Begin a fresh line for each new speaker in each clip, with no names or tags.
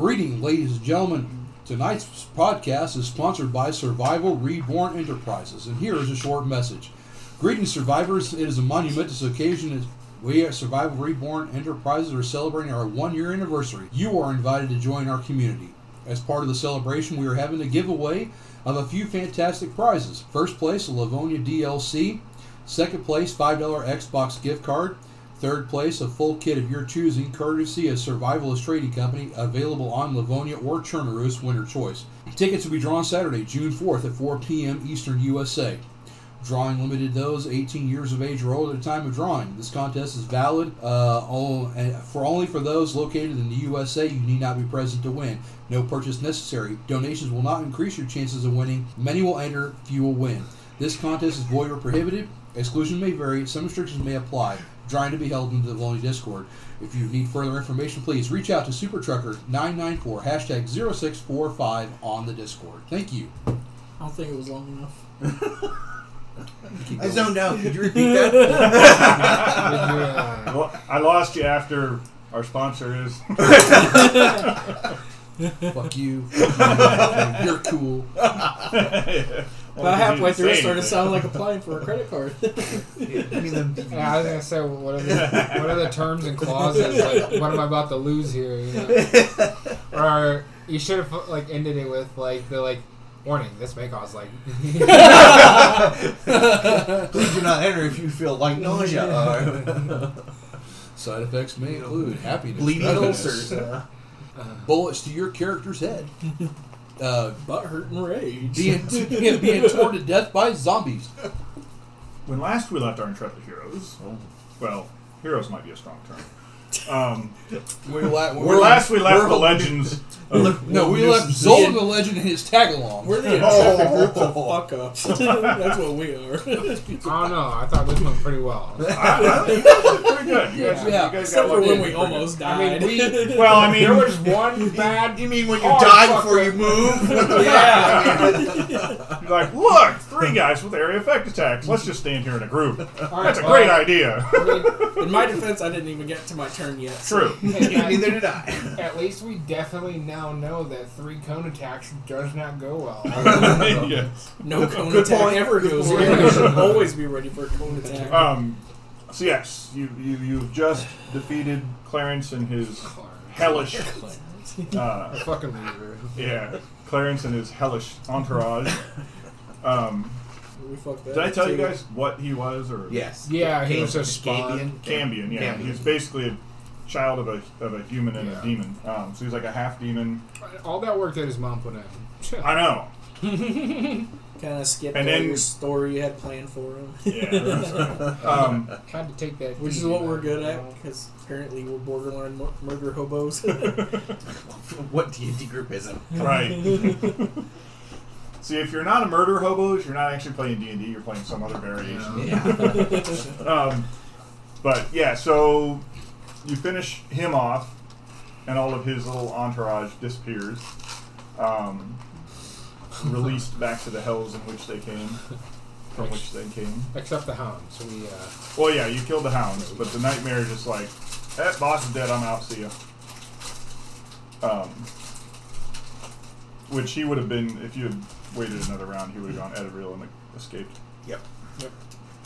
Ladies and gentlemen, tonight's podcast is sponsored by Survival Reborn Enterprises, and here is a short message. Greetings, survivors. It is a monumentous occasion. as We at Survival Reborn Enterprises are celebrating our one year anniversary. You are invited to join our community. As part of the celebration, we are having a giveaway of a few fantastic prizes. First place, a Livonia DLC. Second place, $5 Xbox gift card. Third place, a full kit of your choosing, courtesy of Survivalist Trading Company, available on Livonia or Chernarus, winner choice. Tickets will be drawn Saturday, June 4th at 4 p.m. Eastern USA. Drawing limited those 18 years of age or older at the time of drawing. This contest is valid uh, all, and for only for those located in the USA. You need not be present to win. No purchase necessary. Donations will not increase your chances of winning. Many will enter, few will win. This contest is void or prohibited. Exclusion may vary. Some restrictions may apply. Trying to be held in the Volney Discord. If you need further information, please reach out to SuperTrucker994 hashtag 0645 on the Discord. Thank you.
I don't think it was long enough.
I zoned out. Could you repeat that?
Well, I lost you after our sponsor is.
Fuck you. Fuck you. You're cool.
About halfway through, it
Say
started
anything.
sounding like applying for a credit card.
I mean, the,
Yeah, I was gonna say, what are the what are the terms and clauses? Like, what am I about to lose here? You know? Or you should have like ended it with like the like warning. This may cause like
please do not enter if you feel like nausea or
Side effects may include happiness,
bleeding
drunkenness,
ulcers. Uh,
bullets to your character's head, uh,
Butt hurt and rage.
being, being torn to death by zombies.
When last we left our intrepid heroes, well, heroes might be a strong term. Um,
We la-
when last we left the legends, of,
No, we left Zolan the Legend and his tag along.
We're the accepted group of fuck ups. That's what we are.
I don't know. I thought this went pretty well.
I, I, you guys did pretty good. You
Yeah.
guys, you guys
Except
got
for
lucky.
when we almost
I
died.
mean, we
Well, Oh, I mean,
there was one bad.
you mean when you
Oh,
die
fuck.
before you move?
Yeah.
You're like, look, three guys with area effect attacks. Let's just stand here in a group.
All right,
That's a
well,
great idea.
I mean,
In my defense, I didn't even get to my turn yet. so-
True.
at,
Neither did I.
at least we definitely now know that three cone attacks does not go well.
yes.
No cone
good
attack
point.
ever
Good
goes
point.
well. You should always be ready for a cone attack.
Um, so yes, you, you you've just defeated Clarence and his hellish. Uh,
Fucking loser.
yeah, Clarence and his hellish entourage. Um,
we fucked that
did I
up,
tell you
too.
guys what he was or
Yes.
Yeah, he was a spawn.
Gambian.
Cambion, yeah.
Cambion.
He's basically a child of a, of a human and
Yeah.
a demon. Um, so he's like a half demon.
All that work that his mom put in.
I know.
Kind of skipped
And
all
then-
your story you had planned for him.
Yeah. um,
Had to take that.
Which is
deed,
what
you
we're
know.
good at, because apparently we're borderline mur- murder hobos.
What D&D group is it?
right. See, if you're not a murder hobo, you're not actually playing D and D. You're playing some other variation.
Yeah.
Um, but yeah, so you finish him off, and all of his little entourage disappears, um, released back to the hells in which they came, from which they came.
Except the hounds. We uh,
Well, yeah, you killed the hounds, but the nightmare is just like, that boss is dead. I'm out. See ya. Um, which he would have been if you had waited another round. He would have gone Edaville and like, escaped.
Yep.
Yep.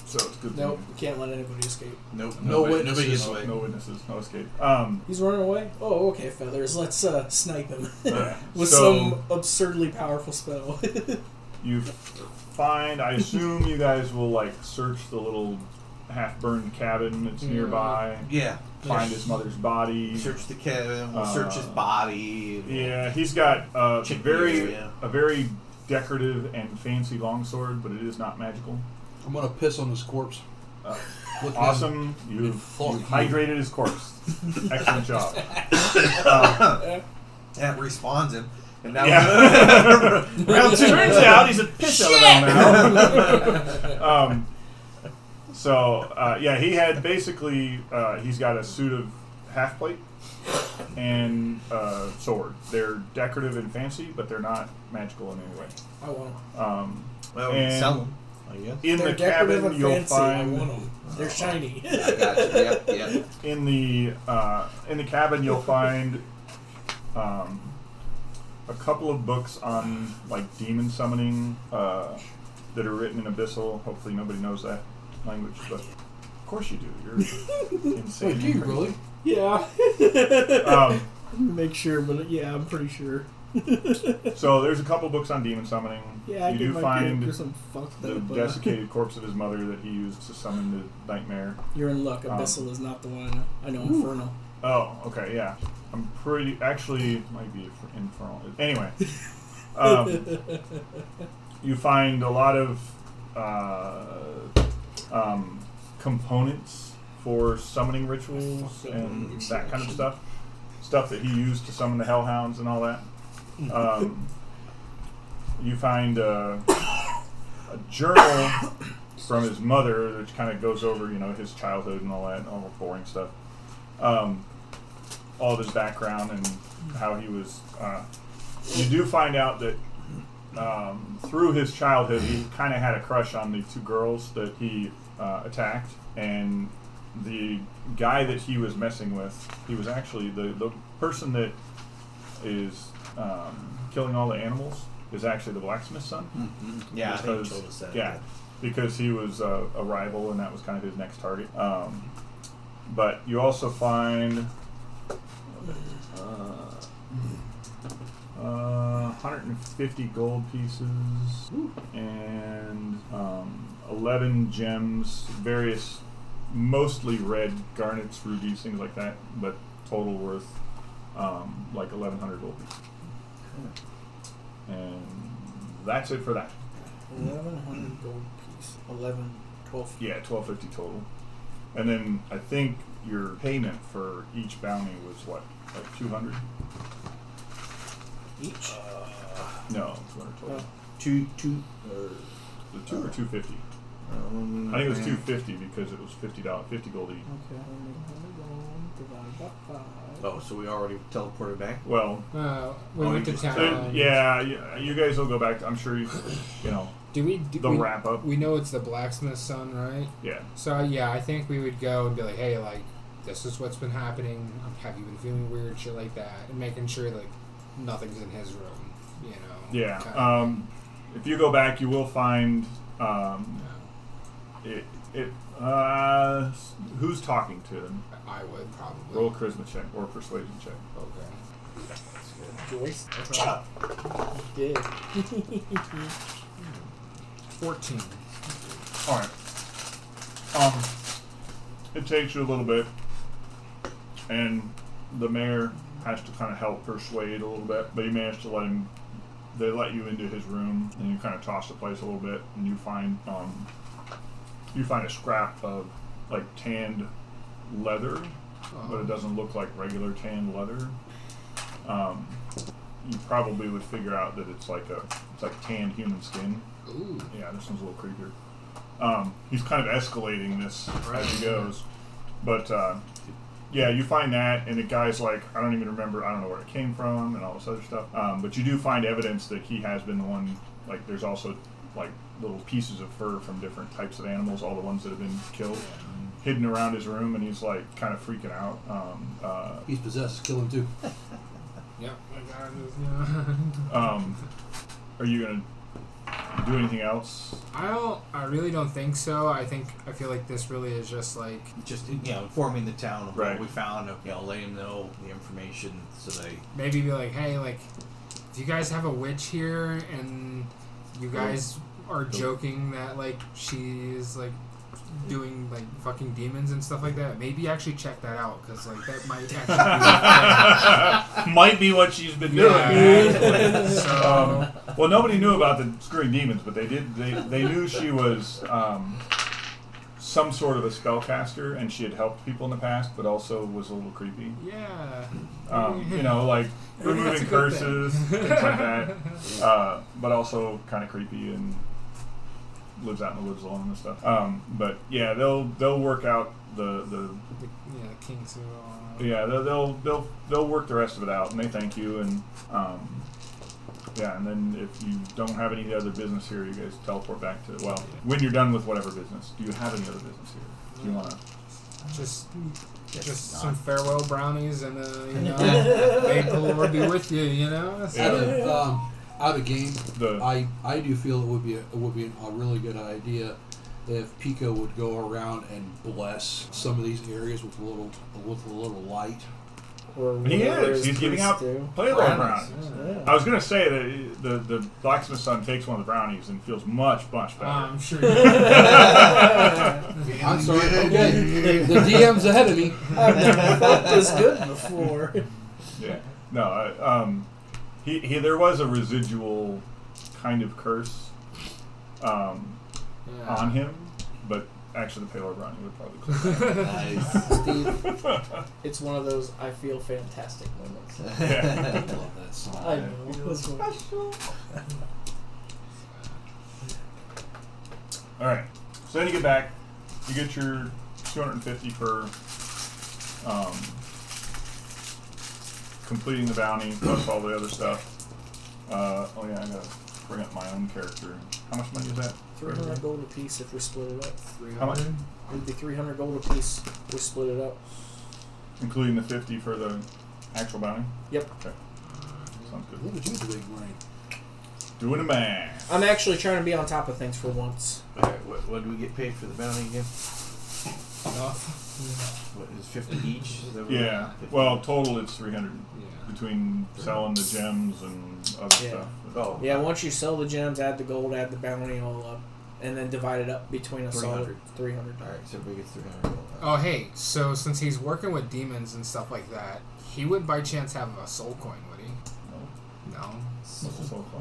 So it's good.
nope,
thing.
you can't let anybody escape.
Nope.
No
nobody-
witnesses.
Nobody is
No, no witnesses. No escape. Um,
He's running away? Oh, okay, feathers. Let's uh, snipe him
Yeah.
with
So-
some absurdly powerful spell.
you find. I assume you guys will like search the little half-burned cabin that's
Yeah.
nearby.
Yeah.
Find his mother's body.
Search the cabin. We'll
Uh,
search his body.
Yeah, he's got a
Chicken
very
area.
a very decorative and fancy longsword, but it is not magical.
I'm gonna piss on this corpse.
Uh,
Look, man,
Awesome, you've,
Fuck
you've
you.
hydrated his corpse. Excellent job.
That respawns him. And now
Yeah.
round two.
Turns out he's a piss elemental now. um, so uh, yeah, he had basically uh, he's got a suit of half plate and uh, sword. They're decorative and fancy, but they're not magical in any way.
I want him.
Um,
Well, we
And-
can sell him. I guess.
in
They're
the
decorative
cabin,
and
you'll
fancy. I
find
want them. They're shiny.
Gotcha. Yep. Yep.
in the uh, in the cabin you'll find um, a couple of books on like demon summoning uh, that are written in Abyssal. Hopefully, nobody knows that language, but of course you do. You're insane.
Wait, do you really?
Yeah.
Um,
Make sure, but yeah, I'm pretty sure.
so there's a couple books on demon summoning.
yeah, I
you
give
do
my
find
character some uh, fuck
the
that, but
desiccated corpse of his mother that he used to summon the nightmare.
you're in luck.
Um,
Abyssal is not the one. I know, I know Infernal.
Oh, okay, yeah. I'm pretty actually it might be inf- infernal. Anyway, um, you find a lot of uh, um, components for summoning rituals and that kind of stuff. Stuff that he used to summon the hellhounds and all that. Um, you find uh, a journal from his mother, which kind of goes over, you know, his childhood and all that, and all the boring stuff. Um, all of his background and how he was. Uh, you do find out that um, through his childhood, he kind of had a crush on the two girls that he uh, attacked, and the guy that he was messing with, he was actually the the person that is um, killing all the animals is actually the blacksmith's son.
Yeah, I think
Because-
you told us that.
Yeah, because he was uh, a, a rival, and that was kind of his next target. Um, but you also find uh, uh, 150 gold pieces and um, 11 gems, various, mostly red garnets, rubies, things like that, but total worth um, like 1,100 gold pieces. And that's it for that.
1100 gold piece. 11, 12.
Yeah, twelve fifty total. And then I think your payment for each bounty was what, like two hundred?
Each?
Uh, No, two hundred total.
Oh.
Two, two, or, uh,
Was it two or two fifty?
um,
I think it was two fifty because it was fifty dollars, fifty gold each.
Okay, 1100 gold divided by 5.
Oh, so we already teleported back?
Well,
Uh, we
Oh,
went
you
to
just-
town.
there- yeah, y- you guys will go back. To, I'm sure you, you know
Do we? Do
the
we,
wrap up.
we know it's the blacksmith's son, right?
Yeah,
So yeah, I think we would go and be like, hey, like this is what's been happening. Um, Have you been feeling weird, shit like that, and making sure like nothing's in his room, you know?
yeah.
kinda.
Um, if you go back, you will find um,
uh,
it. It. Uh, s- who's talking to them?
I would probably.
Roll a charisma check or persuasion check.
Okay.
Joyce? Shut up! Did.
Fourteen.
All right. Um, it takes you a little bit, and the mayor has to kind of help persuade a little bit, but you manage to let him. They let you into his room, and you kind of toss the place a little bit, and you find um, you find a scrap of like tanned leather, but it doesn't look like regular tanned leather. Um, you probably would figure out that it's like a it's like tanned human skin.
Ooh.
Yeah, this one's a little creepier. Um, he's kind of escalating this as he goes, but uh, yeah, you find that, and the guy's like, I don't even remember, I don't know where it came from, and all this other stuff. Um, but you do find evidence that he has been the one. Like, there's also like little pieces of fur from different types of animals, all the ones that have been killed, hidden around his room, and he's like kind of freaking out. Um, uh,
He's possessed. Kill him too.
Yep. I got it.
um, are you gonna do anything else?
I don't. I really don't think so. I think I feel like this really is just like
Just, you know, informing the town of
Right.
what we found, you know, letting them know the information so they.
maybe be like, hey, like, if you guys have a witch here and you
Hmm.
guys are joking that like she's like doing like fucking demons and stuff like that, maybe actually check that out because like that might actually
Might be what she's been
be yeah. so
Um, Well, nobody knew about the screwing demons, but they did. They, they knew she was um, some sort of a spellcaster, and she had helped people in the past, but also was a little creepy.
yeah,
Um, you know, like removing
a good thing.
curses, things like that. Uh, but also kind of creepy and lives out in the woods alone and stuff. Um, but yeah, they'll they'll work out the the
the, yeah, uh, the kings of all.
yeah, they'll they'll they'll, they'll work the rest of it out, and they thank you, and um, yeah, and then if you don't have any other business here, you guys teleport back to well, when you're done with whatever business. Do you have any other business here? Do you want to?
Just just some farewell brownies and uh, you know, may the Lord be with you. You know. So,
Out
Yeah.
of um, out of game,
The
I I do feel it would be a, it would be a really good idea if Pico would go around and bless some of these areas with a little with a little light.
Or
he
whatever
is.
his
He's giving
priests
out
do.
Playboy brownies.
Yeah.
I was gonna say that the the blacksmith's son takes one of the brownies and feels much much
uh,
better.
I'm sure. You
I'm sorry. Okay, the DM's ahead of me.
I've never felt this good before.
Yeah. No. I, um, he, he there was a residual kind of curse um,
yeah.
on him, but actually the payload brownie would probably clear
Nice.
Steve,
that.
it's one of those I feel fantastic moments.
I
Yeah.
love that song.
I know. That's what-
All right. So then you get back, you get your 250 for um, completing the bounty plus all the other stuff. Uh, oh yeah, I gotta bring up my own character. How much money is that?
300 gold apiece if we split it up.
How much?
It'd be 300 gold apiece if we split it up.
Including the 50 for the actual bounty?
Yep.
Sounds good.
Look at you, big brain.
Doing a math.
I'm actually trying to be on top of things for once.
Alright, what, what do we get paid for the bounty again?
Enough.
What is 50 each? Is that what-
Yeah.
50?
Well, total it's 300
Yeah.
between selling the gems and other
Yeah.
stuff.
Oh,
Yeah, once you sell the gems, add the gold, add the bounty all up, and then divide it up between us all.
300.
300.
Alright, so everybody gets 300 gold.
Uh,
Oh hey, so since he's working with demons and stuff like that, he wouldn't by chance have a soul coin, would he?
No.
No.
So far.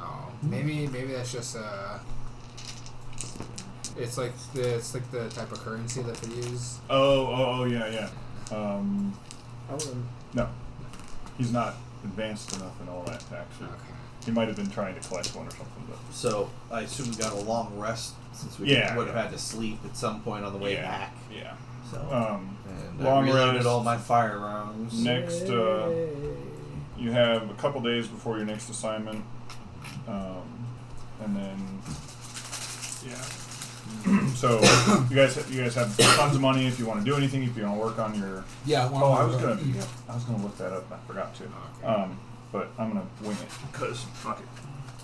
Oh, maybe maybe that's just uh. It's like the it's like the type of currency that they use.
Oh, oh, oh, yeah, yeah. Um,
I wouldn't-
no. He's not advanced enough in all that, actually.
Okay.
He might have been trying to collect one or something, but.
So I assume we got a long rest since we
Yeah.
would have had to sleep at some point on the way
yeah.
back.
Yeah.
So
Um,
and
long
I reloaded
rest.
all my firearms.
next, uh, you have a couple days before your next assignment. Um, and then. Yeah. so you guys, you guys have tons of money if you want to do anything. If you want to work on your
Yeah, one
Oh,
of
I
my-
was gonna, I was gonna look that up. and I forgot to.
Okay.
Um, but I'm gonna wing it because fuck it.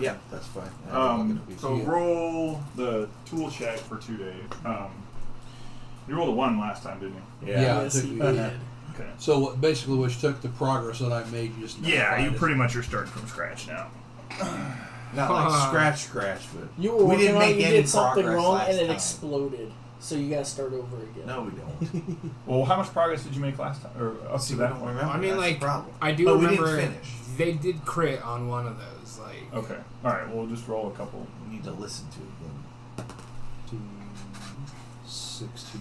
Yeah, that's fine. I don't
Um,
look at it.
so roll the tool check for two days. Um, you rolled a one last time, didn't you?
Yeah, I
Yes,
took-
he
yeah.
did.
Okay.
So what- basically, which took the progress that I made, you just
Yeah, you
multiplied it.
pretty much are starting from scratch now.
not like
uh,
scratch, scratch, but
You were
we
working
didn't
on it,
make
you
any
did something
progress
wrong,
last
and it
time.
exploded. So you gotta start over again.
No, we don't.
Well, how much progress did you make last time, or up
See,
to
we
that
don't
point?
remember.
I mean,
That's the
like,
problem.
I do
But we didn't
remember
finish.
they did crit on one of those. Like,
Okay. All right. We'll just roll a couple.
We need to listen to it again.
16.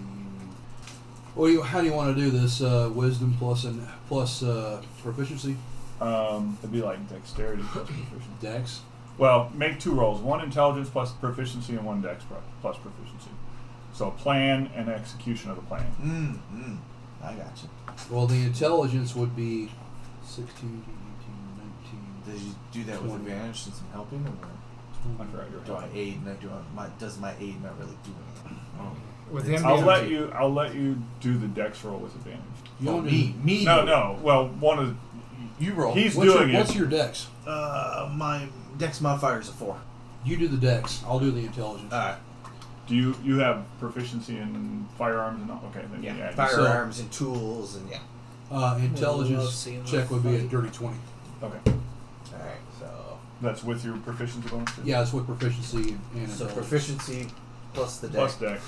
Well, you, how do you want to do this? Uh, wisdom plus and plus uh, proficiency,
Um, it'd be like dexterity plus proficiency.
dex.
Well, make two rolls: one intelligence plus proficiency, and one dex pro- plus proficiency. So plan and execution of the plan.
Mm, mm, I got you.
Well, the intelligence would be 16, 18,
Did you do that with
Twenty.
advantage since I'm helping, or
19,
I
20.
forgot your
do I
hand.
aid? And I do I, my, does my aid not really do anything? Oh,
with him,
I'll
being-
let you. I'll let you do the dex roll with advantage.
You
Oh,
want to-
me, me.
No, no. Well, one of
You roll.
he's
What's
doing
your,
it.
what's your dex?
Uh, my dex modifier is a four. Uh,
You do the dex. I'll do the intelligence.
All right.
do you you have proficiency in firearms and all? Okay, then yeah.
Yeah.
you-
Firearms and tools and yeah.
Uh,
love
intelligence
seeing
check
that
would be a
fight.
dirty 20.
okay,
All right. So
that's with your proficiency bonus. too?
Yeah, that's with proficiency and, and
so
intelligence.
proficiency plus the
Plus
dex.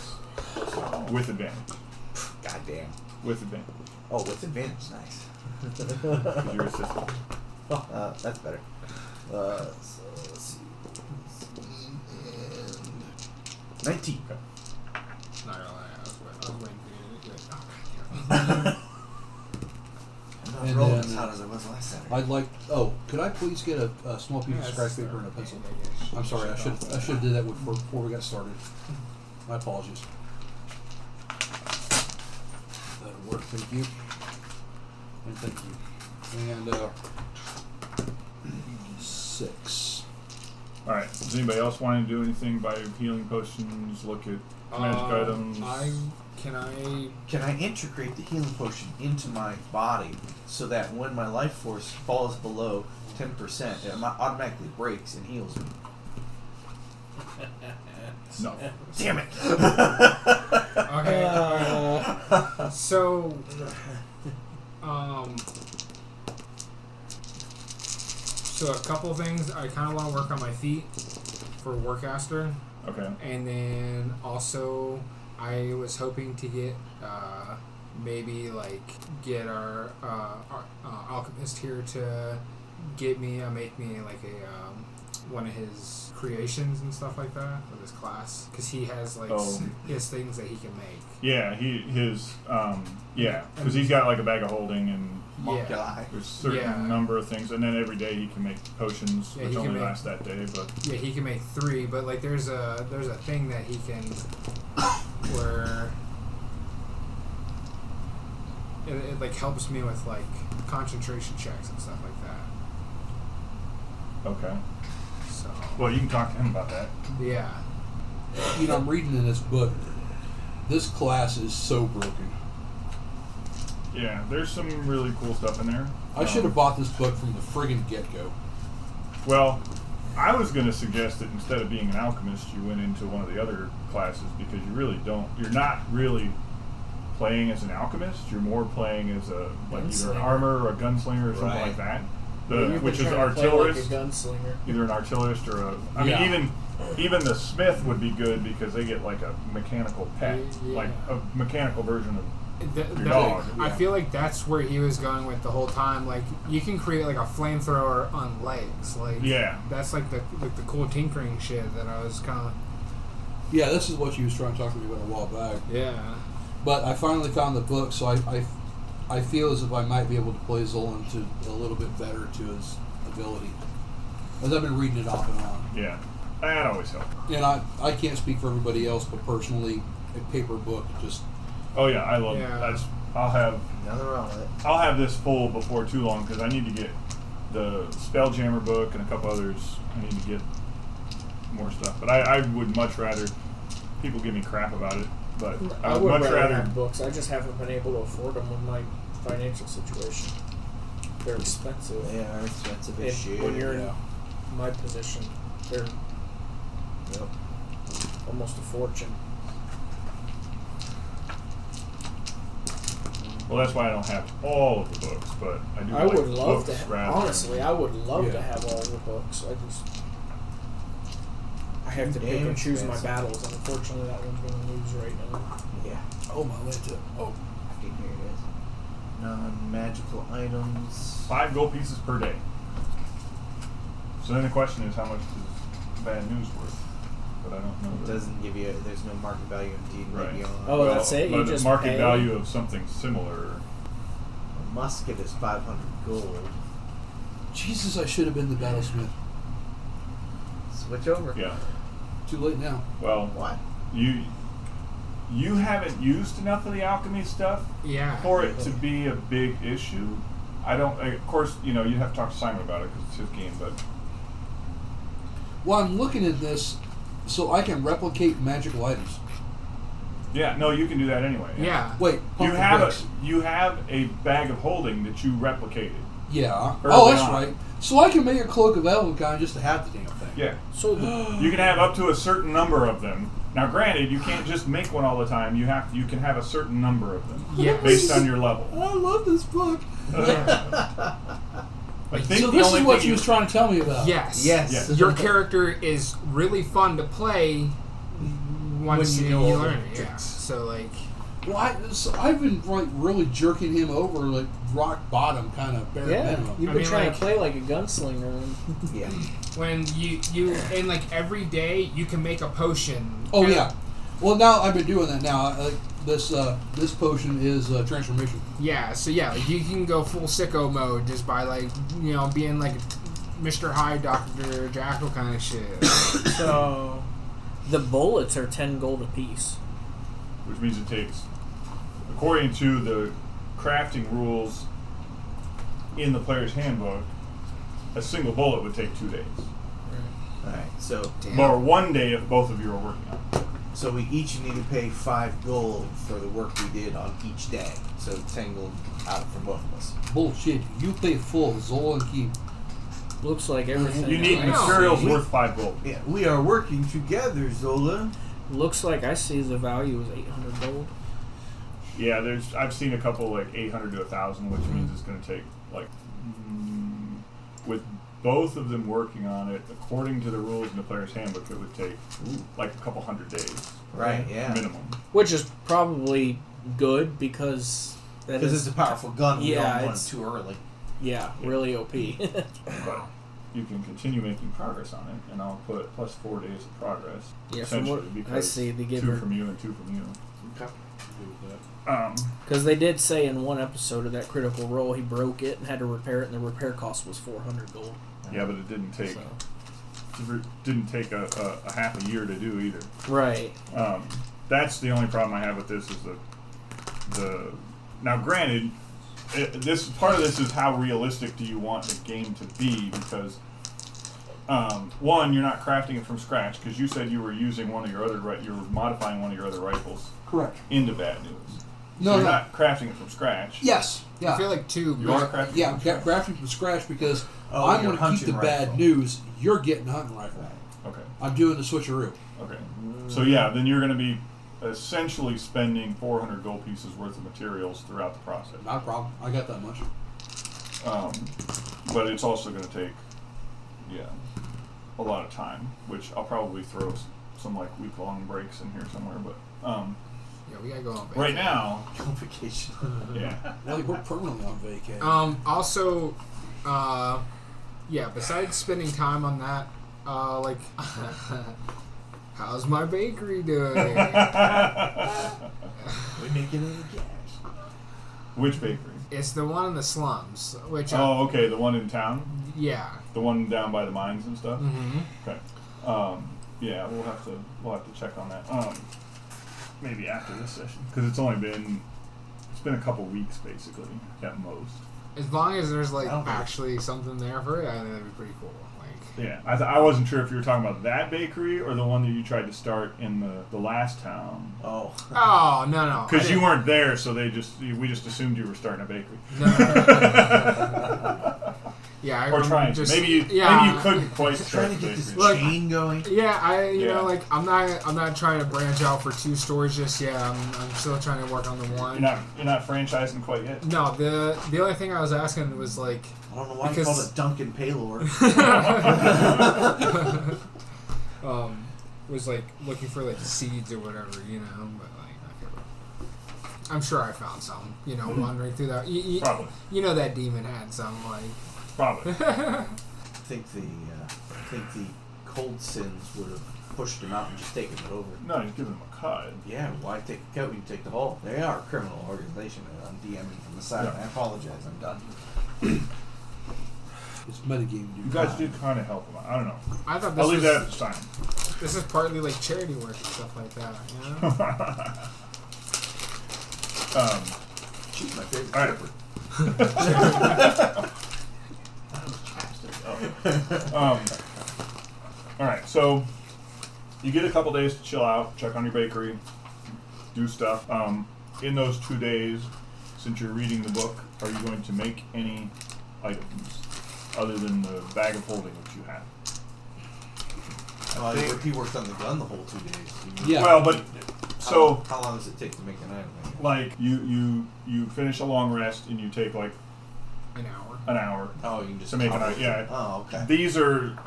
dex with advantage.
Goddamn.
With advantage,
Oh, with advantage, nice.
'cause you're assistant.
Uh, that's better. Uh, so let's see. And Nineteen.
Okay.
Not gonna lie, I was, wait- I was waiting for you to do it. Oh, God damn it.
I'm not
And
rolling
then-
as hot as I was last Saturday.
I'd like. Oh, could I please get a, a small piece
Yeah,
of
it's
scratch
the-
paper and a pencil?
yeah, yeah, yeah.
I'm sorry. I should I should have did that before, before we got started. My apologies. That'll work. Thank you. And thank you. And uh, six.
All right. Does anybody else want to do anything by healing potions? Look at magic
Um,
items.
I Can I?
Can I integrate the healing potion into my body so that when my life force falls below 10%, it ma- automatically breaks and heals me?
No.
Damn it!
Okay.
Uh,
Uh,
So, um, so a couple things. I kind of want to work on my feet for Workaster,
Okay.
and then also I was hoping to get uh, maybe like get our, uh, our uh, alchemist here to get me uh, make me like a um, one of his creations and stuff like that of his class because he has like s-
Oh.
his things that he can make.
Yeah, he his um yeah, because he's got like a bag of holding and
Monkey
Yeah.
eye.
there's a certain
Yeah.
number of things, and then every day he can make potions,
Yeah,
which
he can
only
make-
last that day. But
Yeah, he can make three, but like there's a there's a thing that he can where it, it like helps me with like concentration checks and stuff like that.
okay,
So
well you can talk to him about that.
yeah,
You know, I'm reading in this book. This class is so broken.
Yeah, there's some really cool stuff in there.
I
Um,
should have bought this book from the friggin' get go.
Well, I was going to suggest that instead of being an alchemist, you went into one of the other classes because you really don't. You're not really playing as an alchemist. You're more playing as a like either an
Gunslinger.
armor or a gunslinger or something
Right.
like that.
You've
The,
been
Uh, which is
trying to play like a
artillerist,
gunslinger.
either an artillerist or a. I
Yeah.
mean, even even the smith would be good because they get like a mechanical pet,
Yeah.
like a mechanical version of.
Th-
Your
that-
dog,
I
yeah.
feel like that's where he was going with the whole time. Like you can create like a flamethrower on legs. Like
Yeah.
that's like the like the cool tinkering shit that I was kind of
Yeah, this is what you was trying to talk to me about a while back.
yeah.
But I finally found the book, so I, I, I feel as if I might be able to play Zolan to a little bit better to his ability. As I've been reading it off and on.
Yeah, that always helps.
And I, I can't speak for everybody else, but personally, a paper book just.
Oh yeah, I love.
Yeah.
That's. I'll have
Nothing wrong with it.
I'll have this full before too long because I need to get the Spelljammer book and a couple others. I need to get more stuff, but I, I would much rather people give me crap about it. But I,
I
would,
would
much
rather,
rather.
have books. I just haven't been able to afford them with my financial situation. They're expensive.
They are expensive as
If-
shit.
when you're
yeah.
in my position, they're
Yep.
almost a fortune.
well, that's why I don't have all of the books, but I do.
I
like
would love
books
to. ha-
rather
honestly, I would love
Yeah.
to have all the books. I just I have to pick
Damn
and choose my
expensive.
battles, and unfortunately, that one's going to lose right now.
Yeah.
Oh, my lanta. Oh.
Fucking here it is. Non-magical items.
five gold pieces per day. So then the question is, how much is bad news worth? But I don't know.
It
that-
doesn't give you. There's no market value indeed.
Right.
Maybe on
Oh, that's it? You
but the
just
market
pay?
value of something similar.
a musket is 500 gold.
Jesus, I should have been the battlesmith.
Switch over.
Yeah.
Too late now.
Well,
What?
you you haven't used enough of the alchemy stuff
Yeah.
for it to be a big issue. I don't. Of course, you know you have to talk to Simon about it because it's his game. But
Well, I'm looking at this so I can replicate magical items.
yeah, no, you can do that anyway.
yeah.
Wait,
You
pump the
have
brakes.
a you have a bag of holding that you replicated.
Yeah.
Early
oh, that's
on.
right. So I can make a cloak of Elvican just to have the damn thing.
Yeah,
So the,
you can have up to a certain number of them. Now, granted, you can't just make one all the time. You have you can have a certain number of them
Yes.
based on your level.
I love this book.
Yeah.
I think
So
the
this
only
is what
thing
you was trying to tell me about.
Yes.
Yes.
Yeah.
your character is really fun to play once you,
When you know all the
learn it. Yeah.
tricks.
So like,
Well, I, so I've been like really jerking him over like rock bottom kind of bare
yeah,
minimum.
you've been
I mean,
trying
like-
to play like a gunslinger. and-
Yeah.
when you you and like every day you can make a potion.
Oh
And-
yeah. Well, now I've been doing that. Now I, like, this uh, this potion is uh, transformation.
Yeah. So yeah, like, you can go full sicko mode just by like you know being like Mr. Hyde, Doctor Jackal kind of shit.
So the bullets are ten gold apiece.
which means it takes, according to the crafting rules in the player's handbook, a single bullet would take two days,
All right. So
Damn.
or one day if both of you are working on. it.
So we each need to pay five gold for the work we did on each day. So ten gold out for both of us.
Bullshit. You pay full, Zol and Keep.
Looks like everything.
You need
No.
materials
We-
worth five gold.
Yeah, we are working together, Zola.
Looks like I see the value is 800 gold.
Yeah, there's. I've seen a couple like 800 to 1,000, which means it's going to take like mm, with both of them working on it. According to the rules in the player's handbook, it would take like a couple hundred days
Right? Yeah.
minimum.
Which is probably good because that
Because
is
it's a powerful gun. We
Yeah,
don't want it
it's-
too early.
yeah really OP.
But you can continue making progress on it, and I'll put plus four days of progress.
yeah, from
essentially,
what I
because
see, they give
two
her
from you and two from you.
Okay.
Um,
because they did say in one episode of that critical role he broke it and had to repair it, and the repair cost was 400 gold.
yeah, but it didn't take
So.
it didn't take a, a, a half a year to do either.
Right.
Um, that's the only problem I have with this is the the now granted it, this part of this is how realistic do you want the game to be because um, one you're not crafting it from scratch because you said you were using one of your other right you were modifying one of your other rifles
Correct.
into bad news.
No,
so you're
no.
not crafting it from scratch.
Yes. Yeah.
I feel like two.
You
but-
are crafting.
yeah,
it
I'm ca-
from
crafting from scratch because
Oh,
I'm
your
going to keep the
hunting
bad
rifle.
news. You're getting a hunting rifle.
scratch. Okay.
I'm doing the switcheroo.
Okay. So yeah, then you're going to be essentially spending 400 gold pieces worth of materials throughout the process.
Not a problem. I got that much.
Um, but it's also going to take, yeah, a lot of time, which I'll probably throw s- some like week long breaks in here somewhere. But um,
Yeah, we gotta go eh? on.
right now,
Complication.
yeah,
Like we're permanently on vacation.
Uh,
Um. Also, uh, yeah. Besides spending time on that, uh, like, how's my bakery doing?
we make it in the cash.
which bakery?
it's the one in the slums, which. I-
Oh, okay, the one in town,
yeah.
the one down by the mines and stuff.
Mm-hmm.
Okay. Um, yeah, we'll have to we'll have to check on that. Um, maybe after this session because it's only been it's been a couple weeks basically at most.
As long as there's like
I don't think-
actually something there for it, I think that'd be pretty cool. Like,
Yeah, I, th- I wasn't sure if you were talking about that bakery or the one that you tried to start in the, the last town
Oh.
oh no no, I
because you
didn't-
weren't there, so they just we just assumed you were starting a bakery.
No, no, no, no. yeah, I
or
remember
trying. to.
just
maybe you
yeah,
maybe you couldn't quite start
Trying
the
to get this
bakery.
Look.
chain going.
Yeah, I you
Yeah.
know like I'm not I'm not trying to branch out for two stories just yet. I'm, I'm still trying to work on the
You're
one.
not you're not franchising quite yet.
No, the the only thing I was asking was like,
I don't know why you
Because-
called it Duncan Paylor.
um, was like looking for like seeds or whatever, you know. But like, okay. I'm sure I found some, you know, wandering through that. You, you,
Hmm. Probably,
you know that demon had some, like.
probably.
I think the uh, I think the cold sins would have pushed him out and just taken it over.
No, you give them a cut.
Yeah, why take a coat? You take the whole. They are a criminal organization. and I'm DMing from the side.
Yeah.
I apologize. I'm done.
It's metagame, dude.
You guys did kind of help them out. I don't know.
I thought this
I'll leave
was
that at the time.
this is partly like charity work and stuff like that. You know?
um,
She's my favorite.
all right.
stripper.
Um, all right, so you get a couple days to chill out, check on your bakery, do stuff. Um, in those two days, since you're reading the book, are you going to make any items other than the bag of holding that you have?
Well, he worked- he worked on the gun the whole two days. You mean-
Yeah.
Well, but
How-
so
how long does it take to make an item? like that?
like you you you finish a long rest and you take like
An hour.
an hour.
Oh, you can just
To make an
cobble
item, yeah.
it. Oh, okay.
These are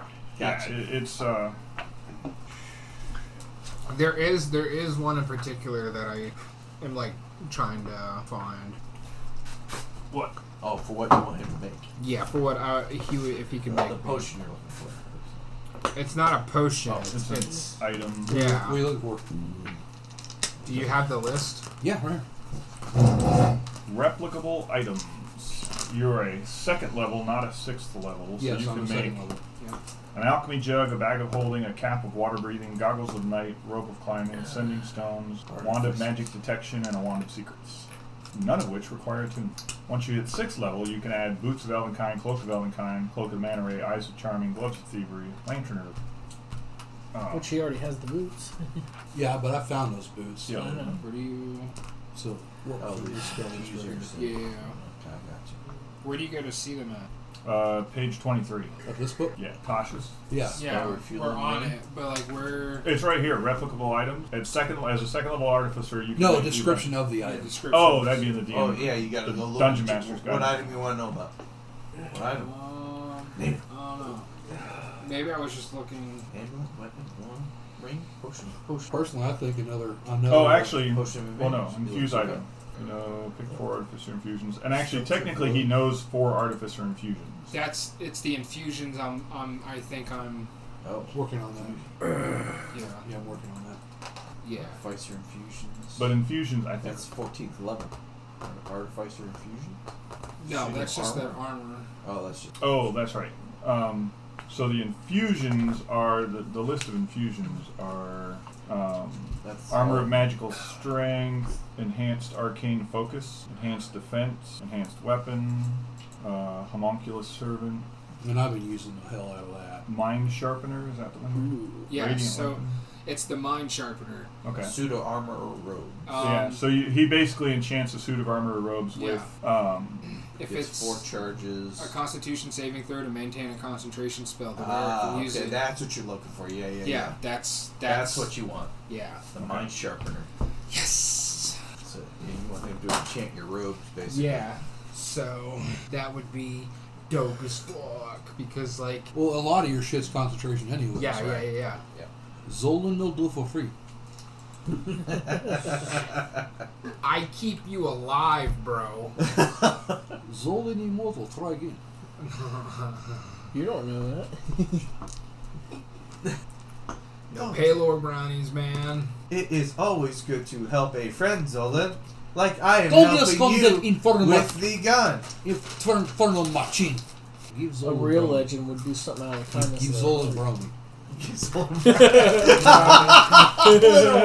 yeah,
Gotcha.
it- it's uh
There is there is one in particular that I am like trying to find.
what
Oh, for what you want him to make.
Yeah, for what I, he would if he could
Well,
make
the
me.
potion you're looking for.
It's not a potion.
Oh,
it's,
an
it's
item.
yeah.
What are you looking for?
Do you have the list?
Yeah, right. here.
replicable items. You're a second level, not a sixth level, so
Yes,
you
on
can
the
make
second level.
an alchemy jug, a bag of holding, a cap of water breathing, goggles of night, rope of climbing, ascending stones, a wand of magic detection, and a wand of secrets. None of which require attunement. Once you hit sixth level, you can add boots of Elvenkind, cloak of Elvenkind, cloak of Manta Ray, eyes of charming, gloves of thievery, lantern herb. Um,
Which he already has the boots.
Yeah, but I found those boots.
Yeah.
I don't know.
Where do you?
So what
Oh,
for
these
these spellings
users.
right
So-
Yeah.
Okay, I got you.
Where do you go to see them at?
uh, page 23.
here? Of this book?
Yeah, cautious.
Yeah.
Yeah,
Or
we're,
if you
we're
look
on
around.
it, but like we're
It's right here. Replicable items. It's second, as a second level artificer, you can.
No,
make
a description of the
yeah,
item.
description.
Oh, that'd be in the DM.
Oh yeah, you gotta
The
go look.
Dungeon
at
Master's
What
Guide.
item you want to know about? What item?
Um,
Name.
I don't know. Maybe I was just looking.
Amulet, weapon, wand, ring, potion, potion.
Personally, I think another another.
Oh, actually,
Potion of
well, no,
advantage.
infuse
Okay.
item. You know, pick four artificer infusions, and actually, technically, he knows four artificer infusions.
That's it's the infusions. I'm, I'm I think I'm
Oh,
working on that.
yeah
Yeah, I'm working on that.
yeah.
Artificer infusions.
But infusions, I think.
that's 14th level. Artificer infusion.
No,
See
that's
the
just their
armor?
armor.
Oh, that's just.
Oh, that's right. Um, so the infusions are the, the list of infusions are um,
That's
armor
all.
of magical strength, enhanced arcane focus, enhanced defense, enhanced weapon, uh, homunculus servant,
And I've been using the hell out of that.
mind sharpener. Is that the one?
Yeah,
Radiant
so
weapon.
it's the mind sharpener.
okay.
Pseudo armor or robe.
Um,
yeah, so you, he basically enchants a suit of armor or robes
Yeah.
with um,
if
Gets
it's
four charges.
a Constitution saving throw to maintain a concentration spell, the
Ah,
can
okay,
use it.
that's what you're looking for. Yeah, yeah, yeah.
yeah, that's that's
That's, what you want.
Yeah.
The mind sharpener.
Yes.
So yeah, you want him to enchant your robes, basically.
Yeah. So that would be dope as fuck because like
Well, a lot of your shit's concentration anyway.
yeah yeah yeah yeah.
Zolan no Duffel free.
I keep you alive, bro.
Zolan immortal. Try again.
You don't know that.
No,
Paylor brownies, man.
It is always good to help a friend, Zolan. Like I am
Don't
helping
respond
you
informal.
with the gun.
Infernal machine. Give Zolan
A real
brownie.
legend would do something out of kindness.
Give
of their
Zolan
heart.
brownie.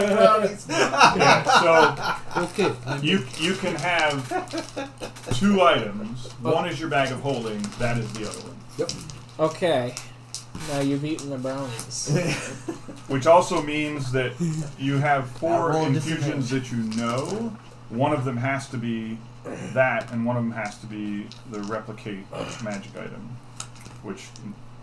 yeah. So
Okay. I'm
You you can have two items. One is your bag of holding. That is the other one,
Okay. Now you've eaten the brownies.
which also means that you have four
roll a
infusions that you know. One of them has to be that, and one of them has to be the replicate magic item, which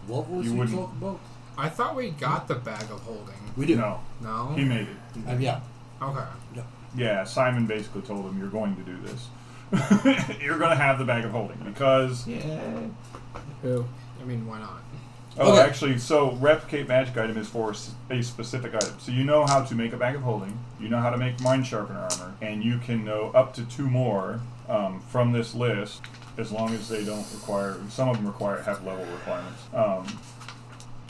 What was
You
he
wouldn't.
talking about?
I thought we got the bag of holding.
We
you
did.
know
No.
he made it.
Um, yeah.
Okay.
Yeah, Simon basically told him you're going to do this. you're going to have the bag of holding because
Yeah.
Who?
I mean, why not?
Oh,
Okay.
actually, so replicate magic item is for s- a specific item. So you know how to make a bag of holding, you know how to make mind sharpener armor, and you can know up to two more um, from this list, as long as they don't require. Some of them require have level requirements. Um,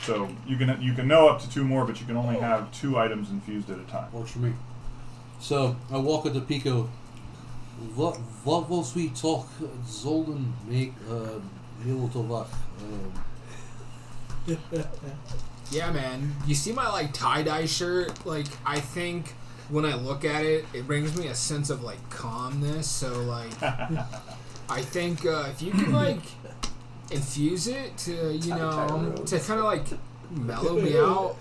so you can you can know up to two more, but you can only have two items infused at a time.
Works for me. So I walk up to Pico. What what was we talk? Zolden make uh, Milotovac. Um,
Yeah, man. You see my like tie dye shirt? Like, I think when I look at it, it brings me a sense of like calmness. So like, I think uh, if you can like infuse it to you know to kind of like mellow me out.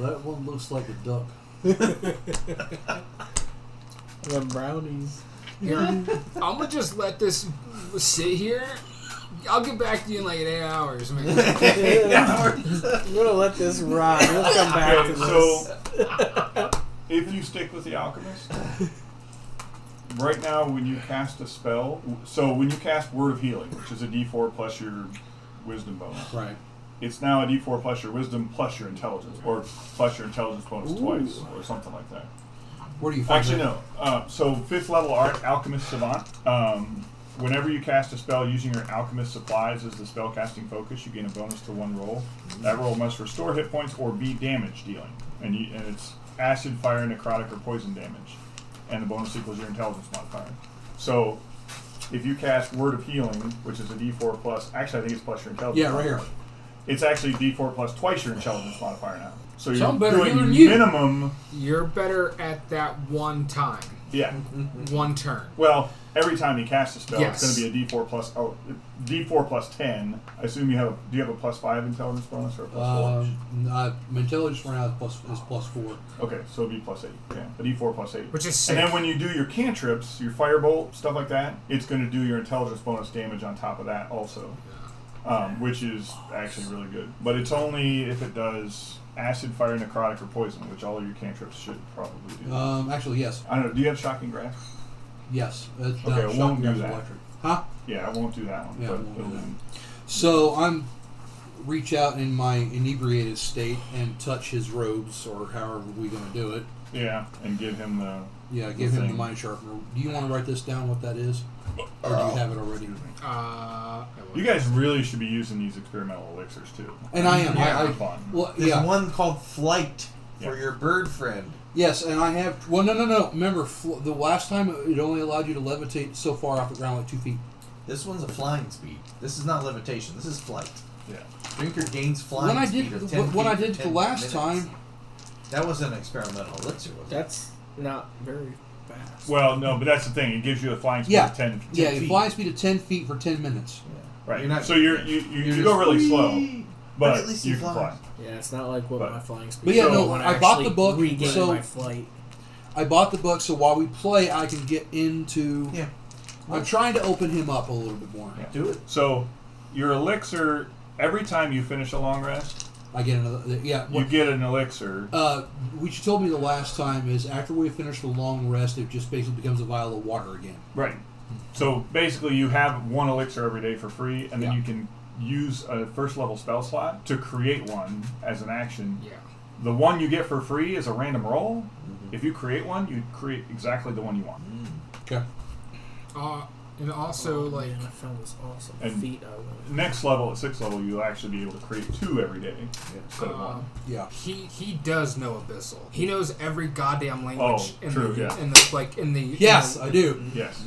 that one looks like a duck.
The brownies.
Here, I'm gonna just let this sit here. I'll get back to you in like eight hours, man.
I'm gonna let this ride. We'll come back
Okay,
to this.
so if you stick with the alchemist, right now when you cast a spell, so when you cast Word of Healing, which is a D4 plus your Wisdom bonus,
Right.
it's now a D4 plus your Wisdom plus your Intelligence, or plus your Intelligence bonus twice, or something like that.
Where do you find
Actually,
that?
no. Uh, so fifth level art alchemist savant. Um, whenever you cast a spell using your alchemist supplies as the spell casting focus, you gain a bonus to one roll. That roll must restore hit points or be damage dealing, and, you, and it's acid, fire, necrotic, or poison damage, and the bonus equals your intelligence modifier. So. If you cast Word of Healing, which is a D4 plus, actually I think it's plus your intelligence.
Yeah, right here.
modifier. It's actually D4 plus twice your intelligence modifier now. So you're
So I'm better
doing
healer than you.
minimum
You're better at that one time.
Yeah.
Mm-hmm.
one turn.
Well, every time you cast a spell,
Yes.
it's going to be a D4 plus oh, D4 plus ten. I assume you have. Do you have a plus five intelligence bonus or a plus
Um, uh, my intelligence right now is plus, is plus four.
four? Okay, so it'd be plus eight. Yeah, a D4 plus eight.
Which is
And
sick.
then when you do your cantrips, your firebolt stuff like that, it's going to do your intelligence bonus damage on top of that also, um, which is actually really good. But it's only if it does acid, fire, necrotic, or poison, which all of your cantrips should probably do.
Um, actually, yes.
I don't know. Do you have shocking grasp?
Yes. That's
Okay, it won't do
grabs
that.
Electric. Huh?
Yeah, I won't do that one.
Yeah,
but
it won't do
it'll
that.
do.
So I'm reach out in my inebriated state and touch his robes, or however we going to do it.
Yeah, and give him the.
Yeah, give him the
thing.
mind sharpener. Do you want to write this down? What that is, or do you have it already?
Uh, I will-
You guys really should be using these experimental elixirs too.
And I am.
Yeah,
I,
they're
I
fun.
well,
There's
yeah.
one called Flight for
Yeah.
your bird friend.
Yes, and I have. Well, no, no, no. Remember, fl- the last time it only allowed you to levitate so far off the ground like two feet.
This one's a flying speed. This is not levitation. This is flight.
yeah.
Drinker gains flying
When I
speed
did,
of 10
when I
feet
did
for
the
10
last
minutes.
time,
That was an experimental elixir, wasn't it?
That's not very fast.
Well, no, but that's the thing. It gives you a flying speed
Yeah.
of ten.
yeah,
feet.
it flies speed of ten feet for ten minutes.
Yeah.
Right.
You're not-
so you're you, you,
you're
you go
just,
really slow,
"Whee!"
but,
at least
you
he
can
flies.
fly.
yeah, it's not like what
But-
my flying speed.
But yeah,
is.
no,
I wanna
I bought the
actually
book,
Regain
so-
my flight.
I bought the book, so while we play, I can get into.
Yeah.
I'm trying to open him up a little bit more.
Yeah.
Do it.
So your elixir. Every time you finish a long rest,
I get another. Yeah.
you
What,
get an elixir.
uh, what you told me the last time is after we finish the long rest, it just basically becomes a vial of water again.
Right. So basically, you have one elixir every day for free, and then
Yeah.
you can use a first level spell slot to create one as an action.
yeah.
The one you get for free is a random roll. If you create one, you create exactly the one you want.
Okay.
Uh, and also like
Oh, Man, I found this awesome
And-
feat. I wanted.
Next level, at sixth level, you'll actually be able to create two every day instead of
uh,
one.
Yeah.
he he does know abyssal. He knows every goddamn language
Oh,
in
true,
the
yeah.
in the like in the
Yes,
in the-
I do.
Yes.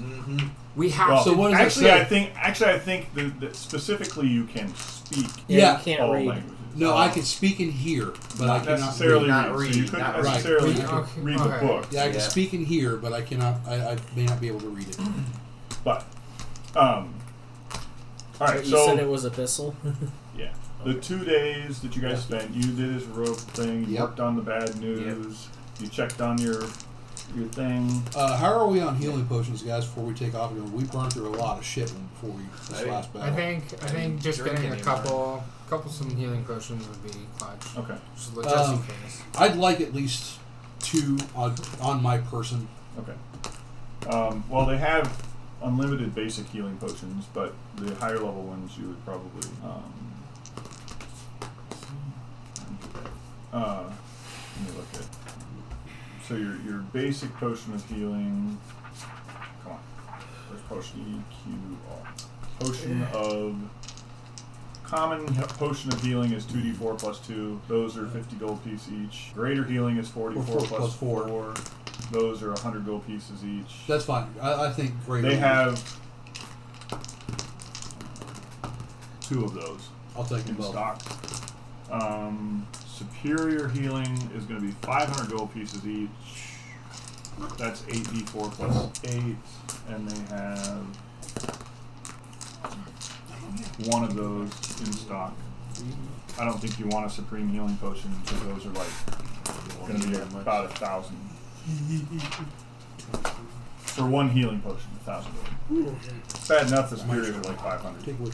We have
Well,
to.
So what does it
actually,
say?
I think actually I think the, the, specifically you can speak
Yeah.
you can't
all
read.
languages.
No, I can speak in here, but I
Uh, not
cannot
necessarily
read.
read. Not
so
read,
you couldn't
not read.
necessarily
Read, okay,
read
okay.
the book.
Yeah, I can
Yeah.
speak in here, but I cannot. I, I may not be able to read it.
But, um, all right.
But you
so
said it was abyssal.
yeah, the two days that you guys spent, you did his rope thing, you
Yep.
worked on the bad news, you checked on your your thing.
Uh, how are we on healing potions, guys? Before we take off, again? we burned through a lot of shit before we this
I-
last battle.
I think I think just
Drink
getting a
anymore.
couple couple some healing potions would be clutch.
Okay.
Just, just in
Um,
case.
I'd like at least two on, on my person.
Okay. Um, well, they have unlimited basic healing potions, but the higher level ones you would probably. Um, uh, let me look at. So your your basic potion of healing. Come on. Where's potion EQR? Potion of. Common he- potion of healing is 2d4 plus 2. Those are 50 gold piece each. Greater healing is 44
Or four
plus
plus four.
4. Those are 100 gold pieces each.
That's fine. I, I think great.
they have two of those
I'll take them
in
both.
stock. Um, superior healing is going to be 500 gold pieces each. That's 8d4 plus 8. And they have one of those in stock. I don't think you want a supreme healing potion because those are like going to be about a thousand. For one healing potion, a thousand gold. Bad enough, the superiors are like 500.
Take a look.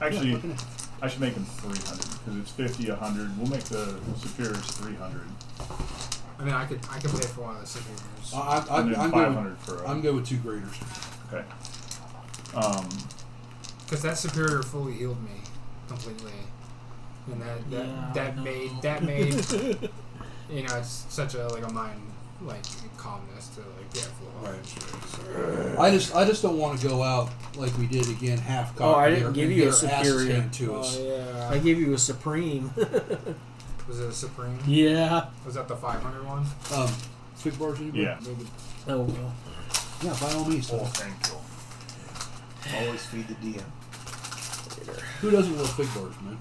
Actually,
Yeah, look at it.
I should make them 300 because it's 50, 100. We'll make the superiors 300.
I mean, I could I could pay for one of the superiors.
I, I,
and
I'm,
then
I'm, good
500
with,
for a,
I'm good with two graders.
Okay. Um,
Because that superior fully healed me completely, and that that,
Yeah,
that
I
made
know.
that made you know it's such a like a mind like calmness to like get full of
Right.
superiors.
I just I just don't want to go out like we did again, half cocked.
Oh, I didn't
and
give
get
you a
our ass
superior.
handed to us.
Oh yeah.
I gave you a supreme.
was it a supreme?
yeah.
Was that the 500 one?
Um, fig bars, anybody?
yeah.
Maybe.
Oh well.
yeah. By all means,
Oh, thank you.
Always feed the DM.
who doesn't love fig bars, man?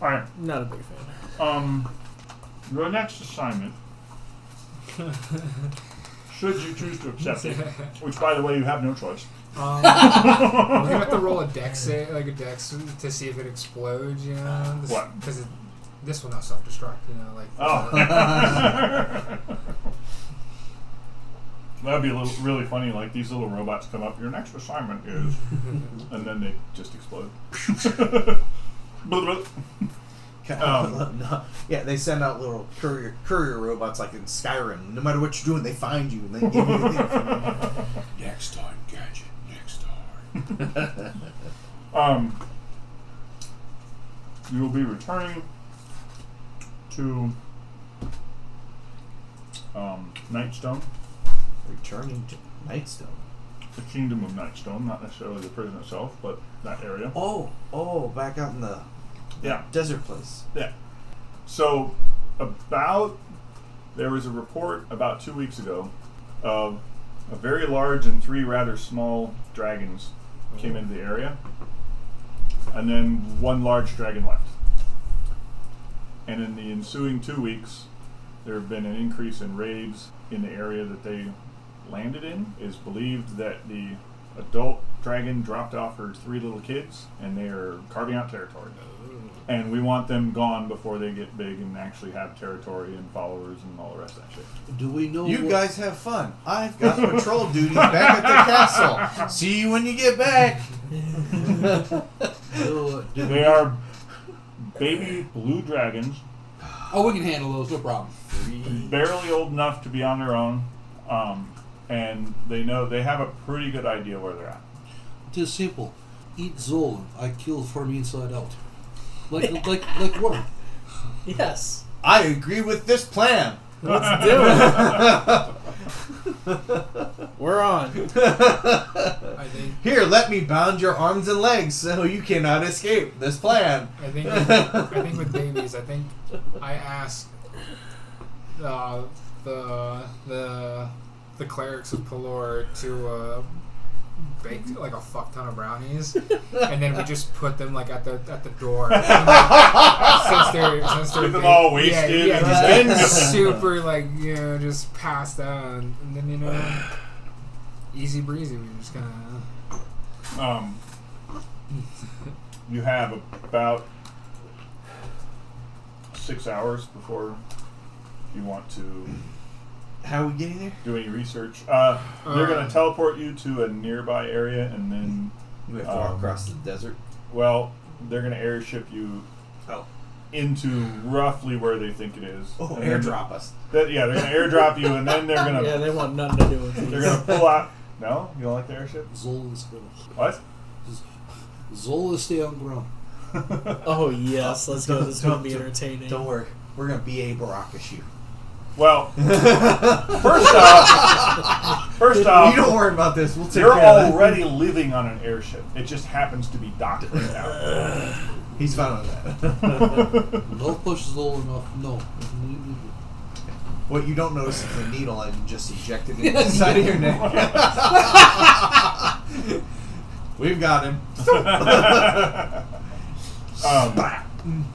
All right.
Not a big fan.
Um, your next assignment should you choose to accept it, which, by the way, you have no choice.
Um, I'm gonna have to roll a dex, sa- like a dex, to see if it explodes. You know, this,
What?
Because this will not self-destruct. You know, like uh,
Oh. That'd be a little, really funny. Like these little robots come up. Your next assignment is, and then they just explode. Blah, blah.
Kind
Um,
of- no. Yeah, they send out little courier courier robots like in Skyrim. No matter what you're doing, they find you and they give you the information.
Next time, Gadget. Next time.
Um, you will be returning to um, Nightstone,
Returning to Nightstone.
the kingdom of Nightstone, not necessarily the prison itself, but that area.
Oh, oh, back out in the
Yeah,
desert place.
yeah. So, about there was a report about two weeks ago of a very large and three rather small dragons came into the area, and then one large dragon left. And in the ensuing two weeks, there have been an increase in raids in the area that they landed in. It is believed that the adult dragon dropped off her three little kids, and they are carving out territory. And we want them gone before they get big and actually have territory and followers and all the rest of that shit.
Do we
Oh,
know?
You
what-
guys have fun. I've got patrol duty back at the castle. See you when you get back.
do- do-
They are baby blue dragons,
oh, we can handle those. No problem.
barely old enough to be on their own, um, and they know they have a pretty good idea where they're at.
It is simple. Eat Zolan. I killed for me inside out. Like like like what?
Yes.
I agree with this plan.
Let's do it. We're on.
I think,
Here, let me bound your arms and legs so you cannot escape this plan.
I think, I think with babies, I think I asked uh, the the the clerics of Pelor to uh, bake like a fuck ton of brownies, and then we just put them like at the at the door. since they're since they're
Get them
big-
all
yeah,
wasted
yeah,
and
just
then-
get super like you know just passed out, and then you know easy breezy. We just kind of.
Um, you have about six hours before you want to
How are we getting there?
do any research. Uh, they're going
Uh.
to teleport you to a nearby area, and then,
We have
to
Um,
walk across
the desert.
well, they're going to airship you
Oh,
into roughly where they think it is.
oh,
Um,
And then-
airdrop us.
That, yeah, they're gonna airdrop you, and then they're gonna
Yeah, they want nothing to do with
they're
these.
gonna pull out. No, you don't like the airship?
Zolan's
What?
Zola stay on ground.
Oh yes, let's go. This is gonna be
Don't-
entertaining.
Don't worry, we're gonna be a Barackish you.
Well, first off, first off,
you don't worry about this. We'll take
you're
care of that.
already living on an airship. It just happens to be docked right now.
He's fine with that.
Don't push Zolan off. No.
what you don't notice is the needle I just injected in the side of your neck. We've got him.
um,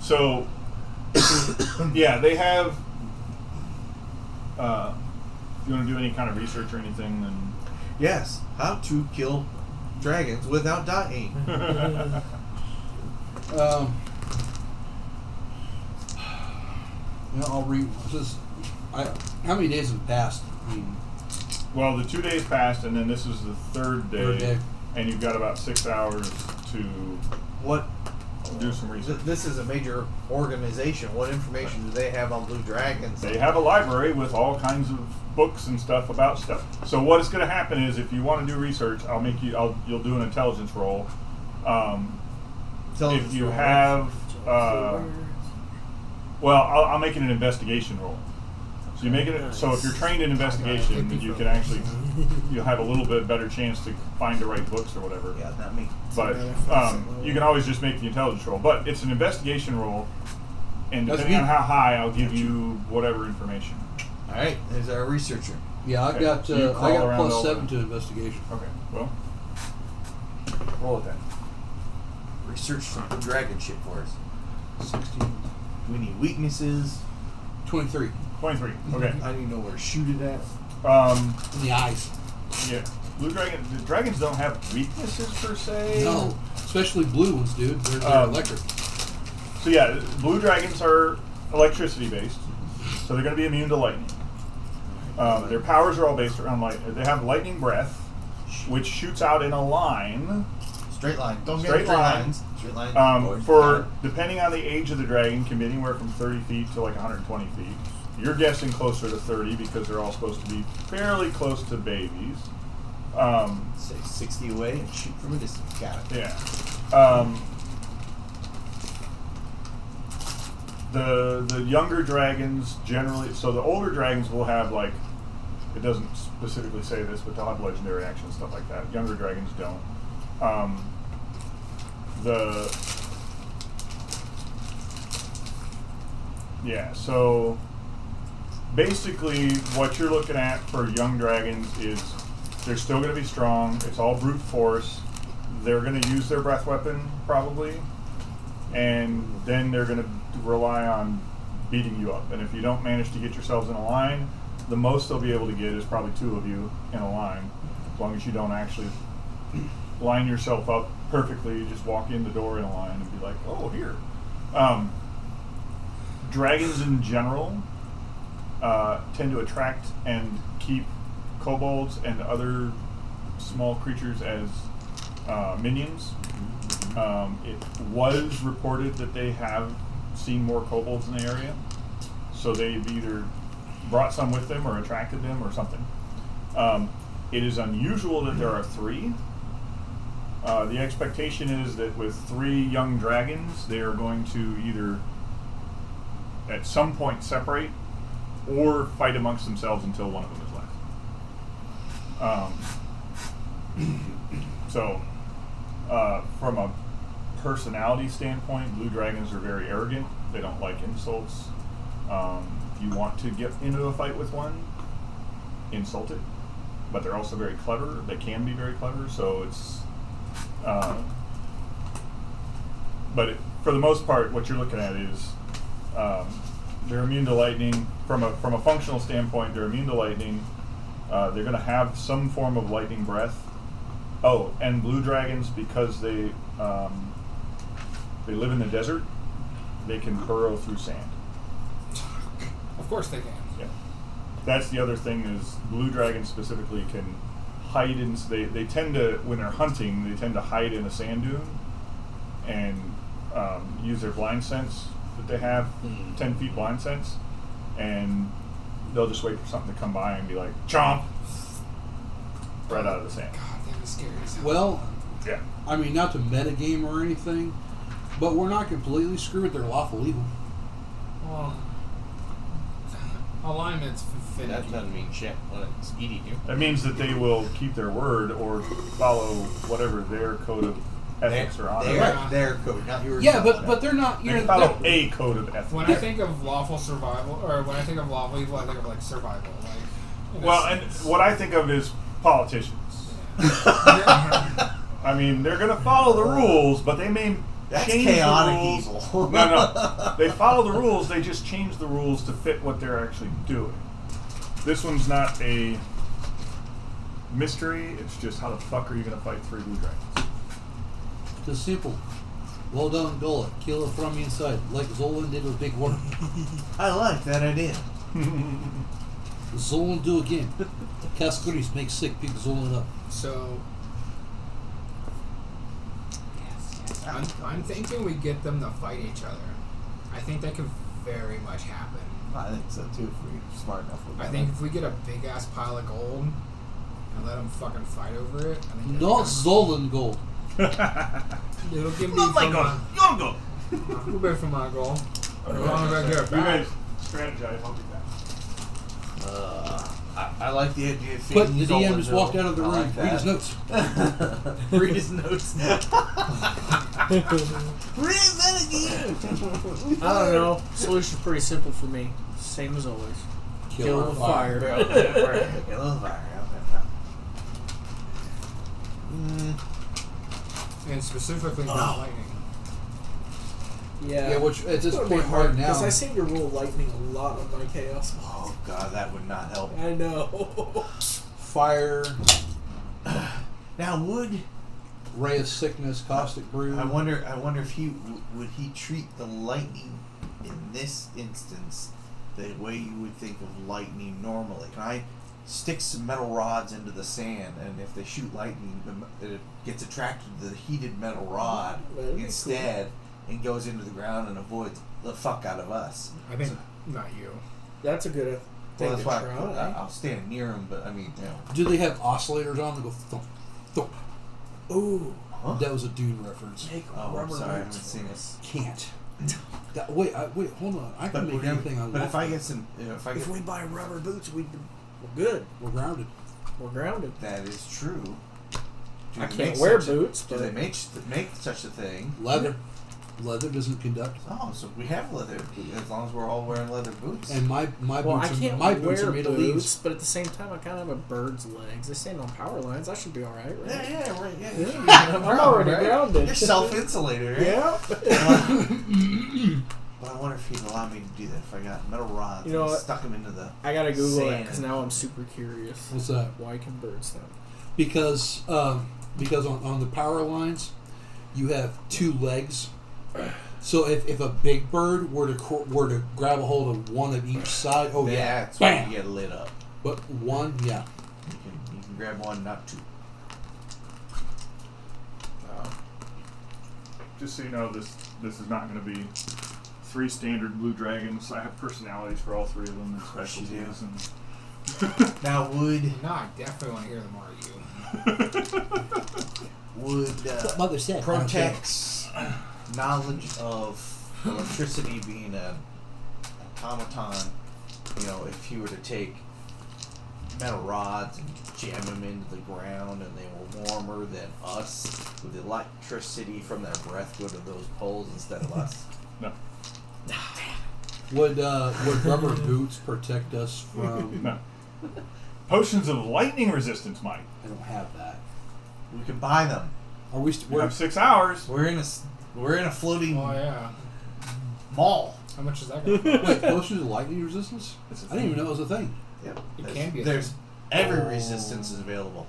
so, yeah, they have. Uh, if you want to do any kind of research or anything, then
Yes, how to kill dragons without dying.
Um, you know, I'll read. Just, I, how many days have passed? I mean,
Well, the two days passed, and then this is the third day,
Third day.
and you've got about six hours to
What?
do some research.
th- This is a major organization. What information do they have on blue dragons?
They have a library with all kinds of books and stuff about stuff. So what is going to happen is, if you want to do research, I'll make you. I'll, you'll do an intelligence roll. Um,
Tell us
if you
more.
have, uh, well, I'll, I'll make it an investigation roll. So you make it. So if you're trained in investigation, you can actually you'll have a little bit better chance to find the right books or whatever.
Yeah, not me.
But um, you can always just make the intelligence roll. But it's an investigation roll, and
That's
depending on
me.
how high, I'll give you whatever information.
All right, there's our researcher.
yeah, I
Okay,
got
so you
uh, I
crawl
got
around
plus
all
seven
the-
to investigation.
Okay. Well, roll it then.
Research some dragon shit for us.
16,
We need weaknesses.
23.
Twenty-three. Okay.
I need to know where to shoot it at.
Um,
in the eyes.
yeah. Blue dragon. The dragons don't have weaknesses per se.
No, especially blue ones, dude. They're, they're
Um,
electric.
So yeah, blue dragons are electricity based, so they're going to be immune to lightning. Um, their powers are all based around light. They have lightning breath, which shoots out in a line.
Straight line. Don't get
Straight
straight
line.
lines. Straight line.
Um, for depending on the age of the dragon, can be anywhere from 30 feet to like 120 feet. You're guessing closer to 30 because they're all supposed to be fairly close to babies. Um,
Say 60 away and shoot from a distance. Got it.
Yeah. Um, the the younger dragons generally, so the older dragons will have like, it doesn't specifically say this, but they'll have legendary action stuff like that. Younger dragons don't. Um, the yeah, so basically what you're looking at for young dragons is they're still going to be strong. It's all brute force. They're going to use their breath weapon probably, and then they're going to rely on beating you up. And if you don't manage to get yourselves in a line, the most they'll be able to get is probably two of you in a line, as long as you don't actually line yourself up perfectly. You just walk in the door in a line and be like, "Oh, here." Um, dragons in general uh, tend to attract and keep kobolds and other small creatures as uh, minions. Um, it was reported that they have seen more kobolds in the area, so they've either brought some with them or attracted them or something. Um, it is unusual that there are three. Uh, the expectation is that with three young dragons, they are going to either at some point separate or fight amongst themselves until one of them is left. Um, so, uh, from a personality standpoint, blue dragons are very arrogant. They don't like insults. Um, if you want to get into a fight with one, insult it. But they're also very clever. They can be very clever. So it's. Uh, but it, for the most part, what you're looking at is um, they're immune to lightning from a from a functional standpoint. They're immune to lightning. Uh, they're going to have some form of lightning breath. Oh, and blue dragons because they um, they live in the desert. They can burrow through sand.
Of course they can.
Yeah, that's the other thing is blue dragons specifically can hide in. They they tend to when they're hunting, they tend to hide in a sand dune and um, use their blind sense that they have, ten feet blind sense, and they'll just wait for something to come by and be like chomp, right out of the sand.
God, that was scary as hell.
Well,
Yeah.
I mean, not to metagame or anything, but we're not completely screwed. They're lawful evil.
Well, Oh. alignment's f- finicky.
That doesn't mean shit when it's eating you.
That means that they will keep their word or follow whatever their code of ethics or honor.
Right.
Their, their code, not yours.
Yeah, but but they're not.
They
You're,
can follow
they're-
a code of ethics.
When I think of lawful survival, or when I think of lawful evil, I think of like survival. Like, in a
Well, and
sense.
what I think of is politicians. I mean, they're going to follow the rules, but they may
That's
change
chaotic
the rules.
evil.
no, no, they follow the rules. They just change the rules to fit what they're actually doing. This one's not a mystery. It's just how the fuck are you going to fight three blue dragons?
It's simple. Well done, Gola. Kill it from the inside, like Zolan did with Big Worm.
I like that idea.
Zolan do again. Cascaris make sick, pick Zolan up.
so I'm, I'm thinking we get them to fight each other. I think that could very much happen.
I think so too. If we're smart enough with
I
that.
think if we get a big ass pile of gold and let them fucking fight over it, I think
Not
that'd
Zolan gold.
be- it'll give me oh my
uh,
god, Yongo. Who better for my goal?
You guys strategize. I'll be back.
Uh, I, I like the idea of
But
feeding
the
Zola
DM just
dough.
walked out of the
I
room.
Like
Read his notes.
notes. Read his notes. Read that again.
I don't know. Solution's pretty simple for me. Same as always.
Kill,
Kill
it
with
with
fire.
Mm,
And specifically for lightning.
Yeah,
Yeah.
which at this
Would've
point
been
hard
hard,
now.
'cause I seem to roll lightning a lot on my chaos.
Oh god, that would not help.
I know.
Fire,
Now would
ray of sickness, caustic brew.
I wonder? I wonder if he w- would he treat the lightning in this instance the way you would think of lightning normally. Can I stick some metal rods into the sand, and if they shoot lightning, the m- it gets attracted to the heated metal rod
That'd be cool.
instead, and goes into the ground and avoids the fuck out of us.
I think not you.
That's a good thing
Well, that's
to
why I,
try.
put- I- I'll stand near him, but I mean, you know.
Do they have oscillators on that go thump, thump?
Ooh,
Huh?
That was a Dune reference.
make
Oh, I'm
rubber
sorry, I haven't
boots.
seen this.
Can't. That, wait, I, wait, hold on. I
But,
can make
we're-
anything I
but
want.
if I get some, you know, if I get
If we buy rubber boots, we'd be we're good.
We're grounded.
We're grounded.
that is true. Do
I
they
can't
make
wear
such a-
boots,
do
but
they make s- make such a thing?
Leather. Leather doesn't conduct.
Oh, so we have leather boots as long as we're all wearing leather boots.
And my my
Well, I
boots are
can't
my
wear
boots are made of
boots,
leaves.
but at the same time, I kind of have a bird's legs. They stand on power lines. I should be all right,
yeah,
right?
yeah, right, yeah.
Yeah.
sure, no problem,
already
right?
grounded.
You're self-insulated, right?
yeah.
But I wonder if he'd allow me to do that if I got metal rods
You know
and
what?
stuck them into the.
I gotta Google it
Sand.
because now I'm super curious.
What's that?
Why can birds think?
Because um, because on, on the power lines, you have two legs. So if, if a big bird were to cor- were to grab a hold of one of each side, oh yeah,
That's when
bam.
you get lit up.
But one, yeah.
You can, you can grab one, not two.
Um, just so you know, this this is not going to be three standard blue dragons. I have personalities for all three of them and
course you do.
specialties. And
Now, would
No, I definitely want to hear them argue.
would uh,
Mother said
Protex knowledge of electricity being an automaton, you know, if you were to take metal rods and jam them into the ground and they were warmer than us, would the electricity from their breath go to those poles instead of us?
no,
Would uh, would rubber boots protect us from?
no. Potions of lightning resistance, Mike.
I don't have that.
We can buy them.
Are we? St-
We
we're,
have six hours.
We're in a s- we're in a floating
Oh yeah.
mall.
How much is that? Gonna
wait, potions of lightning resistance?
It's a
I didn't even
thing.
know it was a thing.
Yep.
It
There's-
can be a
There's
thing.
every
Oh.
resistance is available.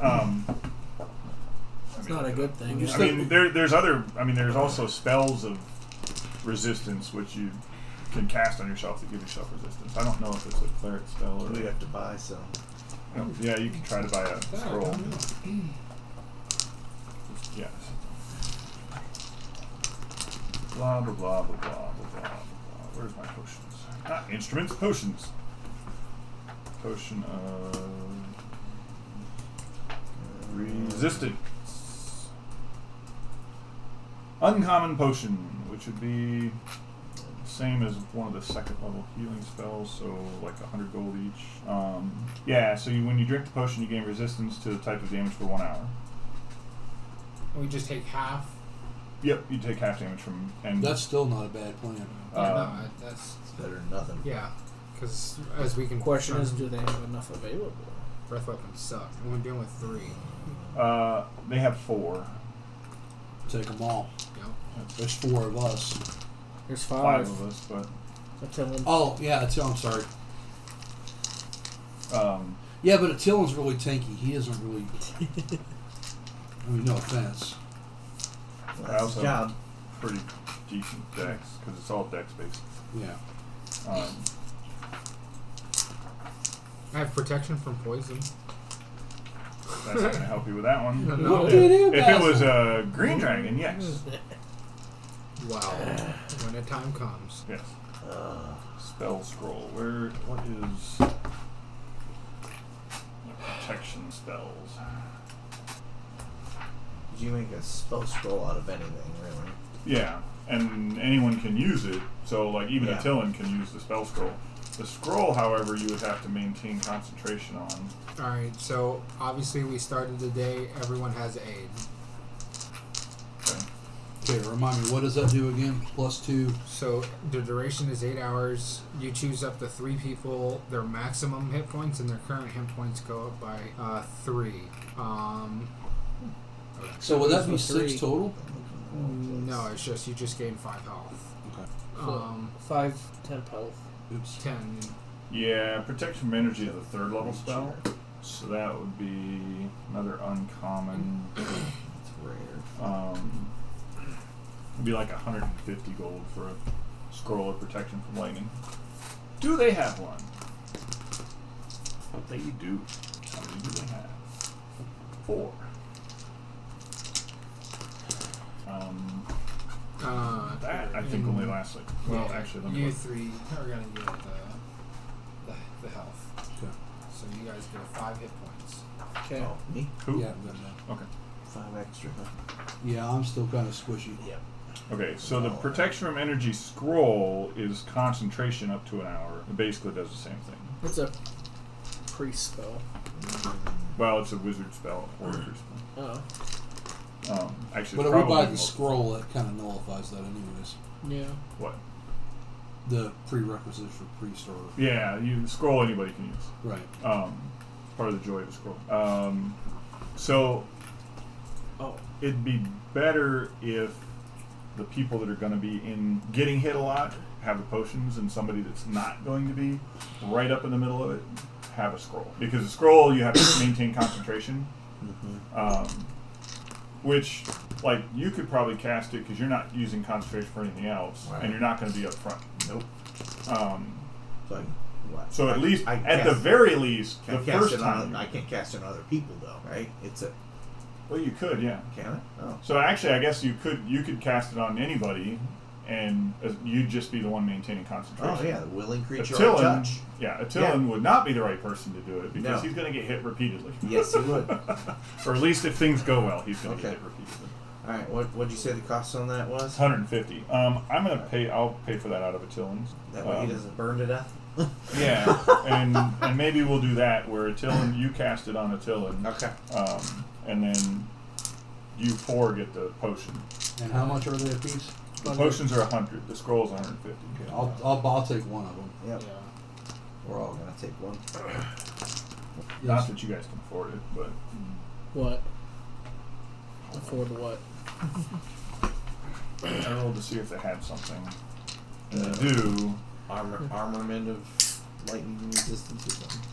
Um,
It's not a good thing.
You
is
I
it?
still-
mean, there, there's other. I mean, there's also spells of resistance which you can cast on yourself that give yourself resistance. I don't know if it's a cleric spell or.
We have to buy some.
No, yeah, you can try to buy a
Oh,
scroll. Yes. Blah blah blah blah blah blah blah. blah. Where's my potions? Not instruments, potions. Potion of resistance. Uncommon potion, which would be same as one of the second level healing spells, so like a hundred gold each. Um, yeah, so you, when you drink the potion, you gain resistance to the type of damage for one hour.
We just take half.
Yep, you take half damage from and
That's still not a bad plan.
Yeah,
Uh,
no, I- that's
It's better than nothing.
yeah. Because as we can
The question is,
confirm,
do they have enough available?
breath weapons suck. And we're dealing with three.
uh, they have four.
Take them all.
Yep.
There's four of us.
There's
Five
five.
of us, but
I tell them.
Oh yeah, Attila, I'm sorry.
um,
Yeah, but Attila's really tanky. He isn't really. I mean, no offense.
Well,
I
that's his
also
job.
pretty decent decks because it's all dex based.
Yeah.
Um,
I have protection from poison.
that's not gonna help you with that one.
No.
What
What
do
do
you
you
do,
If it was a green dragon, yes,
Wow. when the time comes.
yes.
Uh,
Spell scroll. Where? What is the protection spells?
you make a spell scroll out of anything, really.
Yeah, and anyone can use it. So, like, even
Yeah.
a Tillin can use the spell scroll. The scroll, however, you would have to maintain concentration on.
All right. So obviously we started the day. Everyone has aid.
Okay.
Okay, remind me. What does that do again? Plus two.
So the duration is eight hours. You choose up to three people. Their maximum hit points and their current hit points go up by uh, three. Um,
So would that be
Plus
six
three.
total?
one
No,
place.
it's just you just gain five health.
Okay.
Um,
Five, ten health.
Oops.
ten.
Yeah, protection from energy is a third level spell, so that would be another uncommon.
It's rare.
Um, it'd be like 150 gold for a scroll of protection from lightning. Do they have one? They do. How many do they have? Four. Um,
Uh,
that I think only lasts like. Well,
yeah,
actually, let me
you
look.
three are gonna get the, the, the health.
Okay.
So you guys get five hit points.
Okay.
Oh, me?
Who?
Yeah, I'm done now.
Okay.
Five extra.
yeah, I'm still kind of squishy.
Yep.
Okay, so the protection from energy scroll is concentration up to an hour. It basically does the same thing.
It's a priest spell.
Mm,
Well, it's a wizard spell or wizard spell.
Oh.
Um, actually,
But
it's
if we
probably
buy the
most-
scroll, that kind of nullifies that, anyways.
Yeah.
What?
The prerequisite for priest or
Yeah, you the scroll anybody can use.
right.
Um, part of the joy of a scroll. Um, so
Oh.
it'd be better if the people that are going to be in getting hit a lot have the potions, and somebody that's not going to be right up in the middle of it have a scroll because a scroll you have to maintain concentration,
Mm-hmm.
um, which like you could probably cast it because you're not using concentration for anything else,
Right.
and you're not going to be up front.
Nope.
Um,
So, I, what?
so at
I-
least,
I
at
cast-
the very least,
I
the
can't cast
first
it on-
time.
I can't cast it on other people though, right? It's a
Well, you could, yeah.
can I? Oh,
So actually, I guess you could you could cast it on anybody, and uh, you'd just be the one maintaining concentration.
oh yeah, the willing creature or
Attilan,
touch.
yeah, Attilan would not be the right person to do it because
No.
he's going to get hit repeatedly.
Yes, he would. All
or at least if things go well, he's going to
Okay.
get hit repeatedly.
right, what what'd you say the cost on that was?
It's 150. Um, I'm going to pay. I'll pay for that out of Attilan's.
That way
Um,
he doesn't burn to death.
Yeah, and and maybe we'll do that where Attilan you cast it on Attilan,
Okay.
um, and then you four get the potion.
And how much are they a piece?
The potions are 100. The scroll's 150.
Okay, I'll, I'll I'll take one of them.
Yep.
Yeah.
We're all gonna take one.
Not that you guys can afford it, but
What?
Oh.
Afford what?
I rolled to see if they had something. And they do.
Armor armament of lightning resistance or something.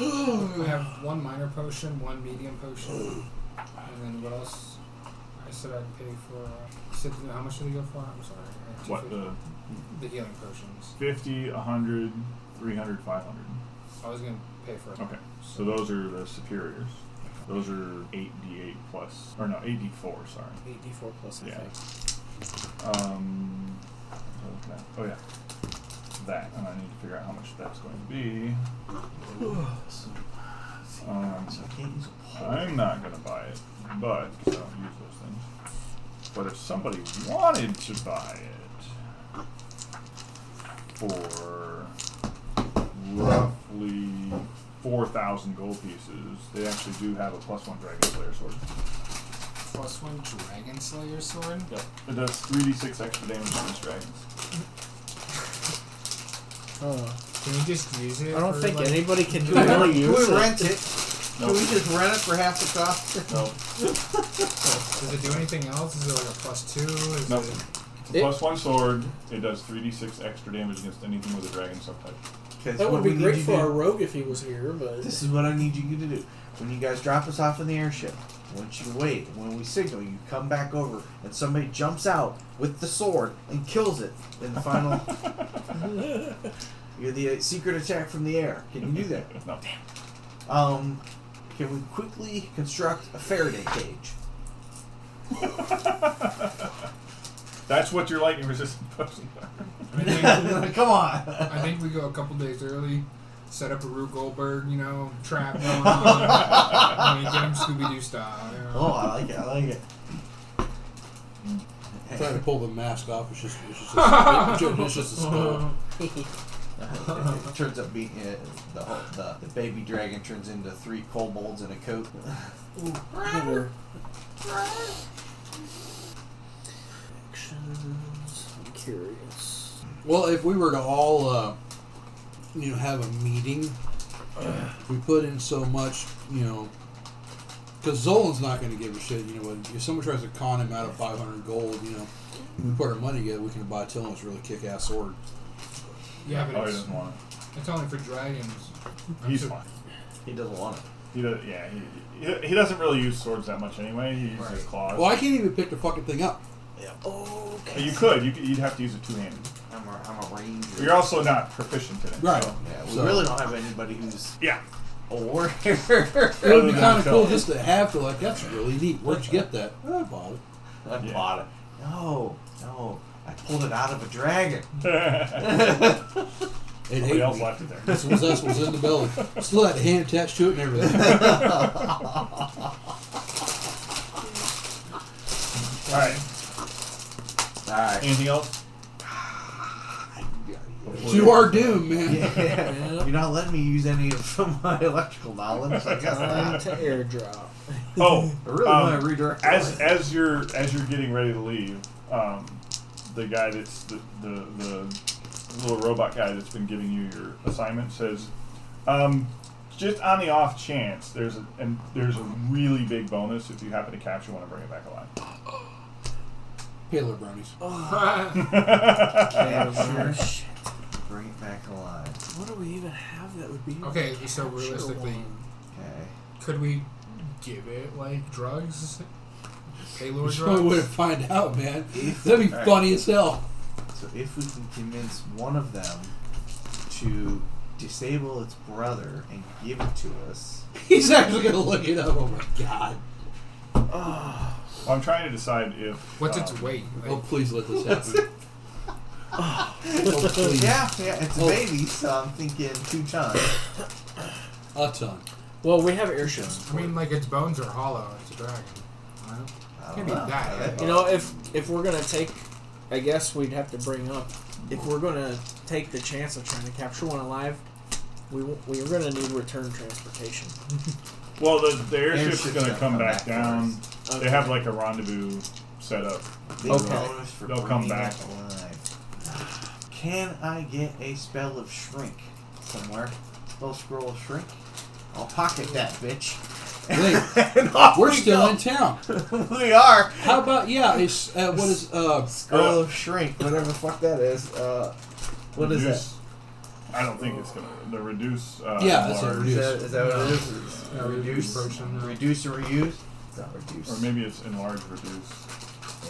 You have one minor potion, one medium potion, and then what else? I said I'd pay for. Uh, said how much did you go for? I'm sorry. Uh,
What, the
the healing potions.
50, 100, 300, 500.
I was gonna pay for. it.
Okay, so those are the superiors. Those are 8d8 plus, or no, 8d4, sorry.
8d4 plus, I
Yeah.
think.
Um, what was that? oh yeah, that, and I need to figure out how much that's going to be. Um,
So I can't use a pole.
I'm not gonna buy it, but 'cause I don't use those things. But if somebody wanted to buy it for roughly four thousand gold pieces, they actually do have a plus one dragon slayer sword.
Plus one dragon slayer sword.
Yep. It does three d six extra damage to these dragons.
Uh,
Can you just use it?
I don't
for,
think
like,
anybody can
Can we-
really
can
use
we
it.
rent it?
No,
Can we just rent it for half the cost?
no,
Does it do anything else? Is it like a plus two? Is
no.
it
It's a
It-
plus one sword. It does three d six extra damage against anything with a dragon subtype.
That would be great for our rogue if he was here, but
This is what I need you to do. When you guys drop us off in the airship, once you wait, when we signal, you come back over, and somebody jumps out with the sword and kills it in the final. You're the uh, secret attack from the air. Can you do that?
No.
Um, can we quickly construct a Faraday cage?
That's what your lightning resistant potions are.
I think-
Come on.
I think we go a couple days early, set up a Rube Goldberg, you know, trap going on. I mean, get him Scooby Doo style. You know?
Oh, I like it. I like it.
I'm trying to pull the mask off. It's just it's just a, it's just a skull.
it turns up being uh, the, whole- the the baby dragon turns into three kobolds in a coat.
Never. Actions. I'm curious.
Well, if we were to all, uh, you know, have a meeting, we put in so much, you know, because Zolan's not going to give a shit. You know, when- if someone tries to con him out of 500 gold, you know, we put our money together, we can buy Tillman's really kick ass sword.
Yeah,
Oh,
but
he
it's,
doesn't want it.
it's only for dragons. I'm
He's
sur-
fine.
He doesn't want it.
He does, yeah, he, he, he doesn't really use swords that much anyway. He uses
Right.
claws.
Well, I can't even pick the fucking thing up.
But You could. You could. You'd have to use a two-handed.
I'm a, I'm a ranger.
But you're also not proficient in it.
Right.
So.
yeah, we
So-
really don't have anybody who's
Yeah.
a warrior.
It would be
Other than
kind of cool
Phil.
just to have to, like, that's really neat. Where'd you get that? Oh, I bought it.
I
Yeah.
bought it. No, no. I pulled it out of a dragon.
It
Somebody
ate
else
me.
left it there.
This was that's what's in the belly. Still had a hand attached to it and everything.
All right.
All right.
Anything else?
you are doomed, man.
Yeah. You're not letting me use any of my electrical knowledge. I guess
Time
not.
to airdrop.
Oh,
I really
um,
want to redirect.
as
mine.
as you're as you're getting ready to leave, um, the guy that's the, the the little robot guy that's been giving you your assignment says, um, just on the off chance, there's a and there's a really big bonus if you happen to capture one and bring it back alive.
Paler brownies.
Oh, shit.
bring it back alive.
What do we even have that would be?
okay, so realistically,
Okay.
could we give it like drugs? Payload
There's no way to
drugs?
find out, man. That'd be
All right.
funny as hell.
So if we can convince one of them to disable its brother and give it to us,
He's actually gonna look it up. Oh my god.
Well, I'm trying to decide if
What's its
um,
weight?
Oh
Like,
please let this happen. oh please.
yeah, yeah, it's a
Oh.
baby, so I'm thinking two tons.
A ton.
Well, we have airships.
I mean, like its bones are hollow. It's a dragon.
I
Can't
don't
be
know.
that,
Are they-
You know, if if we're gonna take, I guess we'd have to bring up if we're gonna take the chance of trying to capture one alive. We w- we're gonna need return transportation.
Well, the, the airship's
Airship's
going to
gonna
come
come
back
back
down. They
Okay.
have like a rendezvous set up.
Big
Okay.
bonus for
They'll come
bringing
back.
it Alive. Can I get a spell of shrink somewhere? Spell scroll of shrink. I'll pocket that bitch.
Wait,
And off
we're
we
still
go.
in town.
we are.
How about yeah? It's uh, what is uh?
Scroll of Oh, shrink, whatever the fuck that is. Uh, what is that?
reduce, I don't think it's going to. The reduce. Uh,
Yeah, that's it,
large,
reduce.
Is that, is that what it is? It's
Yeah,
reduce,
version, uh,
reduce, and reuse. It's not reduce.
Or maybe it's enlarge reduce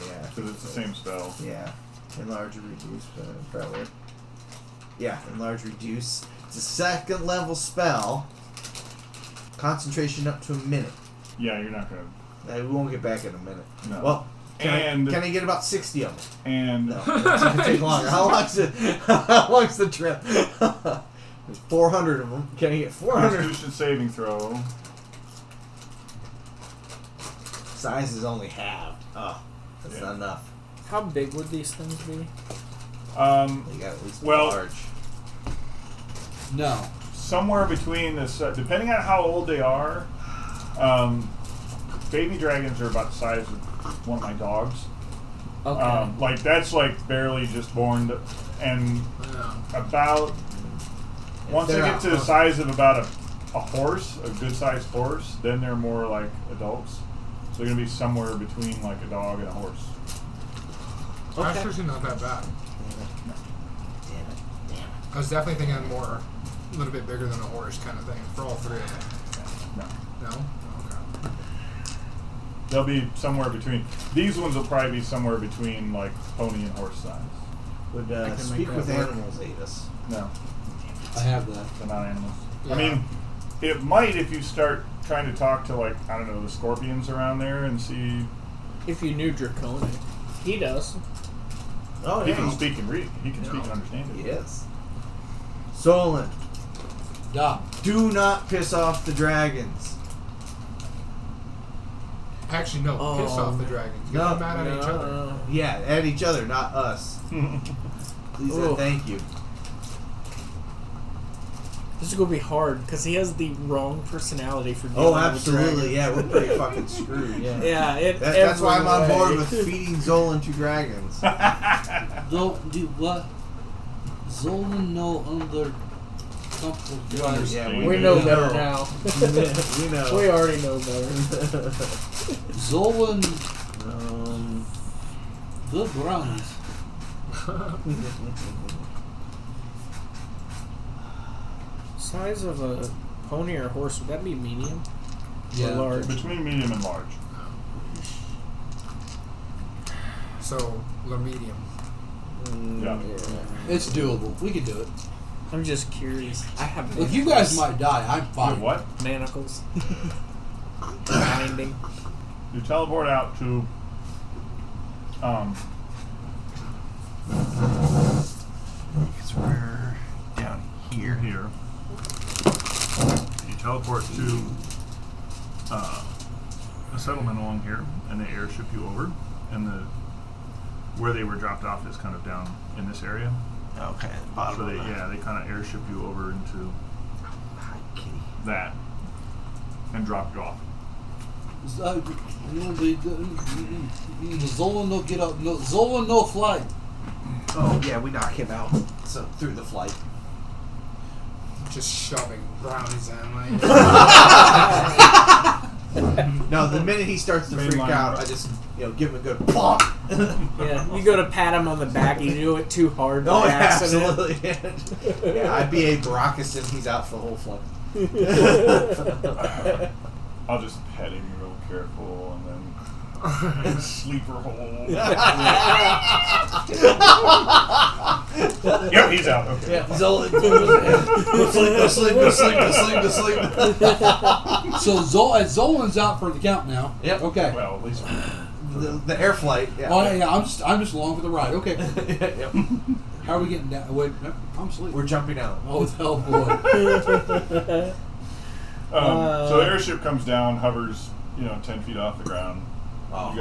yeah,
because it's the same spell.
Yeah, enlarge, and reduce, but probably. Yeah, enlarge, reduce. It's a second level spell. Concentration up to a minute.
Yeah, you're not going
Uh, we won't get back in a minute.
to. No.
Well, can,
and
I, can I get about sixty of them?
and
No, it's gonna take longer. How long's the How long's the trip? There's four hundred of them. Can I get four hundred?
Constitution saving throw.
Size is only halved. Oh, that's
Yeah.
not enough.
How big would these things be?
Um,
They got at least
Well-
large.
No,
somewhere between this, uh, depending on how old they are, um, baby dragons are about the size of one of my dogs.
Okay.
Um, like that's like barely just born, to- and
Yeah.
about once they
they're
get
out-
to the size of about a, a horse, a good sized horse, then they're more like adults. So they're gonna be somewhere between like a dog and a horse.
That's actually not that bad.
Damn it! Damn it!
I was definitely thinking more, a little bit bigger than a horse kind of thing for all three of them.
No.
No? Okay.
They'll be somewhere between. These ones will probably be somewhere between like pony and horse size.
Would
I
uh,
can
speak
make
with
that work.
animals aid us?
No,
I have that.
they're not animals.
Yeah.
I mean, it might if you start trying to talk to like I don't know the scorpions around there and see
if you knew Draconic, he does.
Oh
he can speak and read. He can speak
No.
and understand it.
Yes. Solon,
Doc,
do not piss off the dragons.
Actually, no.
Oh,
piss off the
man.
dragons. Get
Um, No,
them mad at each other.
Yeah, at each other, not us. Please and
Ooh.
thank you.
This is gonna be hard because he has the wrong personality for.
Oh,
dealing with
absolutely.
dragons.
Yeah, we're pretty fucking screwed. Yeah.
Yeah, it,
That, that's why I'm
every
on board
way.
with feeding Zolan to dragons.
don't do what. Zolan no under comfortable.
You understand.
We know better now.
we know.
we already know better.
Zolan
um,
the Browns.
Size of a pony or horse, would that be medium or large?
Between medium and large.
So, La Medium.
Mm,
Yeah.
It's doable. We can do it.
I'm just curious. I have
Look, you guys might die. I'm
You
fine.
what?
manacles. Binding.
You teleport out to um,
because we're down
you're
here.
here. You teleport to uh, a settlement along here, and they airship you over. And the where they were dropped off is kind of down in this area.
Okay,
So they, yeah, they kind of airship you over into
Hi, kitty.
that and drop you off.
Uh, you know, uh, mm, the, the, the mm. Zolan no get up. No, Zolan no flight.
Oh yeah, we knock him out. So through the flight.
Just shoving brownies in. Like,
No, the minute he starts to
Main
freak
line.
out, I just you know give him a good bonk.
Yeah, you go to pat him on the back, you do it too hard.
oh
by
yeah,
accident.
absolutely. yeah, I'd be a Baracus and he's out for the whole flight.
I'll just pet him real careful and then sleeper hole. yep, he's out. Okay.
Yeah, Zolan. Go sleep, go sleep, go sleep, go sleep, go sleep.
So Zol- uh, Zolan's out for the count now.
Yep.
Okay.
Well, at least um,
The, the air flight. Oh, Yeah.
Well, yeah, I'm just I'm just along for the ride. Okay.
Yep.
How are we getting down? Wait, no, I'm asleep.
We're jumping out.
oh hell boy.
Um, so the
Uh,
airship comes down, hovers, you know, ten feet off the ground.
Oh,
You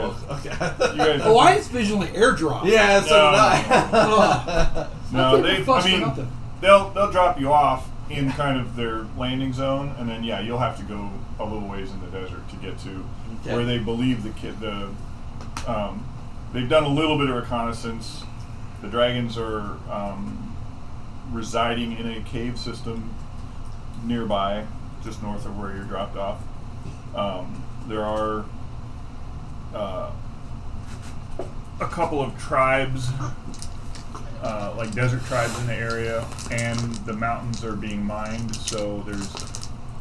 guys-
okay.
You guys,
oh, I envisioned like airdrop.
yeah, so
No.
did I.
no,
I'm
they.
fussed
I mean,
about that.
they'll they'll drop you off in kind of their landing zone, and then yeah, you'll have to go a little ways in the desert to get to
Okay.
where they believe the kid. The um, they've done a little bit of reconnaissance. The dragons are um, residing in a cave system nearby, just north of where you're dropped off. Um, there are uh, a couple of tribes, uh, like desert tribes in the area, and the mountains are being mined, so there's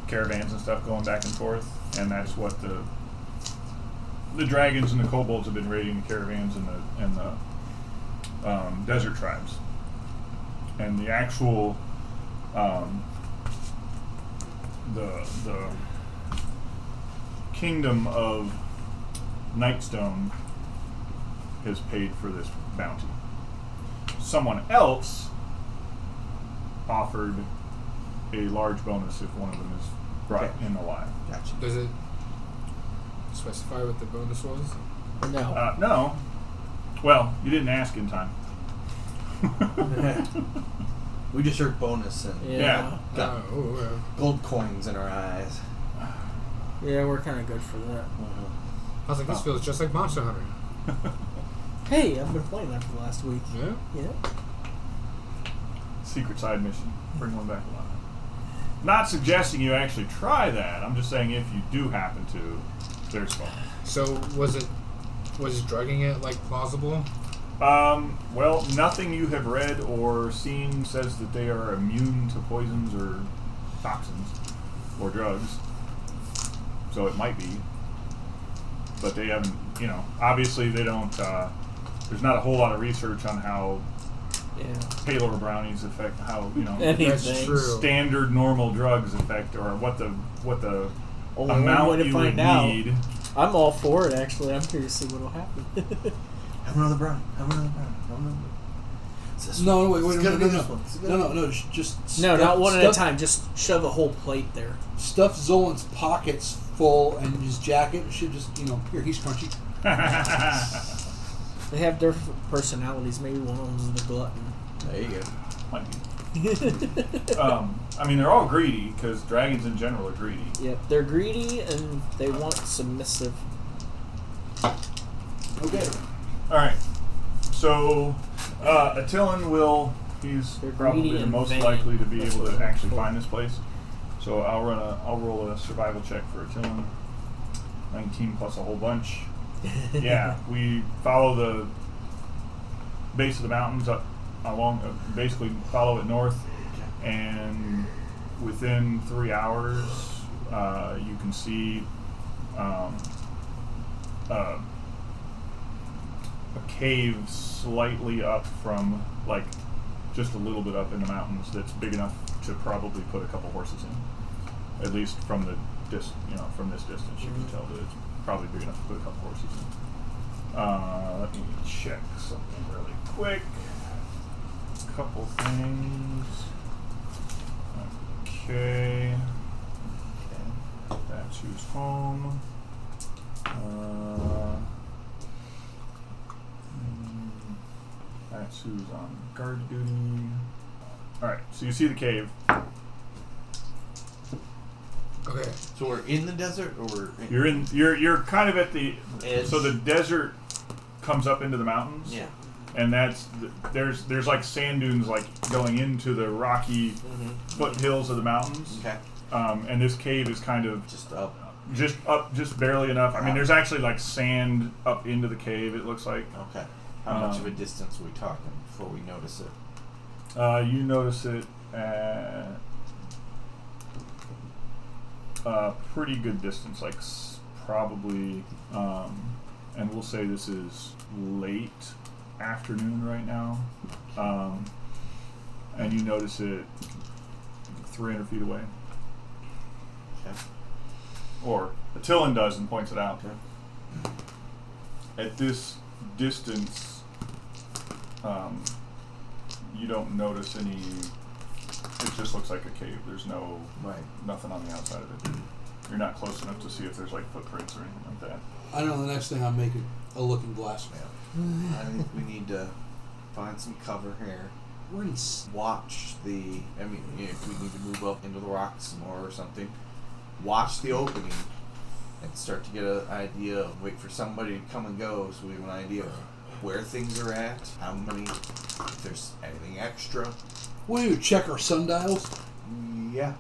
caravans and stuff going back and forth, and that's what the the dragons and the kobolds have been raiding the caravans and the and the um, desert tribes, and the actual um, the the kingdom of Nightstone has paid for this bounty. Someone else offered a large bonus if one of them is brought
Okay.
in alive.
Gotcha.
does it specify what the bonus was?
no.
Uh, no. Well, you didn't ask in time.
We just heard bonus and
Yeah.
yeah.
yeah.
got
Oh, oh,
gold coins in our eyes.
we're kind of good for that.
oh. I was like, this feels just like Monster Hunter.
Hey, I've been playing that for the last week.
Yeah?
Yeah.
Secret side mission. Bring one back alive. Not suggesting you actually try that. I'm just saying if you do happen to, there's fun.
So, was it. Was drugging it like plausible?
Um, well, nothing you have read or seen says that they are immune to poisons or toxins or drugs. So it might be. But they haven't, you know, obviously they don't, uh, there's not a whole lot of research on how
Yeah.
paler brownies affect how, you know,
Anything.
That's true.
standard normal drugs affect or what the, what the
Only one
amount
way to
you
find
would
out.
need.
I'm all for it, actually. I'm curious to see what'll happen.
Have another brown. Have another brown. Have another brown. It's this
No, no,
one.
wait, wait,
It's
no,
gotta
no,
be this
no,
one. It's
no,
gotta
no,
be-
no, sh- just
no,
stuff-
not one at a
stuff-
time. Just shove a whole plate there.
Stuff Zolan's pockets full and his jacket and shit. Just you know, here he's crunchy.
They have different personalities. Maybe one of them's the glutton.
There you go.
Might be. um, I mean, they're all greedy because dragons in general are greedy.
Yep, they're greedy and they want submissive.
Okay.
All right. So uh, Attilan will He's
They're
probably
greedy
the
and
most
vain.
likely to be
That's
able
what
to
they're
actually
for.
find this place. So I'll run a I'll roll a survival check for Attila. Nineteen plus a whole bunch. yeah, we follow the base of the mountains up along, uh, basically follow it north, and within three hours, uh, you can see um, uh, a cave slightly up from, like, just a little bit up in the mountains that's big enough to probably put a couple horses in. At least from the dis- you know, from this distance, you can tell that it's probably big enough to put a couple horses in. Uh, let me check something really quick. Couple things. Okay. That's who's home. Uh, mm, that's who's on guard duty. Alright, so you see the cave.
Okay.
So we're in the desert, or we're in,
You're in you're you're kind of at the
Edge.
so the desert comes up into the mountains.
Yeah.
and that's th- there's there's like sand dunes like going into the rocky
Mm-hmm.
foothills of the mountains
Okay.
um, and this cave is kind of
Just up.
just up just barely enough i mean there's actually like sand up into the cave it looks like
Okay. How much
Um,
of a distance are we talking before we notice it?
uh, you notice it at a uh, pretty good distance like s- probably um, and we'll say this is late afternoon right now um, and you notice it 300 feet away
Okay.
or Attilan does and points it out.
Okay.
At this distance, um, you don't notice any. It just looks like a cave. There's no
Right.
nothing on the outside of it. You're not close enough to see if there's like footprints or anything like that.
I know the next thing I'm making a looking glass.
Yeah. I think we need to find some cover here.
We're in. s-
Watch the. I mean, if we need to move up into the rocks some more or something, watch the opening and start to get an idea. Of, wait for somebody to come and go, so we have an idea of where things are at, how many, if there's anything extra.
What do you check our sundials?
Yeah.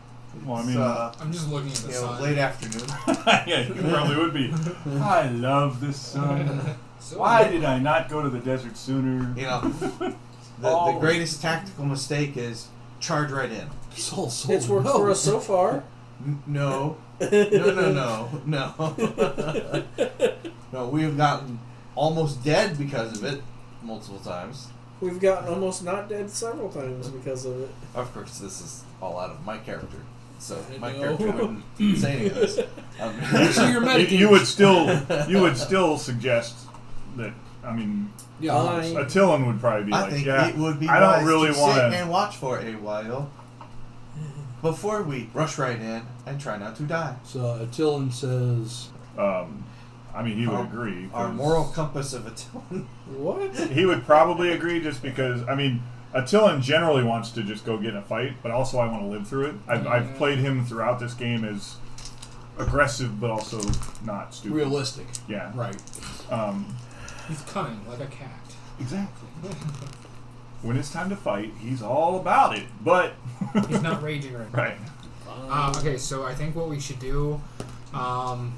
Well, I
It's,
mean-
uh,
I'm just looking at the
you know,
sun.
late afternoon.
yeah, you probably would be. I love this sun.
So-
Why did I not go to the desert sooner?
You know, The, the
Always.
greatest tactical mistake is charge right in.
Soul, soul.
it's worked
no.
for us so far.
N- No, no, no, no, no. no, we have gotten almost dead because of it multiple times.
We've gotten almost not dead several times because of it.
Of course, this is all out of my character, so
I
my
know.
character wouldn't say any of this. Um,
So you're
You,
medicated.
you would still, you would still suggest that. I mean,
Yeah.
Fine.
Attilan would probably be
I
like,
think
yeah,
it would be
I don't
wise
really
to
want
sit and watch for a while before we rush right in and try not to die.
So Attilan says,
Um, I mean, he would
Our-
agree.
Our
'cause-
moral compass of Attilan.
What?
He would probably agree just because, I mean, Attilan generally wants to just go get in a fight, but also I want to live through it. I've, I've
Yeah.
played him throughout this game as aggressive, but also not stupid.
realistic.
Yeah.
Right.
Um,
He's cunning like a cat.
exactly. When it's time to fight, he's all about it, but.
He's not raging right now.
right.
Uh, okay, so I think what we should do. Um,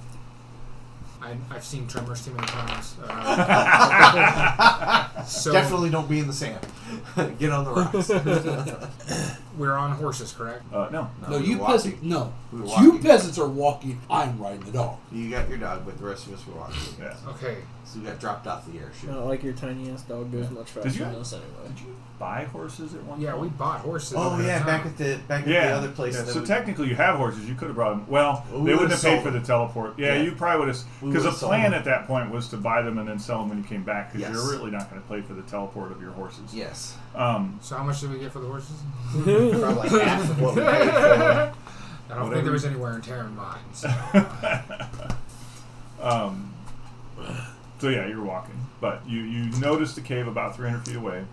I, I've seen Tremors too many times. Uh, so
Definitely don't be in the sand. Get on the rocks.
we're on horses, correct?
Uh, no.
No,
we
you
were
peasants.
walking.
No,
We were
you
walking.
peasants are walking. I'm riding the dog.
You got your dog, but the rest of us were walking.
Yeah.
Okay.
So we got dropped off the airship.
Not like your tiny ass dog goes much faster
you-
than us anyway.
Did you buy horses at one
Yeah, we
point?
bought horses.
Oh
over
yeah,
the
back
time.
at the back at the
Yeah.
other place.
yeah.
that
So
we-
technically, you have horses. You could have brought them. Well,
Well, we
they
would've
wouldn't have paid
sold
for the
them.
teleport. Yeah,
Yeah.
you probably would have.
We
Because the
would've sold
plan
them.
at that point was to buy them and then sell them when you came back. Because
Yes.
you're really not going to pay for the teleport of your horses.
yes,
Um,
So how much did we get for the horses?
probably like half of what we paid for.
I don't
Whatever.
think there was any wear and tear in mine. So.
um, so yeah, you're walking, but you you notice the cave about 300 feet away.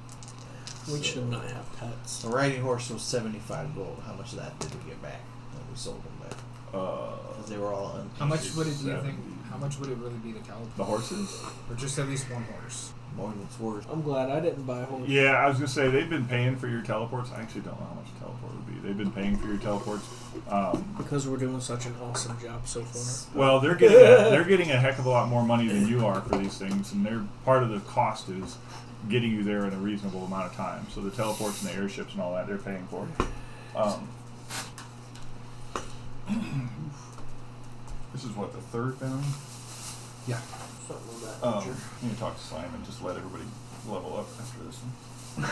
We should not have pets.
The riding horse was seventy-five gold. How much of that did we get back when we sold them back?
Uh,
Because they were all
How much would it do you think?
70s.
How much would it really be to calibrate?
The horses?
Or just at least one horse.
More than it's worth.
I'm glad I didn't buy a whole.
Yeah, I was gonna say they've been paying for your teleports. I actually don't know how much a teleport would be. They've been paying for your teleports. Um,
Because we're doing such an awesome job so far.
well, they're getting a, they're getting a heck of a lot more money than you are for these things, and they're part of the cost is getting you there in a reasonable amount of time. So the teleports and the airships and all that they're paying for. Um, this is what the third bound.
Yeah.
Something like that.
Um, I'm gonna talk to Slime and just let everybody level up after this one.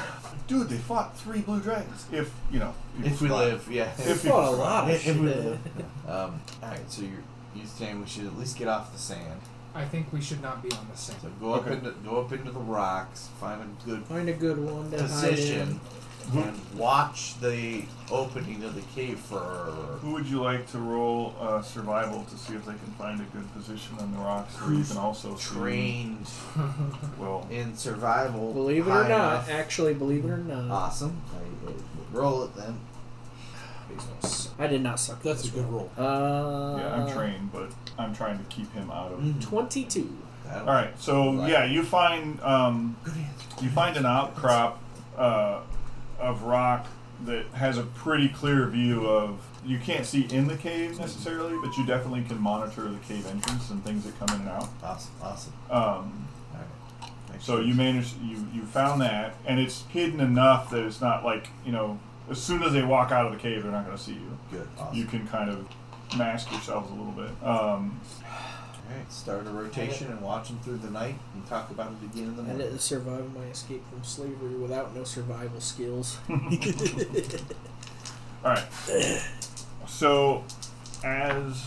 Dude, they fought three blue dragons. If you know,
If we live, yeah.
If
Fought a lot of
If we
shit.
live. Um, Alright, so you're, you're saying we should at least get off the sand.
I think we should not be on the same.
So go up
Okay.
into go up into the rocks, find a good
Find a good one to hide in.
position, and watch the opening of the cave for.
Who would you like to roll uh, survival to see if they can find a good position on the rocks where you can also see-
Trained
Well,
in survival.
Believe it
high
or not,
enough.
actually, believe it or not,
Awesome. I, I, roll it then.
Business.
I did not suck.
That's a good roll.
Uh,
yeah, I'm trained, but I'm trying to keep him out
mm.
of.
Twenty-two.
That'll-
All right, so yeah, you find um, you find an outcrop uh, of rock that has a pretty clear view of. You can't see in the cave necessarily, but you definitely can monitor the cave entrance and things that come in and out.
Awesome. Awesome.
Um,
All right. Next
So
one.
you managed you you found that, and it's hidden enough that it's not like you know as soon as they walk out of the cave, they're not going to see you.
good. Awesome.
You can kind of mask yourselves a little bit. Um,
All right. Start a rotation and watch them through the night, and talk about it again in the
I
morning.
didn't survive my escape from slavery without no survival skills.
all right. So as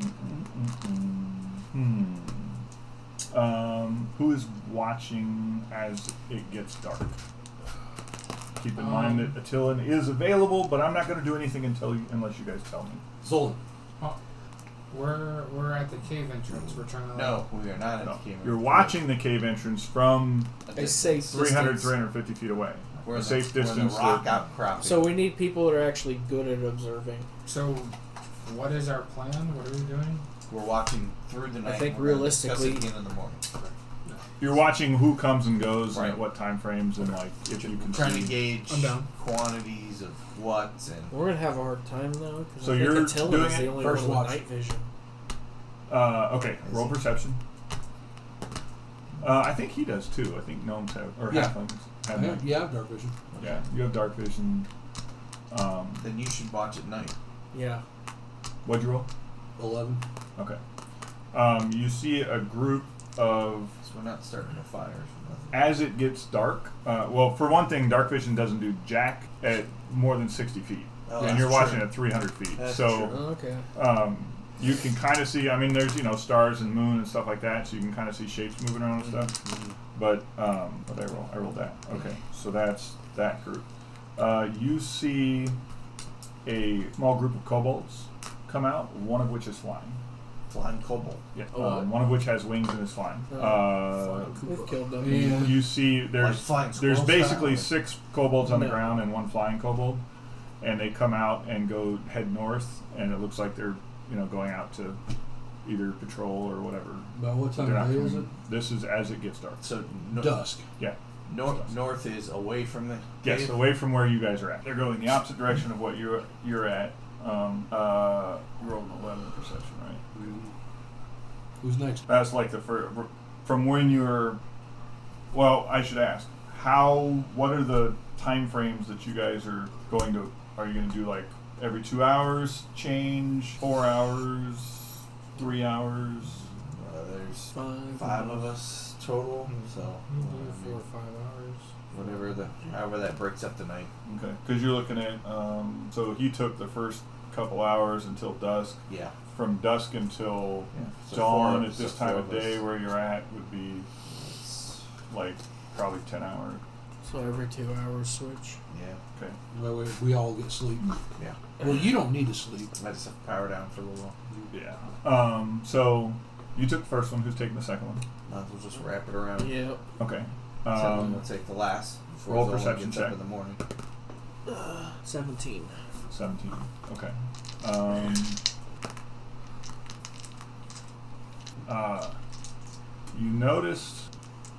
hmm. um, who is watching as it gets dark? Keep in mind that Attilan is available, but I'm not going to do anything until you, unless you guys tell me.
Zolan.
We're we're at the cave entrance. We're trying to.
no, we are not in
No.
the cave.
You're watching the cave entrance from
I say
300,
distance.
350 feet away.
We're
a
in the-
safe
we're in the
distance.
rock
to-
outcropping.
So we need people that are actually good at observing.
So, what is our plan? What are we doing?
we're watching through the night.
think
and we're gonna discuss
realistically-
it again in the morning.
You're watching who comes and goes and
Right.
at what time frames and like if you can
trying to
see.
gauge
I'm down.
quantities of what's and
We're gonna have a hard time though. 'cause
So
I think
you're
Attila
doing
is the
it
only
first
one with
watch.
night vision.
Uh, okay, roll perception. Uh, I think he does too. I think gnomes have or
Yeah.
halflings
Oh,
have.
Yeah,
night.
yeah, I have dark vision.
yeah, you have dark vision. Um,
then you should watch at night.
Yeah.
what'd you roll?
Eleven.
Okay. Um, you see a group of
So we're not starting a fire or nothing.
as it gets dark. Uh, well, for one thing, dark vision doesn't do jack at more than sixty feet,
Oh,
and
that's
you're watching
true.
at three hundred feet.
That's
so.
true.
Oh, okay.
um, you can kind of see. I mean, there's you know stars and moon and stuff like that, so you can kind of see shapes moving around and stuff.
Mm-hmm.
But um, what I roll? I rolled that. Okay, so that's that group. Uh, you see a small group of kobolds come out, one of which is flying.
Flying cobalt.
Yeah,
Oh,
um, one of which has wings and is flying.
Oh.
Uh,
We've killed them.
Yeah.
you see,
Like
there's
flying
there's
squirrels
basically
down.
six kobolds on the
No.
ground and one flying kobold, and they come out and go head north, and it looks like they're you know going out to either patrol or whatever.
About what
They're
time
not
of day is it?
coming- This is as it gets dark.
So no,
Dusk.
Yeah.
nor- north is away from the
Yes,
cave.
away from where you guys are at. They're going the opposite direction of what you're you're at. Um, uh, you rolled an eleven perception, right?
Who's next?
That's like the first. From when you're. Well, I should ask. How? What are the time frames that you guys are going to? Are you going to do like every two hours change? Four hours? Three hours?
Uh, there's
Five.
five of us total. So
We
uh,
do four or five hours.
whatever the however that breaks up the night.
Okay, because you're looking at. Um, so he took the first couple hours until dusk.
Yeah.
From dusk until
Yeah, so
dawn
four-
at
so
this
four
time of
of
day,
us.
where you're at would be
It's-
like probably ten hour.
So every two hours switch.
Yeah.
Okay.
Well, we, we all get sleep.
Yeah.
Well, you don't need to sleep.
Let us have power down for a little. while.
Yeah. Um, so you took the first one. Who's taking the second one?
Might as well just wrap it around.
Yep.
Okay.
Except we'll
Um,
take the last. before
roll
Zola
perception
gets up
check.
in the morning.
Seventeen.
17. Okay. Um, Uh, you noticed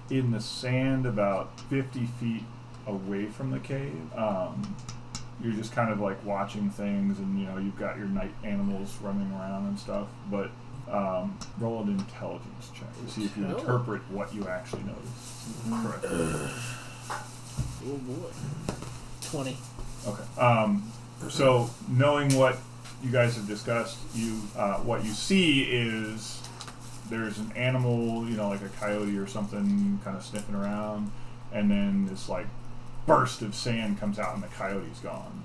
in the sand about 50 feet away from the cave, um, you're just kind of like watching things and you know, you've got your night animals running around and stuff, but um, roll an intelligence check to see if you
Oh.
interpret what you actually notice correctly.
Oh boy. Twenty.
Okay. Um, so knowing what you guys have discussed, you uh, what you see is there's an animal, you know, like a coyote or something, kind of sniffing around, and then this like burst of sand comes out and the coyote's gone.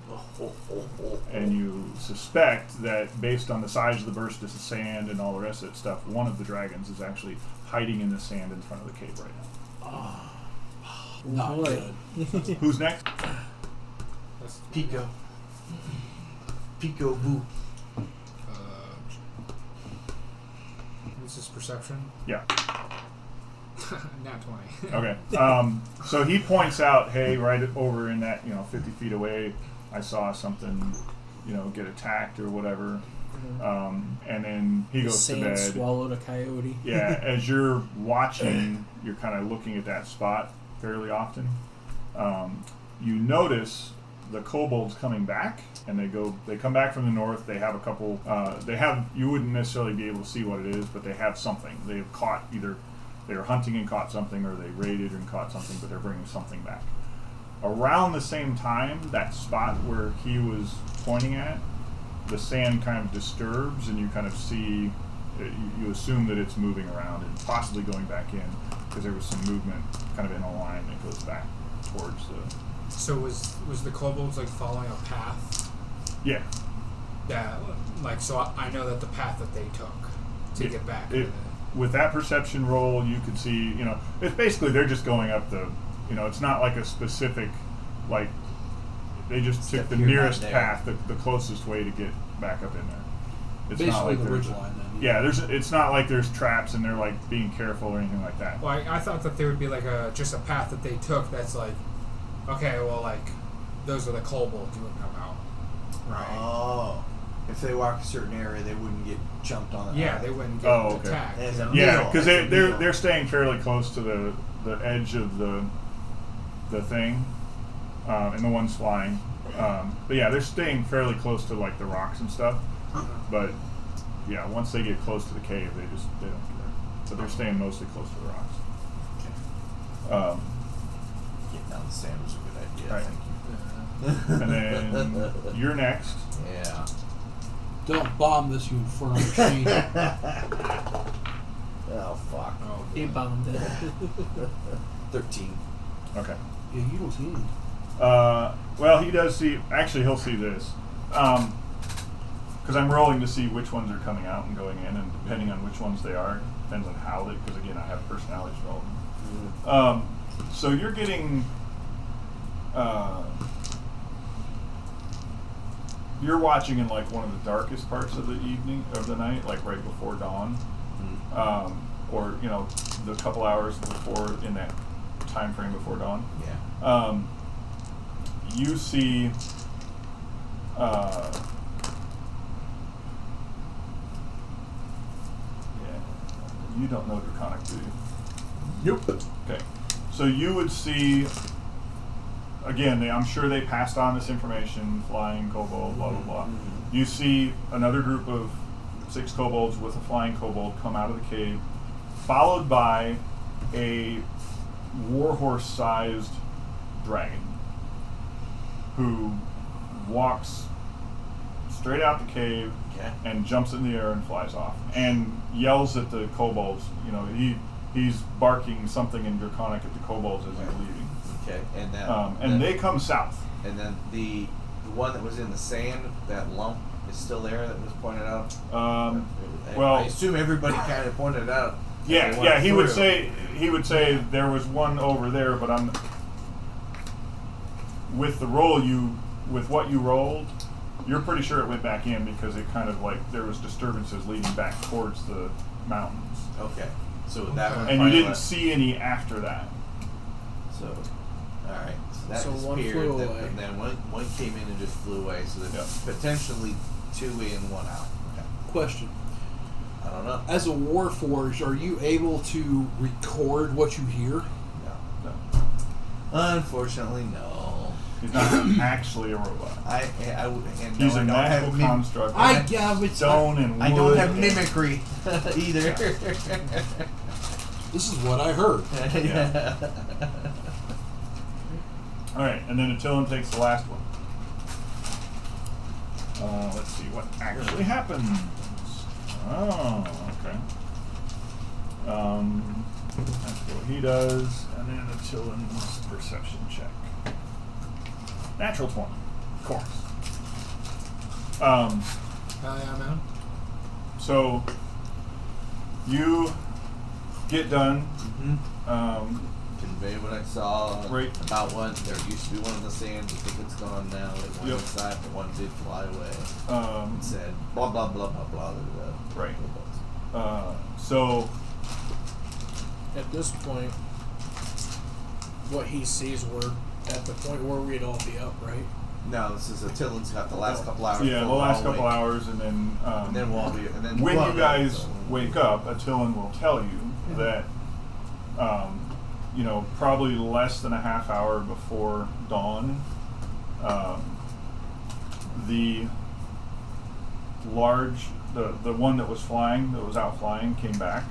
And you suspect that based on the size of the burst of sand and all the rest of that stuff, one of the dragons is actually hiding in the sand in front of the cave right now.
Not
boy.
good.
Who's next?
That's
Pico. Pico Boo.
Uh, this is perception.
Yeah.
Not twenty.
Okay. Um, so he points out, hey, right over in that, you know, 50 feet away, I saw something, you know, get attacked or whatever. Um, and then he goes to
Sand
bed.
swallowed a coyote.
yeah, as you're watching, you're kind of looking at that spot fairly often. Um, you notice the kobolds coming back, and they go. They come back from the north. They have a couple. Uh, they have. You wouldn't necessarily be able to see what it is, but they have something. They have caught either. They were hunting and caught something, or they raided and caught something, but they're bringing something back. Around the same time, that spot where he was pointing at, the sand kind of disturbs and you kind of see uh, you- you assume that it's moving around and possibly going back in because there was some movement kind of in a line that goes back towards the
So was was the kobolds like following a path
yeah
that like so I, I know that the path that they took to
It-
get back.
it- with that perception roll you could see you know it's basically they're just going up the you know it's not like a specific like they just
Step
took the
here, not
nearest
there.
path the, the closest way to get back up in there it's not
Basically
like
the
there's
ridge
a-
line then.
yeah there's it's not like there's traps and they're like being careful or anything like that
well, I, I thought that there would be like a just a path that they took that's like, okay, well like those are the kobolds you would come out, right?
Oh. If they walk a certain area, they wouldn't get jumped on.
yeah, they wouldn't get
Oh, okay.
attacked.
As a
Yeah,
middle,
because
as
they,
a
they're
middle.
they're staying fairly close to the the edge of the the thing, um, and the one's flying. Um, but yeah, they're staying fairly close to like the rocks and stuff. But yeah, once they get close to the cave, they just they don't care. But they're staying mostly close to the rocks. Um,
Getting down the sand was a good idea.
Right.
Thank you.
and then you're next.
yeah.
Don't bomb this, you infernal machine.
oh fuck.
Oh,
He bombed it.
Thirteen.
Okay.
Yeah, you don't see him.
Uh, well, he does see. Actually, he'll see this. Um, because I'm rolling to see which ones are coming out and going in, and depending on which ones they are, depends on how they. Because again, I have personalities rolled. Um, so you're getting. Uh, you're watching in like one of the darkest parts of the evening of the night, like right before dawn,
Mm.
um, or you know, the couple hours before in that time frame before dawn
Yeah.
um, you see uh, yeah, you don't know draconic do you
Nope.
okay so you would see again they, i'm sure they passed on this information flying kobold blah blah blah
Mhm.
you see another group of six kobolds with a flying kobold come out of the cave followed by a warhorse sized dragon who walks straight out the cave
Okay.
and jumps in the air and flies off and yells at the kobolds. You know, he he's barking something in draconic at the kobolds as he's leaving.
Okay. And then.
Um, and
then-
they come south.
And then the the one that was in the sand, that lump, is still there that was pointed out.
Um,
I- I
well,
assume everybody kind of pointed it out. as they
yeah,
went
yeah. He would
through.
say he would say there was one over there, but I'm with the roll you with what you rolled. You're pretty sure it went back in because it kind of like there was disturbances leading back towards the mountains,
Okay. So that one.
and you
probably
didn't
left.
see any after that.
So, all right. So that
So one
disappeared.
flew
then-
away.
And then one, one came in and just flew away. So there's
Yep.
potentially two in, one out.
Question.
I don't know.
As a warforged, are you able to record what you hear?
No.
No.
Unfortunately, no.
He's not actually a robot.
I, I, I would- and no,
He's
I
a
don't
magical
have mim-
construct.
I yeah, but
stone and wood.
I don't have
and-
mimicry either.
this is what I heard.
yeah.
All right, and then Attilan takes the last one. Uh, let's see what actually happens. Oh, okay. Um, that's what he does, and then Attilan's perception check. Natural twenty, of course. Um,
Hell yeah, man.
so you get done.
Mhm.
Um,
Convey what I saw
Right.
about one. There used to be one in the sand. I think it's gone now. It went
Yep.
inside, but one did fly away.
um,
And said blah blah blah blah blah. blah, blah.
Right. uh, so
At this point, what he sees, we're at the point where we'd all be up, right?
No, this is Attilan's got the last couple hours.
Yeah, the
before
last
we're all
couple
awake.
hours, and then um,
And then we'll all be. And then
when
well,
you guys
so-
wake up, Attilan will tell you that um, you know probably less than a half hour before dawn, um, the large the the one that was flying that was out flying came back.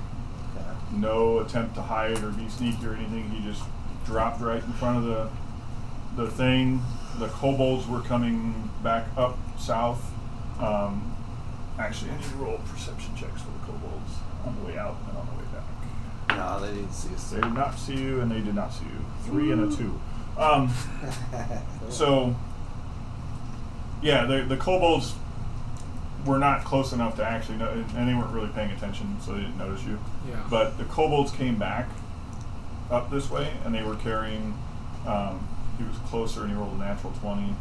Okay.
No attempt to hide or be sneaky or anything. He just dropped right in front of the the thing. The kobolds were coming back up south. Um, actually, I need to roll perception checks for the kobolds on the way out and on the way back.
No, they didn't see us.
They did not see you, and they did not see you. Three and a two. Um, so, yeah, the the kobolds were not close enough to actually know, and they weren't really paying attention, so they didn't notice you.
Yeah.
But the kobolds came back up this way, and they were carrying. Um, he was closer, and he rolled a natural twenty.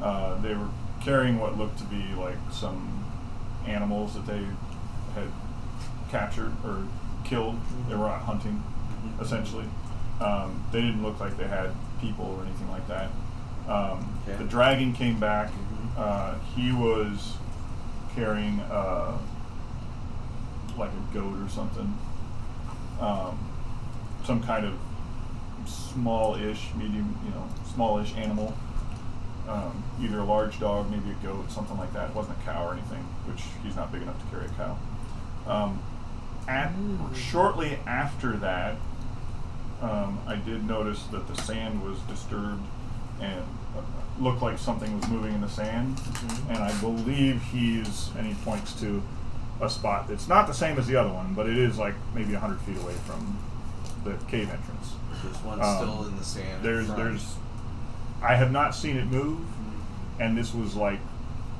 Uh, they were carrying what looked to be like some animals that they had captured or killed. They were out hunting, essentially. Um, they didn't look like they had people or anything like that. Um,
Okay.
The dragon came back. Uh, he was carrying uh, like a goat or something. Um, some kind of small-ish, medium, you know, smallish animal. Um, either a large dog, maybe a goat, something like that. It wasn't a cow or anything, which he's not big enough to carry a cow. Um, at, shortly after that, um, I did notice that the sand was disturbed and uh, looked like something was moving in the sand. And I believe he's, and he points to a spot that's not the same as the other one, but it is like maybe 100 feet away from the cave entrance.
There's one
Um,
still in the sand. in
There's,
front.
there's, I have not seen it move, and this was like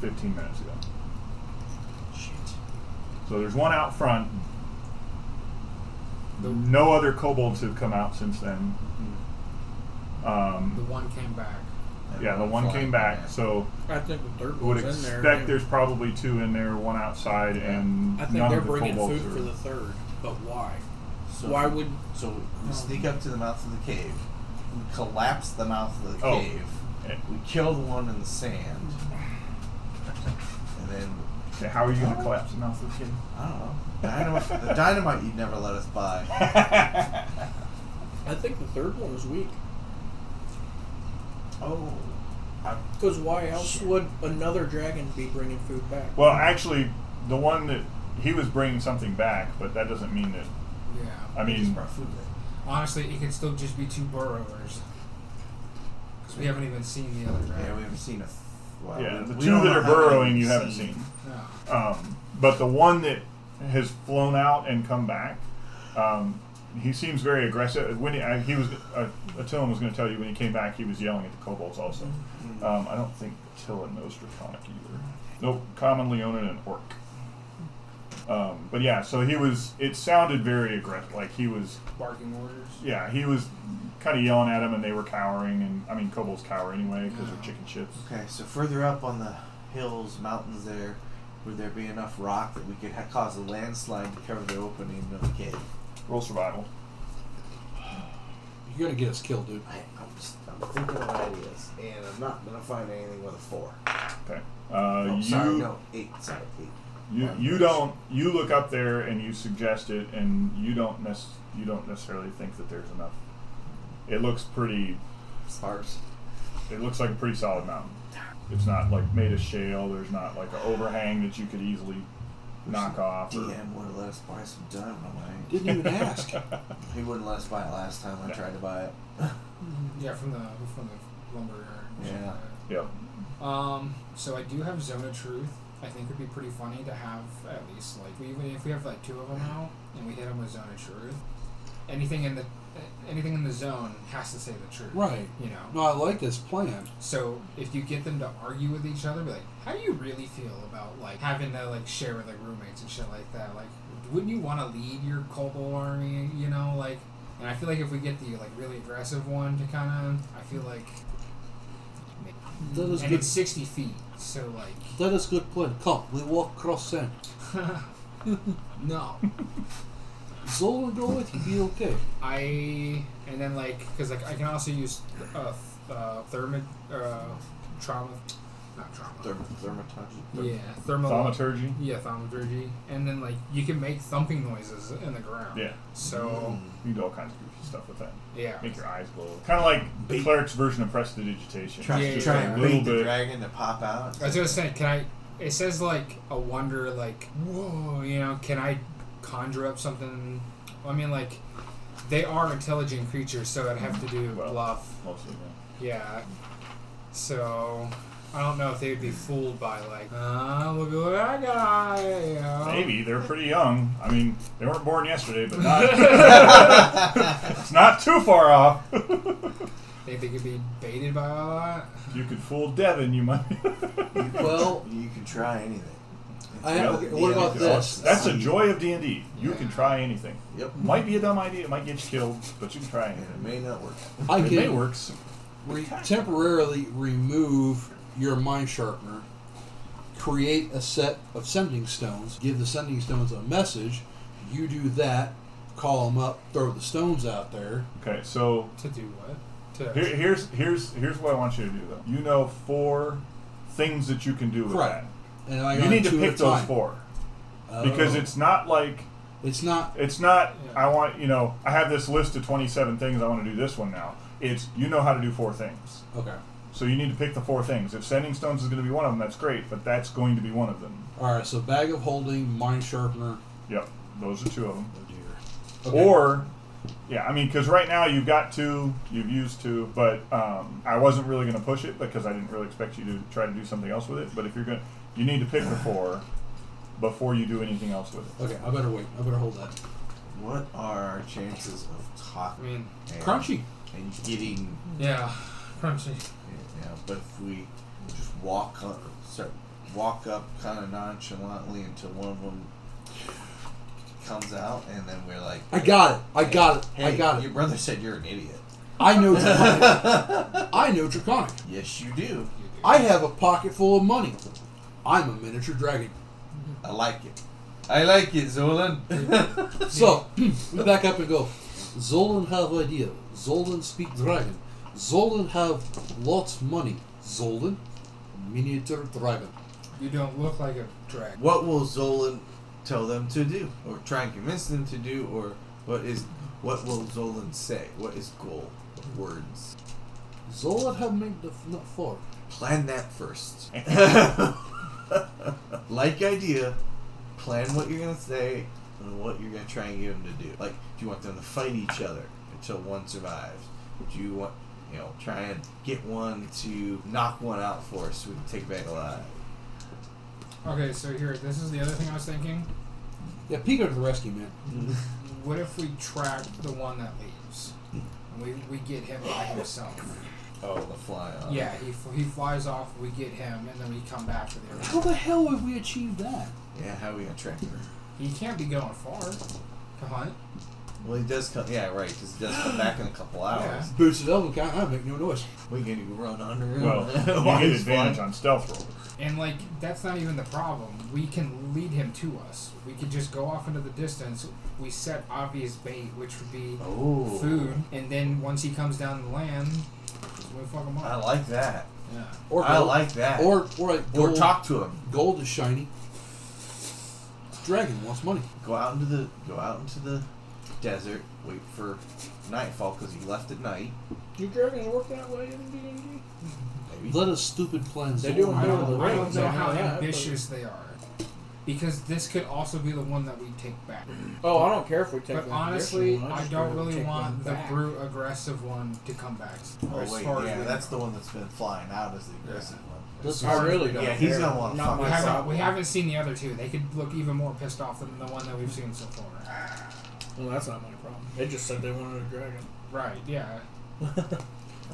15 minutes ago.
Shit.
So there's one out front.
The-
No other kobolds have come out since then.
The
Hmm.
Um,
one came back.
And
yeah, the one
flying
came back,
man.
so
I think the third
would
one's in there.
expect there's probably two in there, one outside, and
I think
none
they're
of the
bringing
kobolds
food
are.
for the third, but why?
So-
Why would
So we sneak up to the mouth of the cave. We collapse the mouth of the
Oh.
cave.
Eh,
We kill the one in the sand. And then,
okay, Eh, how are you going to collapse the mouth of the
I don't know. Dynamite, the dynamite you'd never let us buy.
kid?
I think the third one was weak?
Oh.
Because why else would another dragon be bringing food back?
well, actually, the one that he was bringing something back, but that doesn't mean that.
Yeah.
I mean,
brought food back.
Honestly, it could still just be two burrowers. Because we haven't even seen the other
Yeah, we
dragon.
haven't seen a. F- well,
yeah,
we-
the
we
two that
don't know
are
how many
burrowing
we've
you haven't seen.
No.
Um, but the one that has flown out and come back, um, he seems very aggressive. When he, I, he was, uh, Attilan was going to tell you when he came back, he was yelling at the kobolds also.
Mm-hmm.
Um, I don't think Attila knows Draconic either. Nope, common Leonin and Orc. Um, but yeah, so he was. It sounded very aggressive, like he was
Barking orders.
yeah, he was kind of yelling at him, and they were cowering. And I mean, kobolds cower anyway because they're chicken chips.
Okay, so further up on the hills, mountains there, would there be enough rock that we could ha- cause a landslide to cover the opening of the cave?
Roll survival.
You're gonna get us killed, dude.
I, I'm just I'm thinking of ideas, and I'm not gonna find anything with a four.
Okay. Uh,
oh,
you
sorry, no, eight. Sorry, eight.
You you don't you look up there and you suggest it and you don't nec- you don't necessarily think that there's enough. It looks pretty.
Sparse.
It looks like a pretty solid mountain. It's not like made of shale. There's not like an overhang that you could easily knock off. Or,
DM would have let us buy some dynamite.
Didn't even ask.
He wouldn't let us buy it last time I tried to buy it.
Yeah, from the from the lumber.
Yeah.
Yep.
Um, so I do have Zone of Truth. I think it'd be pretty funny to have at least like we even if we have like two of them now and we hit them with Zone of Truth. Anything in the anything in the zone has to say the truth.
Right.
You know.
No, I like this plan.
So if you get them to argue with each other, be like, how do you really feel about like having to like share with like roommates and shit like that? Like, wouldn't you want to lead your kobold army? You know, like. And I feel like if we get the like really aggressive one to kind of, I feel like.
That is
and
good.
it's sixty feet, so like.
That is good plan. Come, we walk cross sand.
no,
Zolo do it, he'll be okay.
I and then like because like I can also use uh, th- uh thermo uh trauma, not trauma.
Therm- thermatology.
yeah, thermal.
Thaumaturgy.
Yeah, thaumaturgy. And then, like, you can make thumping noises in the ground.
Yeah.
So,
You can do all kinds of goofy stuff with that.
yeah.
Make your eyes glow. Kind of like the cleric's version of prestidigitation.
Try,
Yeah,
try
yeah,
and
yeah.
beat
Little bit.
the dragon to pop out.
I was gonna say, can I. It says, like, a wonder, like, whoa, you know, can I conjure up something? I mean, like, they are intelligent creatures, so I'd have to do
Well.
bluff.
Mostly.
Yeah. So. I don't know if they'd be fooled by like, ah, look at what I got. you know?
Yeah. Maybe they're pretty young. I mean, they weren't born yesterday, but not. it's not too far off.
Think they could be baited by all that.
you could fool Devin. You might.
Well,
you can try anything.
I have-
Yep.
what about
Yeah,
this?
That's the joy of D and D. You can
Yeah.
try anything.
Yep.
Might be a dumb idea. It might get you killed, but you can try
And it
anything.
may not work.
I
It may
can
work.
re- temporarily remove your mind sharpener, create a set of sending stones, give the sending stones a message. You do that, call them up, throw the stones out there.
Okay, so
To do what? To
Here, here's here's here's what I want you to do though. You know four things that you can do with
Right. And I
that.
got
You need to
two at
pick
a
those
time.
four
Oh.
because it's not like
it's not
it's not.
Yeah.
I want you know I have this list of twenty seven things I want to do this one now. It's you know how to do four things,
okay.
so you need to pick the four things. If sending stones is going to be one of them, that's great, but that's going to be one of them.
All right, so bag of holding, mind sharpener.
Yep, those are two of them.
Oh dear.
Or, yeah, I mean, because right now you've got two, you've used two, but um, I wasn't really going to push it because I didn't really expect you to try to do something else with it. But if you're going to, you need to pick the four before you do anything else with it.
okay, I better wait. I better hold that.
What are our chances of
I
talking
mean,
and,
Crunchy.
and getting?
yeah, crunchy.
You know, but if we just walk up, start, walk up kind of nonchalantly until one of them comes out, and then we're like,
I got it. I got it. I
"Hey,
got
Your
it.
brother said you're an idiot.
I know draconic. I know draconic.
yes, you do.
I have a pocket full of money. I'm a miniature dragon.
I like it. I like it, Zolan.
So we back up and go. Zolan have idea. Zolan speak dragon. Zolan have lots money. Zolan miniature dragon.
You don't look like a dragon.
what will Zolan tell them to do, or try and convince them to do, or what is what will Zolan say? What is goal? Words.
Zolan have made the not far.
Plan that first. like idea. Plan what you're gonna say and what you're gonna try and get them to do. Like, do you want them to fight each other until one survives? Do you want, you know, try and get one to knock one out for us so we can take it back alive?
Okay, so here, this is the other thing I was thinking.
Yeah, Peter to the rescue, man.
What if we track the one that leaves? And we, we get him by himself.
Oh, the fly on.
Yeah, he, f- he flies off, we get him, and then we come back to the
How
original.
the hell have we achieved that?
Yeah, how are we gonna track her?
He can't be going far to hunt.
Well, he does come. Yeah, right. Because he does come back in a couple hours.
Boots it up and kind of make no noise.
We can run under him.
Well,
while
you get
he's flying.
advantage on stealth rolls.
And, like, that's not even the problem. We can lead him to us. We could just go off into the distance. We set obvious bait, which would be
Oh,
food, and then once he comes down the land, we fuck him up.
I like that.
yeah.
Or
I
gold.
like that.
Or or like
or
gold,
talk to him.
gold is shiny. dragon wants money.
Go out into the go out into the desert. Wait for nightfall because he left at night.
You dragons work that way in D and D?
Maybe.
Let us stupid plans.
They do
I
Lord of
don't,
the
I don't
Rings,
know
I
how
know that, but-
ambitious they are. Because this could also be the one that we take back.
Oh, I don't care if we take.
But
the
honestly,
additional one,
I
just
don't
rather
really
take
want
one
the
back.
brute aggressive one to come back.
Oh
as
wait,
far as
yeah,
we
that's
know.
the one that's been flying out as the aggressive one.
This
I really don't.
Yeah, he's
care.
gonna wanna
Not
fuck
We
us
myself.
haven't, we haven't seen the other two. They could look even more pissed off than the one that we've seen so far.
Well, that's not my problem. They just said they wanted a dragon.
Right, yeah.
That's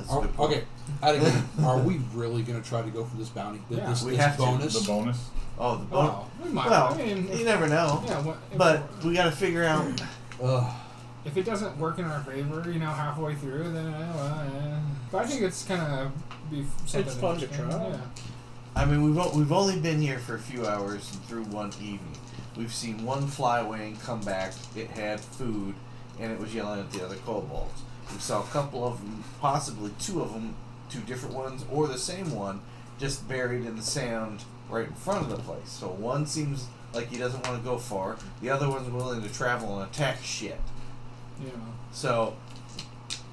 a
Are,
good point.
okay, out of game, are we really going to try to go for this bounty? Th-
Yeah.
this,
We
this
have to.
bonus?
The bonus.
Oh, the bonus.
Oh, we might.
Well,
I mean,
you
if,
never know.
yeah, what, if,
But we gotta figure out.
Ugh.
if it doesn't work in our favor, you know, halfway through, then eh, well, eh. But I think it's kind of be something
It's fun to
interesting,
try.
Yeah.
I mean, we've o- we've only been here for a few hours and through one evening. We've seen one fly away and come back. It had food, and it was yelling at the other kobolds. We saw a couple of them, possibly two of them, two different ones or the same one, just buried in the sand right in front of the place. So one seems like he doesn't want to go far. The other one's willing to travel and attack shit.
You know,
So,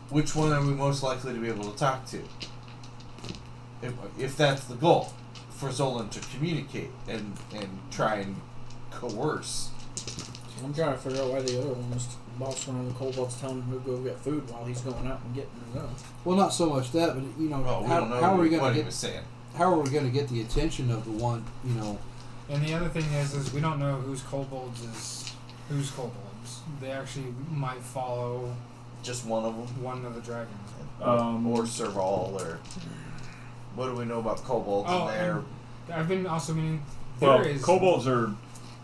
which one are we most likely to be able to talk to? If, if that's the goal, for Zolan to communicate and, and try and coerce.
I'm trying to figure out why the other one was bossing around the kobolds, telling him to go get food while he's going out and getting his own.
Well, not so much that, but you know,
Well, we
how,
don't know
how are we
what
going
he
to
was
get
saying.
how are we going to get the attention of the one? You know,
and the other thing is, is we don't know whose kobolds is whose kobolds. They actually might follow
Just one of them,
one of the dragons.
Um,
or Serval, or what do we know about kobolds?
Oh,
and they're
and I've been also meaning there
well,
is
kobolds are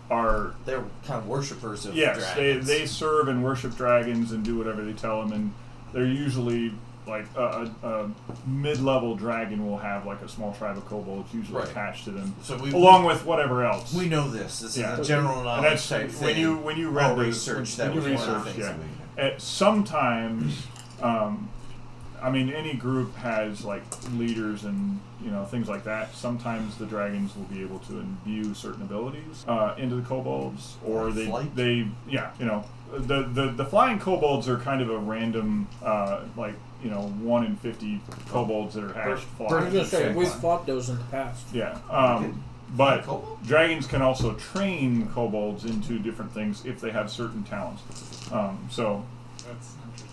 are
they're kind of worshippers of
yes, they,
dragons.
they serve and worship dragons and do whatever they tell them, and they're usually like a, a, a mid-level dragon will have like a small tribe of kobolds usually
Right.
attached to them,
so we
along with whatever else.
we know this. This
Yeah.
is a general knowledge
and that's
type thing.
when you when you
Or
read the-
research that
when
was
you
one of the
research,
things
yeah.
that we
at sometimes um, i mean any group has like leaders and you know things like that sometimes the dragons will be able to imbue certain abilities uh, into the kobolds or
Like
they
flight?
they yeah you know the, the the flying kobolds are kind of a random uh, like you know 1 in 50 kobolds that are hashed
I was
flying
gonna say
check
we've
one.
fought those in the past.
yeah um, but
Kobold?
dragons can also train kobolds into different things if they have certain talents um, so
That's interesting.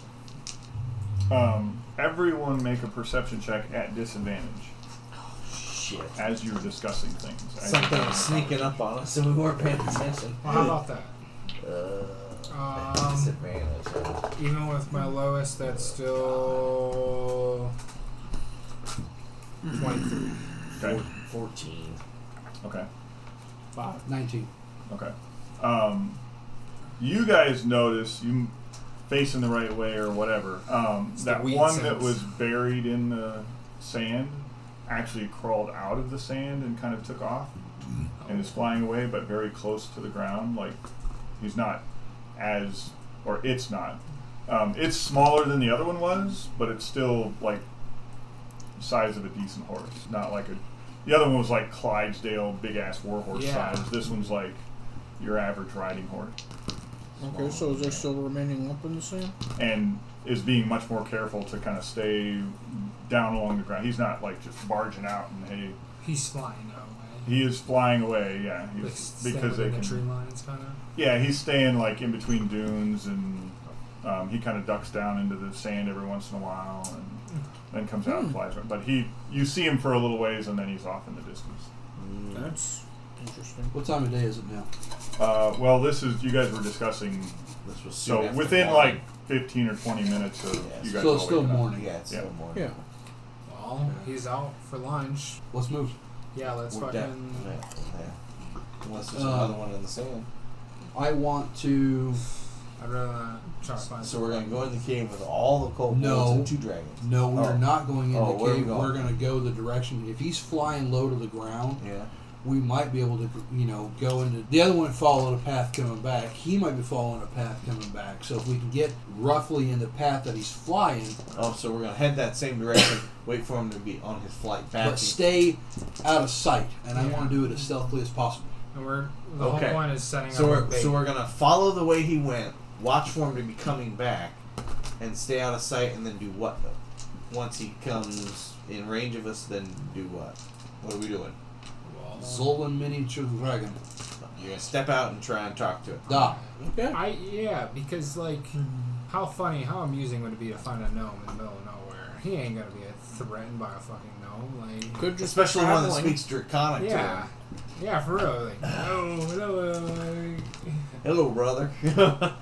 Um, everyone make a perception check at disadvantage
Shit.
as you're discussing things. As you're
Something
talking
was
about it.
sneaking up on us and we weren't paying attention.
Well, how about that?
Uh,
Um,
disadvantage.
Even with my lowest, that's still twenty-three.
Okay.
14.
Okay.
Five.
nineteen.
Okay. Um, you guys notice you facing the right way or whatever. Um,
It's the
that
weed
one that
sense.
was buried in the sand actually crawled out of the sand and kind of took off and is flying away, but very close to the ground. Like he's not as, or it's not. Um, it's smaller than the other one was, but it's still like size of a decent horse. Not like a. The other one was like Clydesdale, big ass warhorse
Yeah.
size. This one's like your average riding horse,
Okay, so is there still remaining up in the sand?
and is being much more careful to kind of stay down along the ground. He's not like just barging out and hey,
He's flying away.
he is flying away. Yeah,
Like,
he's,
staying
because they
within
can.
the tree lines, kind of.
Yeah, he's staying like in between dunes, and um, he kind of ducks down into the sand every once in a while, and then comes out and
Hmm.
flies. around. But he, you see him for a little ways, and then he's off in the distance.
That's interesting.
What time of day is it now?
Uh, well, this is you guys were discussing,
This was soon
so
after
within
morning.
like fifteen or twenty minutes of
Yeah,
you
so
guys.
so
all
it's still
waking up.
morning.
Yeah, it's
Yeah.
still morning.
Yeah.
Well, he's out for lunch.
Let's move.
Yeah, let's
We're dead.
fucking.
Yeah, yeah. Unless there's
Uh,
another one in the sand.
I want to.
I'd rather not try to find.
So we're going to go in the cave with all the kobolds
No.
and two dragons.
No, we are
Oh.
not going in
Oh,
the
where are we
cave.
going?
We're going to go the direction. If he's flying low to the ground,
Yeah.
we might be able to, you know, go into the other one followed a path coming back. He might be following a path coming back. So if we can get roughly in the path that he's flying,
Oh, so we're going to head that same direction, wait for him to be on his flight back.
but stay out of sight. And I
Yeah.
want to do it as stealthily as possible.
And we're the
Okay.
whole point is setting
So
up.
we're, so we're gonna follow the way he went, watch for him to be coming back, and stay out of sight, and then do what? though? Once he comes in range of us, then do what? What are we doing?
Zolan miniature dragon.
You're gonna step out and try and talk to it.
Da.
Okay.
I yeah, because like, how funny, how amusing would it be to find a gnome in the middle of nowhere? He ain't gonna be threatened by a fucking gnome, like.
Could just
Especially one that
traveling.
speaks Draconic to
Yeah,
him.
yeah, for real. Like, no, no, like,
Hello, brother.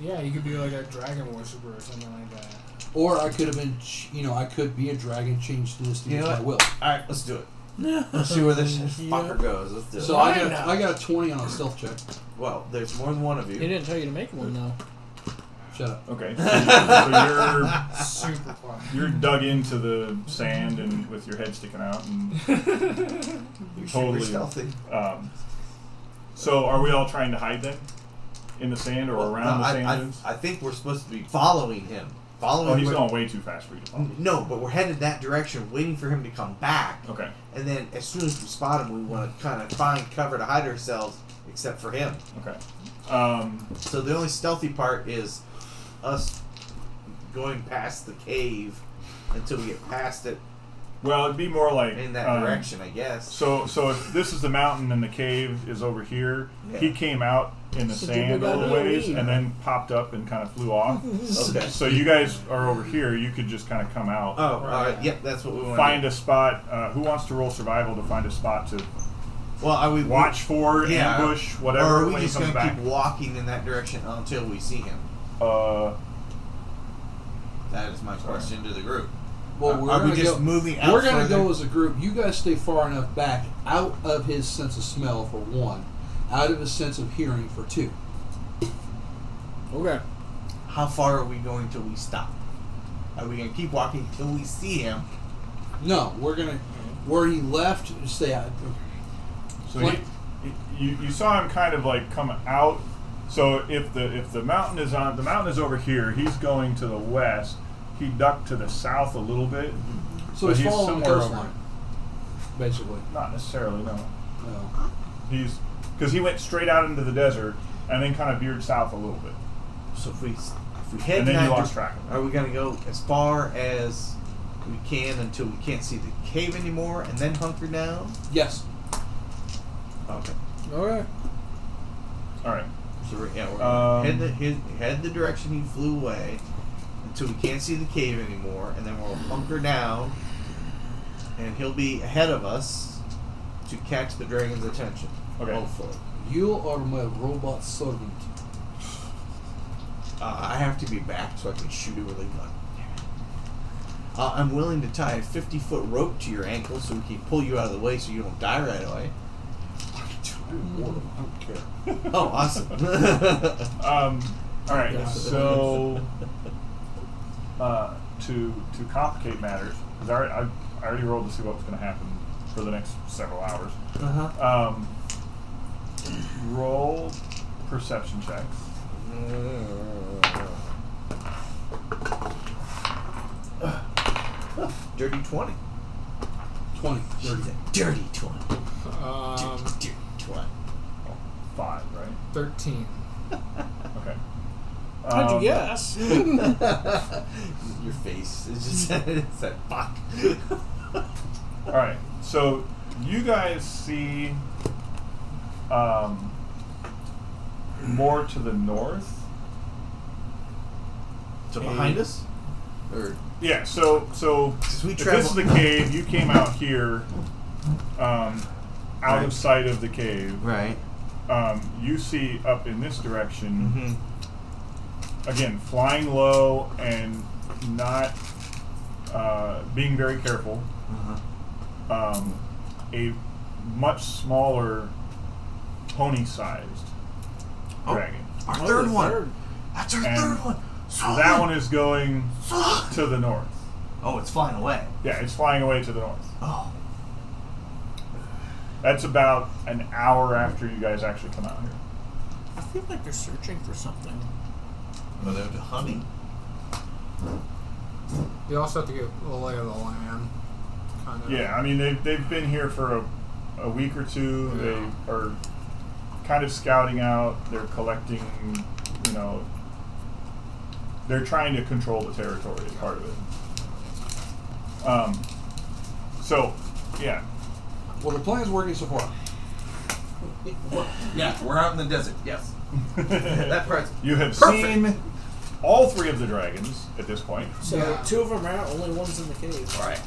yeah, you could be like a dragon worshiper or something like that.
Or I could have been, ch- you know, I could be a dragon, change dynasty
You
if
know
I will.
Alright, let's do it. Let's see where this fucker goes. Let's do it.
Uh, So I got, a, I got a 20 on a stealth check.
well, there's more than one of
He
you.
didn't tell you to make one though.
Shut up.
Okay. So, so
Super quiet.
you're you're dug into the sand and with your head sticking out and
You're
Totally.
super stealthy.
um, so are we all trying to hide then? In the sand or around
No,
the
I,
sand
I-
dunes?
I think we're supposed to be following him. Following
oh, he's
where-
going way too fast for you to follow.
No, but we're headed that direction, waiting for him to come back.
Okay.
And then as soon as we spot him, we want to kind of find cover to hide ourselves, except for him.
Okay. Um,
So the only stealthy part is us going past the cave until we get past it
well, it'd be more like
in that
um,
direction, I guess.
So, so if this is the mountain and the cave is over here, he
Yeah.
came out in the
So
sand
people
a
got
little
no
ways
lead.
and then popped up and kind of flew off.
Okay.
So you guys are over here. You could just kind of come out,
Oh, all right. Yep, that's what we want.
find
to
a spot. Uh, who wants to roll survival to find a spot to
Well, are we
watch for,
Yeah.
ambush,
Or
whatever?
are we
when he
just
comes
gonna
back.
keep walking in that direction until we see him?
uh,
That is my question to the group.
Well,
Are-
we're
are we
gonna
just
go-
moving out
We're gonna
further?
go as a group. You guys stay far enough back, out of his sense of smell for one, out of his sense of hearing for two.
Okay.
How far are we going till we stop? Are we gonna keep walking till we see him?
No, we're gonna where he left. Stay out.
So
What-
he, he- you, you saw him kind of like come out. So if the if the mountain is on the mountain is over here, he's going to the west. He ducked to the south a little bit.
So
But
he's
he's
following the
somewhere
coastline, basically. Uh,
Not necessarily, no.
No.
He's because he went straight out into the desert and then kind of veered south a little bit.
So if we if we head
And then
that
you lost
dir-
track of him.
are we gonna go as far as we can until we can't see the cave anymore, and then hunker down?
Yes.
Okay.
Okay.
All right.
So we're, yeah, we're gonna
Um,
head the head, head the direction he flew away until we can't see the cave anymore, and then we'll hunker down, and he'll be ahead of us to catch the dragon's attention.
Okay.
Hopefully,
You are my robot servant.
uh, I have to be back so I can shoot it with a gun. Damn it. Uh, I'm willing to tie a 50 foot rope to your ankle so we can pull you out of the way so you don't die right away.
I'm mortal. I don't care.
Oh, awesome.
Um, all right.
Yeah.
So uh, to to complicate matters, 'cause I, alre- I, I already rolled to see what was going to happen for the next several hours.
uh-huh.
Um, roll perception checks.
Dirty 20.
Twenty. Thirty.
Dirty 20.
Um,
Dirty 20.
Five, right?
thirteen.
Okay.
How'd you
Um,
guess?
Your face is just it's that fuck.
All right. So you guys see um, more to the north.
so behind us? Or
Yeah. So so
Since we
if
travel-
this is the cave. You came out here, um, out
Right.
of sight of the cave.
right.
Um, you see up in this direction. again flying low and not uh, being very careful
Uh-huh.
um, a much smaller pony sized
Oh.
dragon
Our
Oh,
third
the
one.
third.
That's our
And
third one.
so that one is going
Solid.
to the north
Oh, it's flying away.
yeah it's flying away to the north
Oh.
that's about an hour after you guys actually come out here
I feel like they're searching for something.
Well, Oh, they're hunting.
We also have to get a lay of the land. Kind of.
yeah i mean they've, they've been here for a a week or two. They are kind of scouting out. They're collecting, you know, they're trying to control the territory as part of it. Um, so, yeah,
Well, the plan's working so far.
Yeah, we're out in the desert. Yes, that part's
you have
Perfect.
seen all three of the dragons at this point.
So
Yeah.
two of them are out. Only one's in the cave.
all right.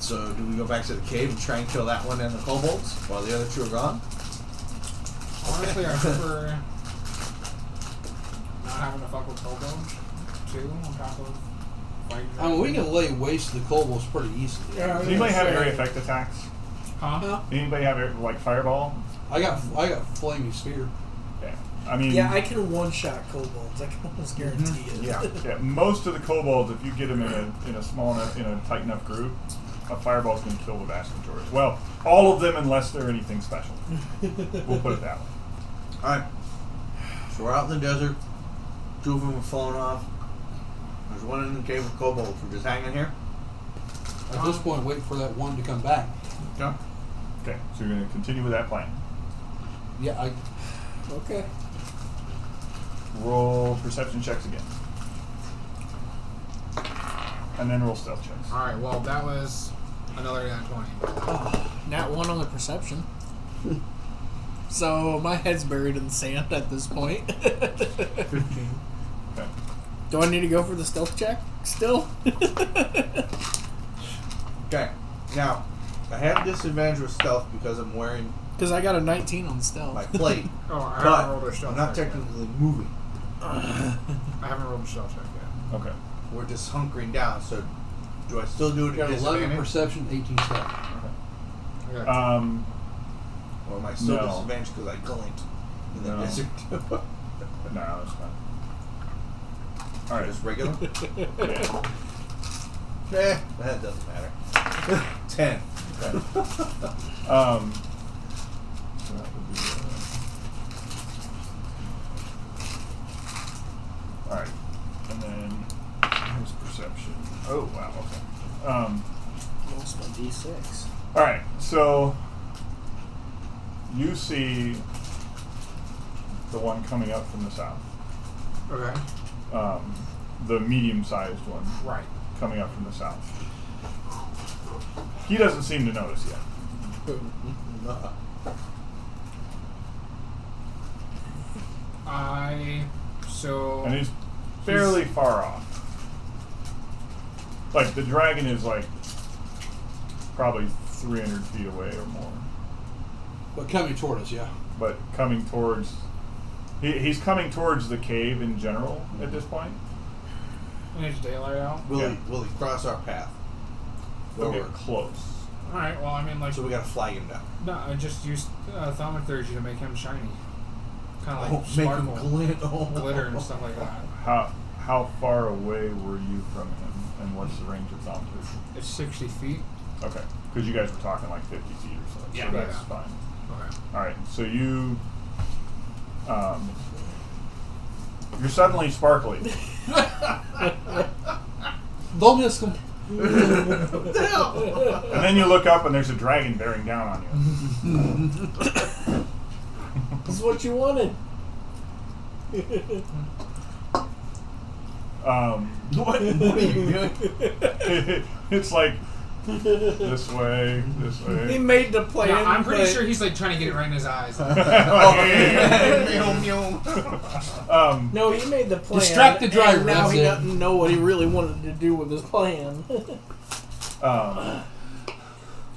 So, do we go back to the cave and try and kill that one and the kobolds while the other two are gone?
Honestly, I prefer not having to fuck with kobolds too, on top of fighting.
I mean, we can lay waste to the kobolds pretty easily.
Yeah.
Does anybody have area effect attacks?
Huh?
Anybody have air- like fireball?
I got I got flaming spear.
Yeah, I mean,
Yeah, I can one shot kobolds. I can almost guarantee
Mm-hmm.
it.
yeah, yeah. Most of the kobolds, if you get them in a in a small enough in a tight enough group, a fireball's going to kill the vast majority. Well, all of them unless they're anything special. we'll put it that way.
All right. So we're out in the desert. Two of them have fallen off. There's one in the cave with kobolds. We're just hanging here.
At this point, wait for that one to come back.
Yeah.
Okay, so you're going to continue with that plan.
Yeah, I,
Okay.
Roll perception checks again, and then roll stealth checks.
Alright, well, that was another nat 20.
Oh, not one on the perception. so my head's buried in the sand at this point.
Okay.
Do I need to go for the stealth check still? Because
Okay. Now, I have disadvantage with stealth because I'm wearing
I got a 19 on stealth.
my plate,
Oh, I
but
haven't rolled a stealth
I'm not
check
technically moving.
yet. I haven't rolled a stealth check yet.
Okay.
We're just hunkering down. So, do I still do it
I got
at
eh?
11
disadvantage,
perception, 18 stealth.
Uh,
Okay.
Um,
or am I still
No.
disadvantaged because I glint in the
No.
desert?
no, that's fine. All right.
Just regular.
Yeah.
Eh, that doesn't matter. Ten.
Um, so that would be. Uh, all right, and then his perception. Oh wow. Okay. Um,
Lost my D6.
all right. So you see the one coming up from the south,
okay.
um, the medium-sized one
Right.
coming up from the south. He doesn't seem to notice yet.
Uh-uh.
I. So.
and he's fairly far off. Like the dragon is like probably 300 feet away or more,
But coming toward us, yeah.
but coming towards. He, he's coming towards the cave in general at this point.
And it's daylight out.
Will
Yeah.
he will he cross our path?
They'll get
Over.
close.
Alright, well, I mean, like.
So we gotta fly him down.
No, I just used uh, thaumaturgy to make him shiny. Kind of like
Oh, make him
sparkle,
glint. Oh.
glitter, and stuff like that.
How how far away were you from him, and what's the range of thaumaturgy?
It's 60 feet.
Okay, because you guys were talking like 50 feet or so.
Yeah.
so that's
Yeah.
fine.
Okay.
All right, so you, um, you're suddenly sparkly.
Don't miss them.
And then you look up and there's a dragon bearing down on you.
This is what you wanted.
Um,
What, what are you doing?
it's like this way, this
he
way.
made the plan.
Yeah, I'm pretty
but-
sure he's like trying to get it right in his eyes.
Uh-huh. Oh, meow, meow.
um,
No, he made the plan.
Distract the driver,
and Now
that's
he
it.
doesn't know what he really wanted to do with his plan.
um,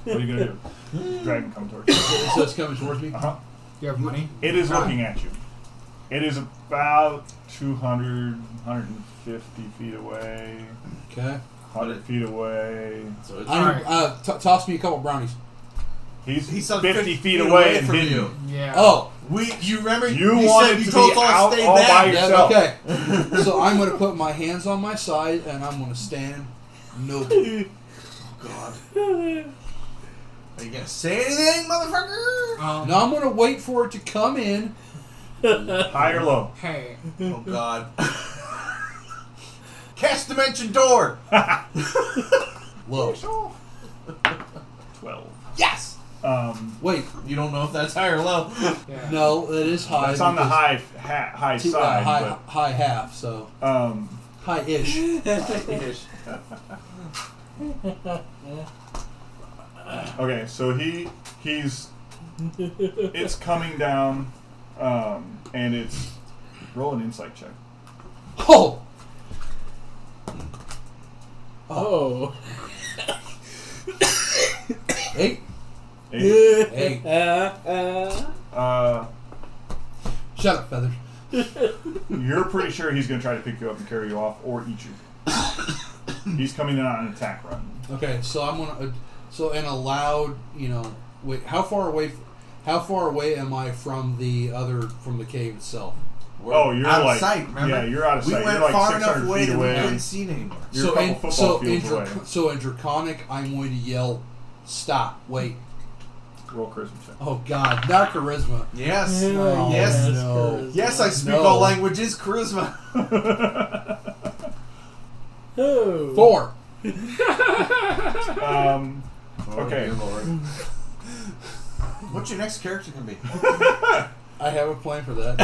what are you gonna do? Dragon come towards you.
It says coming towards me.
Uh-huh.
you have money?
It is looking at you. It is about 200, 150 feet away,
Okay.
100 feet away.
So it's-
I don't-
Alright.
uh, t- toss me a couple brownies.
He's,
He's some
50, feet away, and
from
hidden.
you.
Yeah.
Oh,
We, you remember?
You
said
wanted to be
us
out all by
yeah,
Yourself.
okay. so I'm going to put my hands on my side and I'm going to stand noble.
God. Are you gonna say anything, motherfucker?
Um,
Now I'm going to wait for it to come in.
High or low?
Hey,
Oh God. Cast dimension door.
Low.
12.
Yes.
Um,
Wait,
You don't know if that's high or low.
Yeah.
no, that is high.
that's on the
because-
high ha- high
t- uh,
side,
high, high half, so
but um,
high ish.
okay. So he he's it's coming down, um, and it's roll an insight check.
Oh,
Oh.
eight,
Eight.
Hey.
Uh, uh,
Uh,
shut up, feathers.
You're pretty sure he's going to try to pick you up and carry you off or eat you. he's coming in on an attack run.
Okay, so I'm gonna. Uh, so and allowed, you know, wait. How far away? f- How far away am I from the other from the cave itself?
We're
Oh, you're
out of
like-
sight. Remember?
yeah, you're out of
we
sight.
went
You're like
far enough
600
away
feet
that we
away.
couldn't see anymore.
You're
so
a couple
in,
football
so in
fields
Drac-
away.
so in draconic, I'm going to yell, "Stop! Wait!
Roll charisma check.
Oh God, not charisma."
Yes.
uh,
Oh,
yes.
no.
Yes, I speak
No.
all languages. Charisma.
Oh.
Four.
um, Okay.
What's your next character gonna be?
I have a plan for that.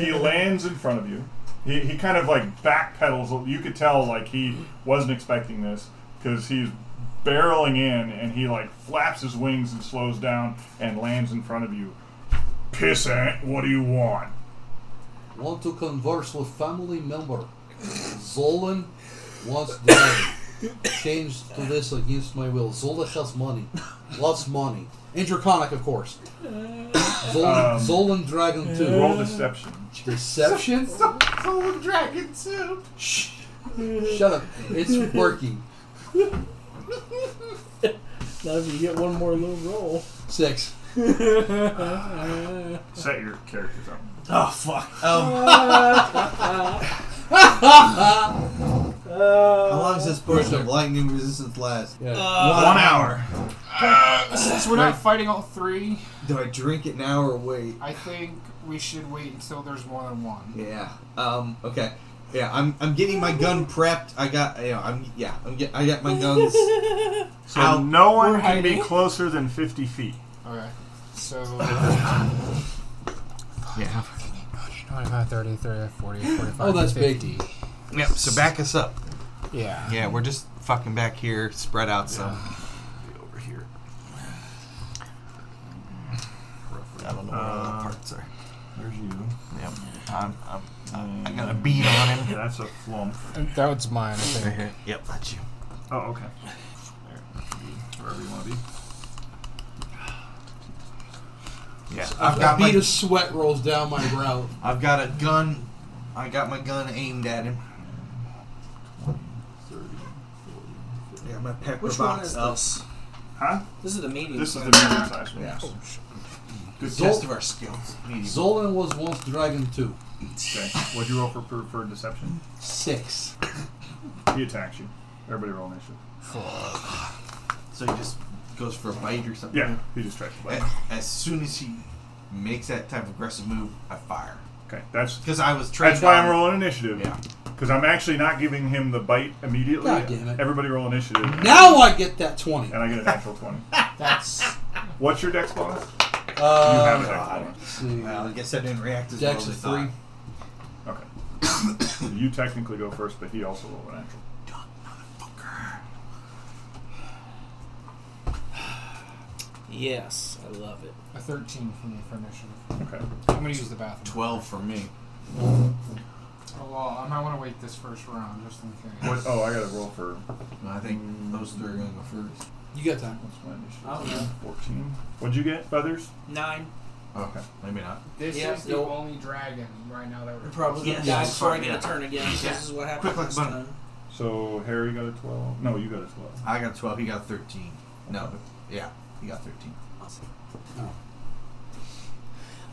he lands in front of you. He, he kind of like backpedals. You could tell like he wasn't expecting this because he's barreling in and he like flaps his wings and slows down and lands in front of you. Pissant, what do you want?
Want to converse with family member? Zolan wants the money. Changed to this against my will. Zola has money. Lots money. In draconic, of course. Zolan,
Um,
Zolan Dragon 2.
Uh,
Roll deception.
Deception?
Soul Dragon too.
Shh. Shut up. It's working.
Now if you get one more little roll.
Six.
Set your characters up.
Oh fuck. Um, how long does this portion of lightning resistance last?
Yeah.
One hour.
Since we're not fighting all three,
Do I drink it now or wait?
I think we should wait until there's more than one.
Yeah. Um. Okay. Yeah. I'm. I'm getting my gun prepped. I got. You know. I'm. Yeah. I'm. Get, I got my guns.
So
Out.
no one
We're
can be
hiding.
closer than 50 feet.
Okay. So.
Yeah.
25, 30, 30, 40, 45,
Oh, that's big.
Yep. So back us up.
Yeah.
Yeah. We're just fucking back here, spread out some. Over here. Roughly. I don't know where all the
Uh,
parts are.
There's you.
Yep. I'm. I'm. I I got a
Mm.
bead on him.
That's a flump.
That was mine, I think.
here. Yep. That's you.
Oh, okay. There. Wherever you want to be.
Yeah.
I've
I've got
bead
my.
of sweat rolls down my brow.
I've got a gun. I got my gun aimed at him. Yeah, my pepper
Which one is this?
Huh?
This is the medium.
This is the
size.
medium sized one.
Yeah.
yes. Good
Test of our skills.
Zolan was once Dragon 2.
Okay. What'd you roll for, for, for deception?
Six.
He attacks you. Everybody roll initiative.
So he just goes for a bite or something.
Yeah, he just tries to bite.
A- As soon as he makes that type of aggressive move, I fire.
Okay, that's
Because I was trained.
that's why I'm
on-
rolling initiative.
Yeah.
Because I'm actually not giving him the bite immediately.
God damn it.
Everybody roll initiative.
Now I get that 20.
And I get a natural 20.
That's.
What's your dex bonus? you have a
Uh,
dex
God.
bonus.
let's see.
Well, Uh, I guess I didn't react as well
Dex
as I
of
thought.
three.
Okay. So you technically go first, but he also rolled a natural.
Yes, I love it.
A 13 for me for initiative.
Okay.
I'm gonna use the bathroom.
Twelve for me.
Oh, well, I might want to wait this first round just in case.
What, oh, I got to roll for.
And I think those three are gonna go first.
You got time.
What's my initiative?
I don't know.
14. What'd you get, Feathers?
Nine.
Okay.
Maybe not.
This
Yeah,
is the
nope.
only dragon right now that we're.
Probably
Yeah,
gonna
yeah,
die before I
fuck,
get
yeah.
a turn again.
Yeah.
This is what happened
Quick like
last
bunny.
time.
So Harry got a 12. No, you got a 12.
I got twelve. He got thirteen. No. Yeah. He got thirteen.
Oh.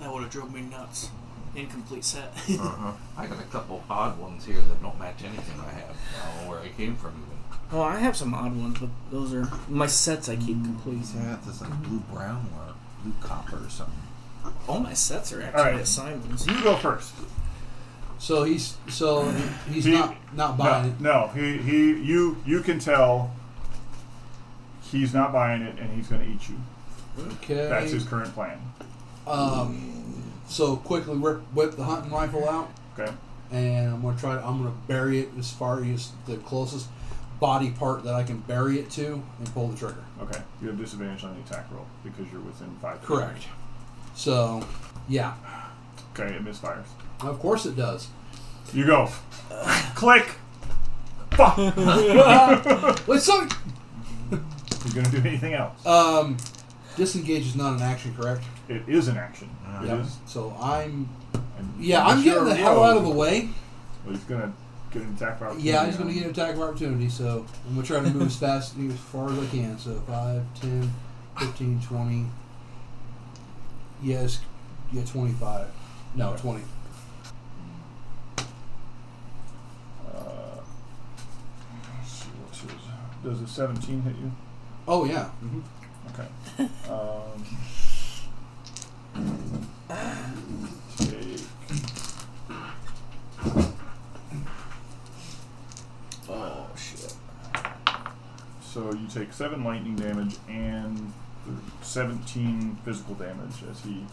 That would have drove me nuts. Incomplete set.
Uh-huh. I got a couple odd ones here that don't match anything I have. I don't know where I came from even.
oh, I have some odd ones, but those are my sets I keep complete.
Mm,
I got this like blue brown or blue copper or something.
All my sets are
All right.
actually assignments.
You go first.
So he's so he's
He-
not not buying it.
No, no, he, he you you can tell he's not buying it and he's gonna eat you.
Okay.
That's his current plan.
Um, so quickly whip, whip the hunting rifle out,
Okay.
and I'm gonna try. To, I'm gonna bury it as far as the closest body part that I can bury it to, and pull the trigger.
Okay. You have disadvantage on the attack roll because you're within five. feet.
Correct. So, yeah,
Okay. It misfires.
of course it does.
You go. Click. Fuck. you
Wait, so
gonna do anything else?
um, disengage is not an action, correct?
It is an action. It
Yeah.
is-
So I'm,
and
yeah, I'm
it's
getting
your
the hell
roll.
out of the way.
Well, he's gonna get an attack power.
Yeah, he's going to get an attack of opportunity, so I'm going to try to move as fast as far as I can. So 5, 10, 15, 20. Yes, yeah, 25. No,
Okay.
20.
Uh, let's see what's his- Does a 17 hit you?
Oh, yeah. hmm
Mm-hmm. Okay. Um, take.
Oh shit.
So you take 7 lightning damage and 17 physical damage as he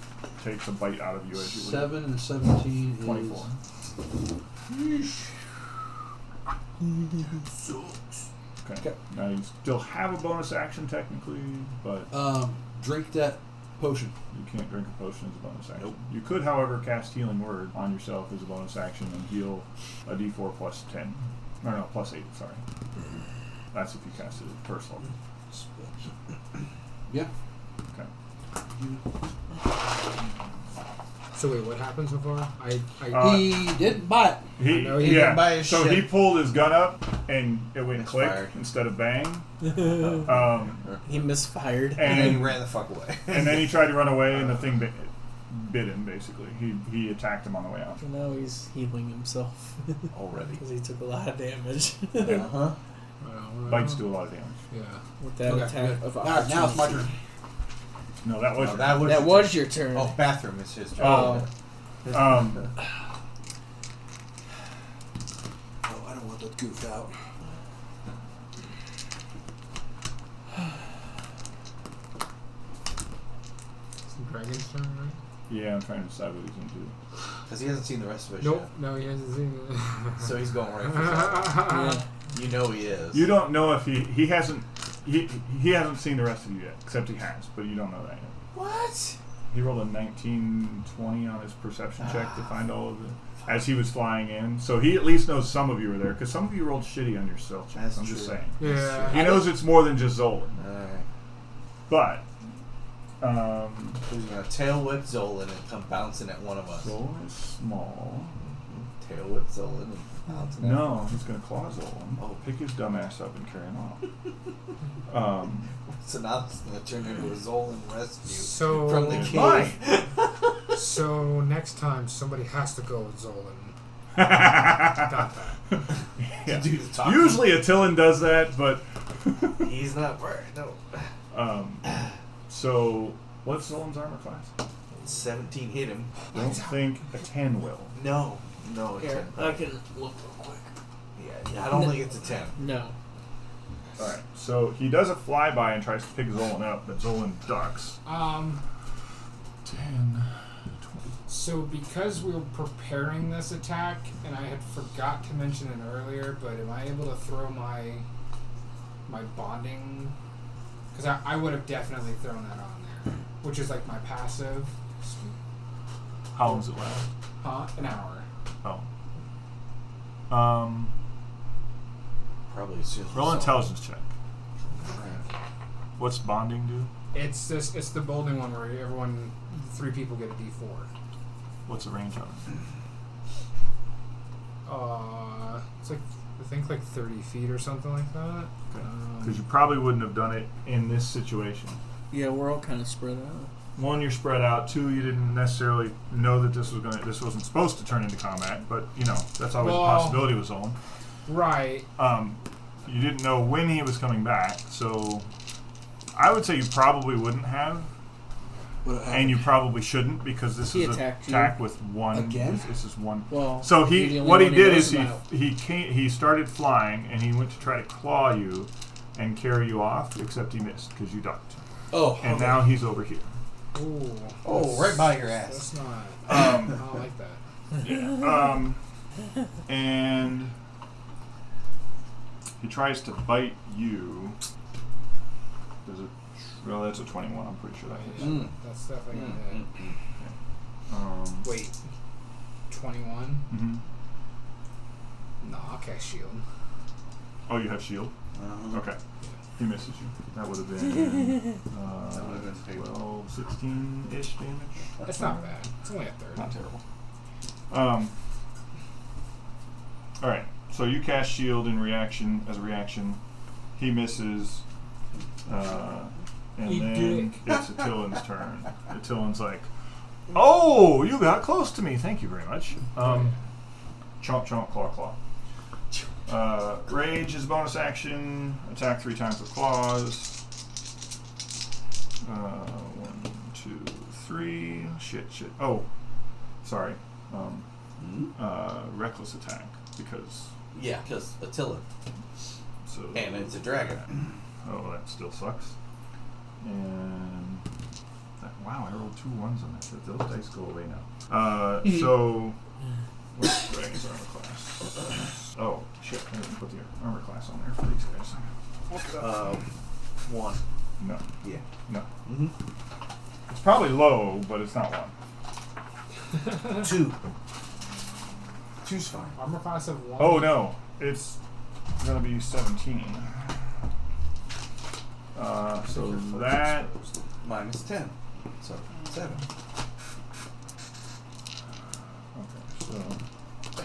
takes a bite out of you as you leave.
7 and 17 is
24. Okay.
Okay.
Now you still have a bonus action technically, but
Um, drink that potion.
You can't drink a potion as a bonus action. You could, however, cast Healing Word on yourself as a bonus action and heal a d4 plus 10. No, no, plus 8, sorry. That's if you cast it at first level.
Yeah.
Okay.
So wait, what happened so far? I, I
Uh,
he didn't buy it.
He,
know he
yeah.
didn't buy his
so
shit.
he pulled his gun up and it went click
Misfired.
instead of bang. um,
He misfired.
And then he
and,
ran the fuck away.
and then he tried to run away and the thing bit, bit him, basically. He, he attacked him on the way out.
And now he's healing himself
already.
because he took a lot of damage
Yeah.
huh.
uh,
Bites do a lot of damage.
Yeah.
with that
Okay,
attack
good.
of
All right, now it's my turn.
No, that was your-
that was
That
your
was
turn.
your turn.
Oh, bathroom is his turn.
Oh. Um,
Oh, I don't want that goof out.
It's the dragon's turn, right?
yeah, I'm trying to decide what he's going to do.
Because he hasn't seen the rest of it
Nope. No, he hasn't seen
yet. So he's going right for that.
it.
You know he is.
You don't know if he he hasn't he he hasn't seen the rest of you yet, except he has, but you don't know that yet.
What?
He rolled a 1920 on his perception check
Ah.
to find all of it as he was flying in, so he at least knows some of you are there because some of you rolled shitty on your stealth checks.
That's
I'm just
true.
saying.
Yeah.
He knows it's more than just Zolan,
Alright.
but um,
He's gonna tail whip Zolan and come bouncing at one of us.
Zolan is small.
Tail whip Zolan and bouncing at
No, he's gonna claw Zolan.
Oh.
pick his dumb ass up and carry him off. um,
So now it's gonna turn into a Zolan rescue
So-
from the
Why?
cave.
So next time somebody has to go with Zolan.
yeah.
do the talking.
Usually Attilan does that, but
He's not worried. No.
um, so what's Zolan's armor class? I
17 hit him.
don't think a ten will.
No. No, it's
Here,
a-
I can look real quick.
Yeah, yeah, I don't think it's a 10.
No.
All right. So he does a flyby and tries to pick Zolan up, but Zolan ducks.
Um.
Ten.
So because we were preparing this attack, and I had forgot to mention it earlier, but am I able to throw my my bonding? Because I, I would have definitely thrown that on there, which is like my passive.
How long's it last?
Huh? An hour.
Oh. Um.
Probably as soon as
Roll
Zolan-
an intelligence check. What's bonding do?
It's this. It's the bolding one where everyone, three people get a D four.
What's the range on it?
Uh, it's like I think like thirty feet or something like that. Um,
Because you probably wouldn't have done it in this situation.
Yeah, we're all kind of spread out.
one you're spread out two you didn't necessarily know that this was going to this wasn't supposed to turn into combat but you know that's always
Well-
a possibility with Zolan.
Right.
um, you didn't know when he was coming back so i would say you probably wouldn't have
What
and you probably shouldn't because this
He
is an
attacked you.
attack with one
Again?
this is one
Well,
so
you're the
he
only
what he
one
did
knows
is he
about.
he came, he started flying and he went to try to claw you and carry you off except he missed because you ducked
Oh,
and now he's over here.
Ooh.
Oh, right by your ass.
That's not. I
Um,
don't like that.
um, and he tries to bite you. Does it? Well, that's a twenty-one. I'm pretty sure that hits.
Mm.
That's definitely gonna hit.
Mm.
Um,
Wait, 21?
mhm.
No, I'll cast shield.
Oh, you have shield.
Uh-huh.
Okay. He misses you. That would have been
That
uh,
would have been fatal.
12, 16 ish damage.
That's not bad. It's only a third.
Not terrible. Um, all right. So you cast shield in reaction as a reaction. He misses. Uh, and
You
then it's Attilan's turn. Attilan's like, "Oh, you got close to me. Thank you very much." Um, chomp, chomp, claw, claw. Uh, rage is bonus action. Attack three times with claws. Uh, one, two, three. Shit, shit. Oh, sorry. Um,
Mm.
uh, reckless attack because
Yeah, because Attila.
so.
And it's a dragon.
Oh, that still sucks. And that, wow, I rolled two ones on that. Those dice go away now. Uh, so what's the dragon's armor class? Oh shit! I didn't put the armor class on there for these guys.
Uh, one.
No,
Yeah.
no.
Mm-hmm.
It's probably low, but it's not one.
Two. Two's fine.
Armor class of 1.
Oh no, it's gonna be 17. Uh, so that
Minus ten. So seven.
Okay, so.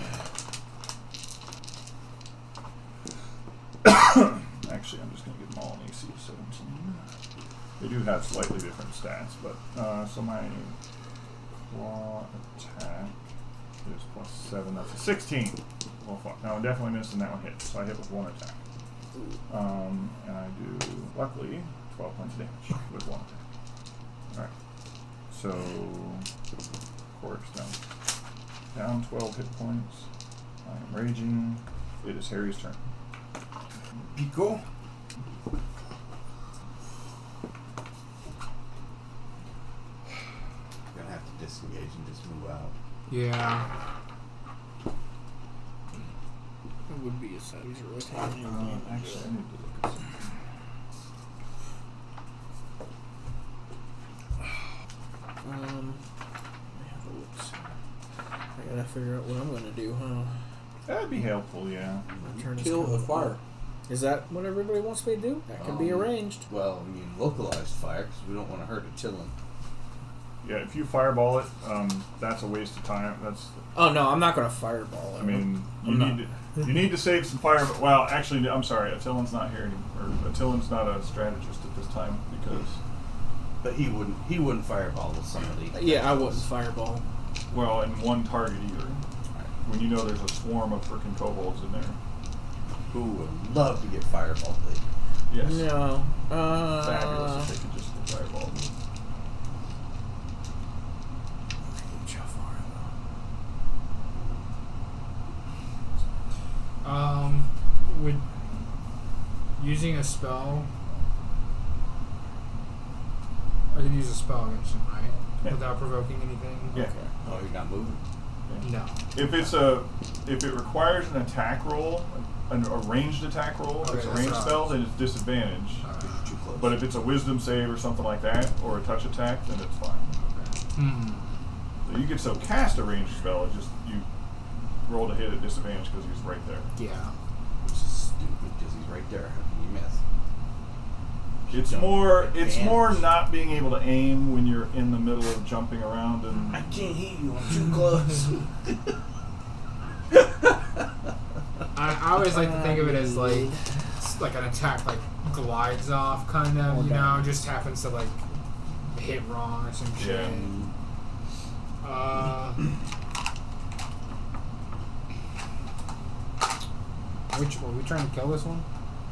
Actually, I'm just going to give them all an AC of 17. They do have slightly different stats, but. Uh, so my claw attack is plus 7. That's a 16. Oh, fuck. No, I'm definitely missing that one hit, so I hit with one attack. Um, and I do, luckily, 12 points of damage with one attack. Alright. So. Corpse down down 12 hit points. I am raging. It is Harry's turn.
Pico. Gonna have to disengage and just move out.
Yeah.
It would be a savage rotation.
Oh, actually, I need to look at something.
Um, let me have a look. see. I gotta figure out what I'm gonna do, huh?
That'd be helpful, yeah.
My turn is
kill
coming
a
up.
fire.
Is that what everybody wants me to do? That could be
Um,
arranged.
Well, I mean, localized fire, because we don't want to hurt a chillin.
Yeah, if you fireball it, um, that's a waste of time. That's,
Oh no, I'm not gonna fireball.
I
him.
mean, you
I'm not.
need to, you need to save some fire. Well, actually, I'm sorry, Attilan's not here anymore. Or Attilan's not a strategist at this time because,
But he wouldn't. He wouldn't fireball with somebody.
Uh, yeah, I wouldn't fireball. him.
well, and one target either. When you know there's a swarm of freaking kobolds in there.
Who would love to get fireballed?
Yes.
No. Uh,
Fabulous if they could just fireball.
Um, would using a spell. I can use a spell against him, right?
Yeah.
Without provoking anything?
Yeah.
Oh, you're not moving.
No.
If it's a, if it requires an attack roll, an a ranged attack roll, if
Okay,
it's a
that's
ranged
not-
spell, then it's disadvantage.
You're too close.
But if it's a wisdom save or something like that, or a touch attack, then it's fine.
Hmm.
So you could still cast a ranged spell. It just you roll to hit at disadvantage because he's right there.
Yeah.
which is stupid because he's right there. How can you miss?
It's
Jump
more, it's
advantage.
more not being able to aim when you're in the middle of jumping around and
can't hit you. I'm too close.
I, I always like to think of it as like s- like an attack like glides off kind of,
Okay.
you know, just happens to like hit wrong or some shit. Uh, which were we trying to kill this one?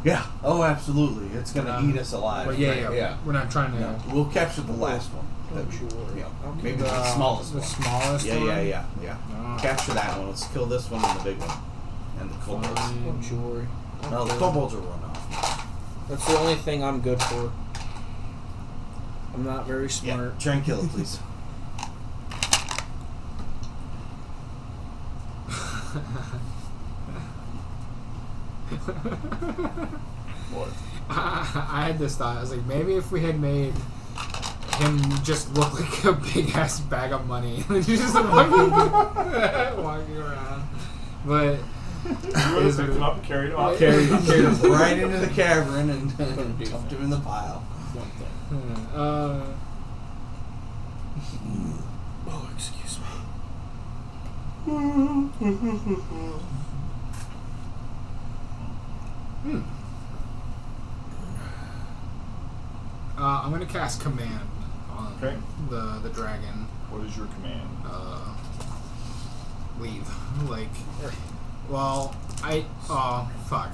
yeah. Oh, absolutely. It's gonna
Um,
eat us alive.
Well, yeah,
right?
yeah, We're not trying to.
No, we'll capture the last one. That we- yeah, Maybe the,
the
smallest
The
one.
smallest
yeah,
one.
yeah, yeah, yeah.
Ah.
Capture that one. Let's kill this one and the big one, and the kobolds.
Fine.
jewelry.
No, the kobolds will run off.
That's the only thing I'm good for. I'm not very
Yeah,
smart.
try and kill it, please.
Ah.
What?
I, I had this thought. I was like, maybe if we had made him just look like a big ass bag of money, and he's just walking, walking around. But
You would have picked him up and carried him off.
Carried him.
Carried him right into the cavern and dumped him in the pile.
One thing.
uh,
Oh, excuse me.
hmm. uh, I'm gonna cast command on
Okay.
the the dragon.
What is your command?
uh, leave. Like, well, I. Oh, fuck.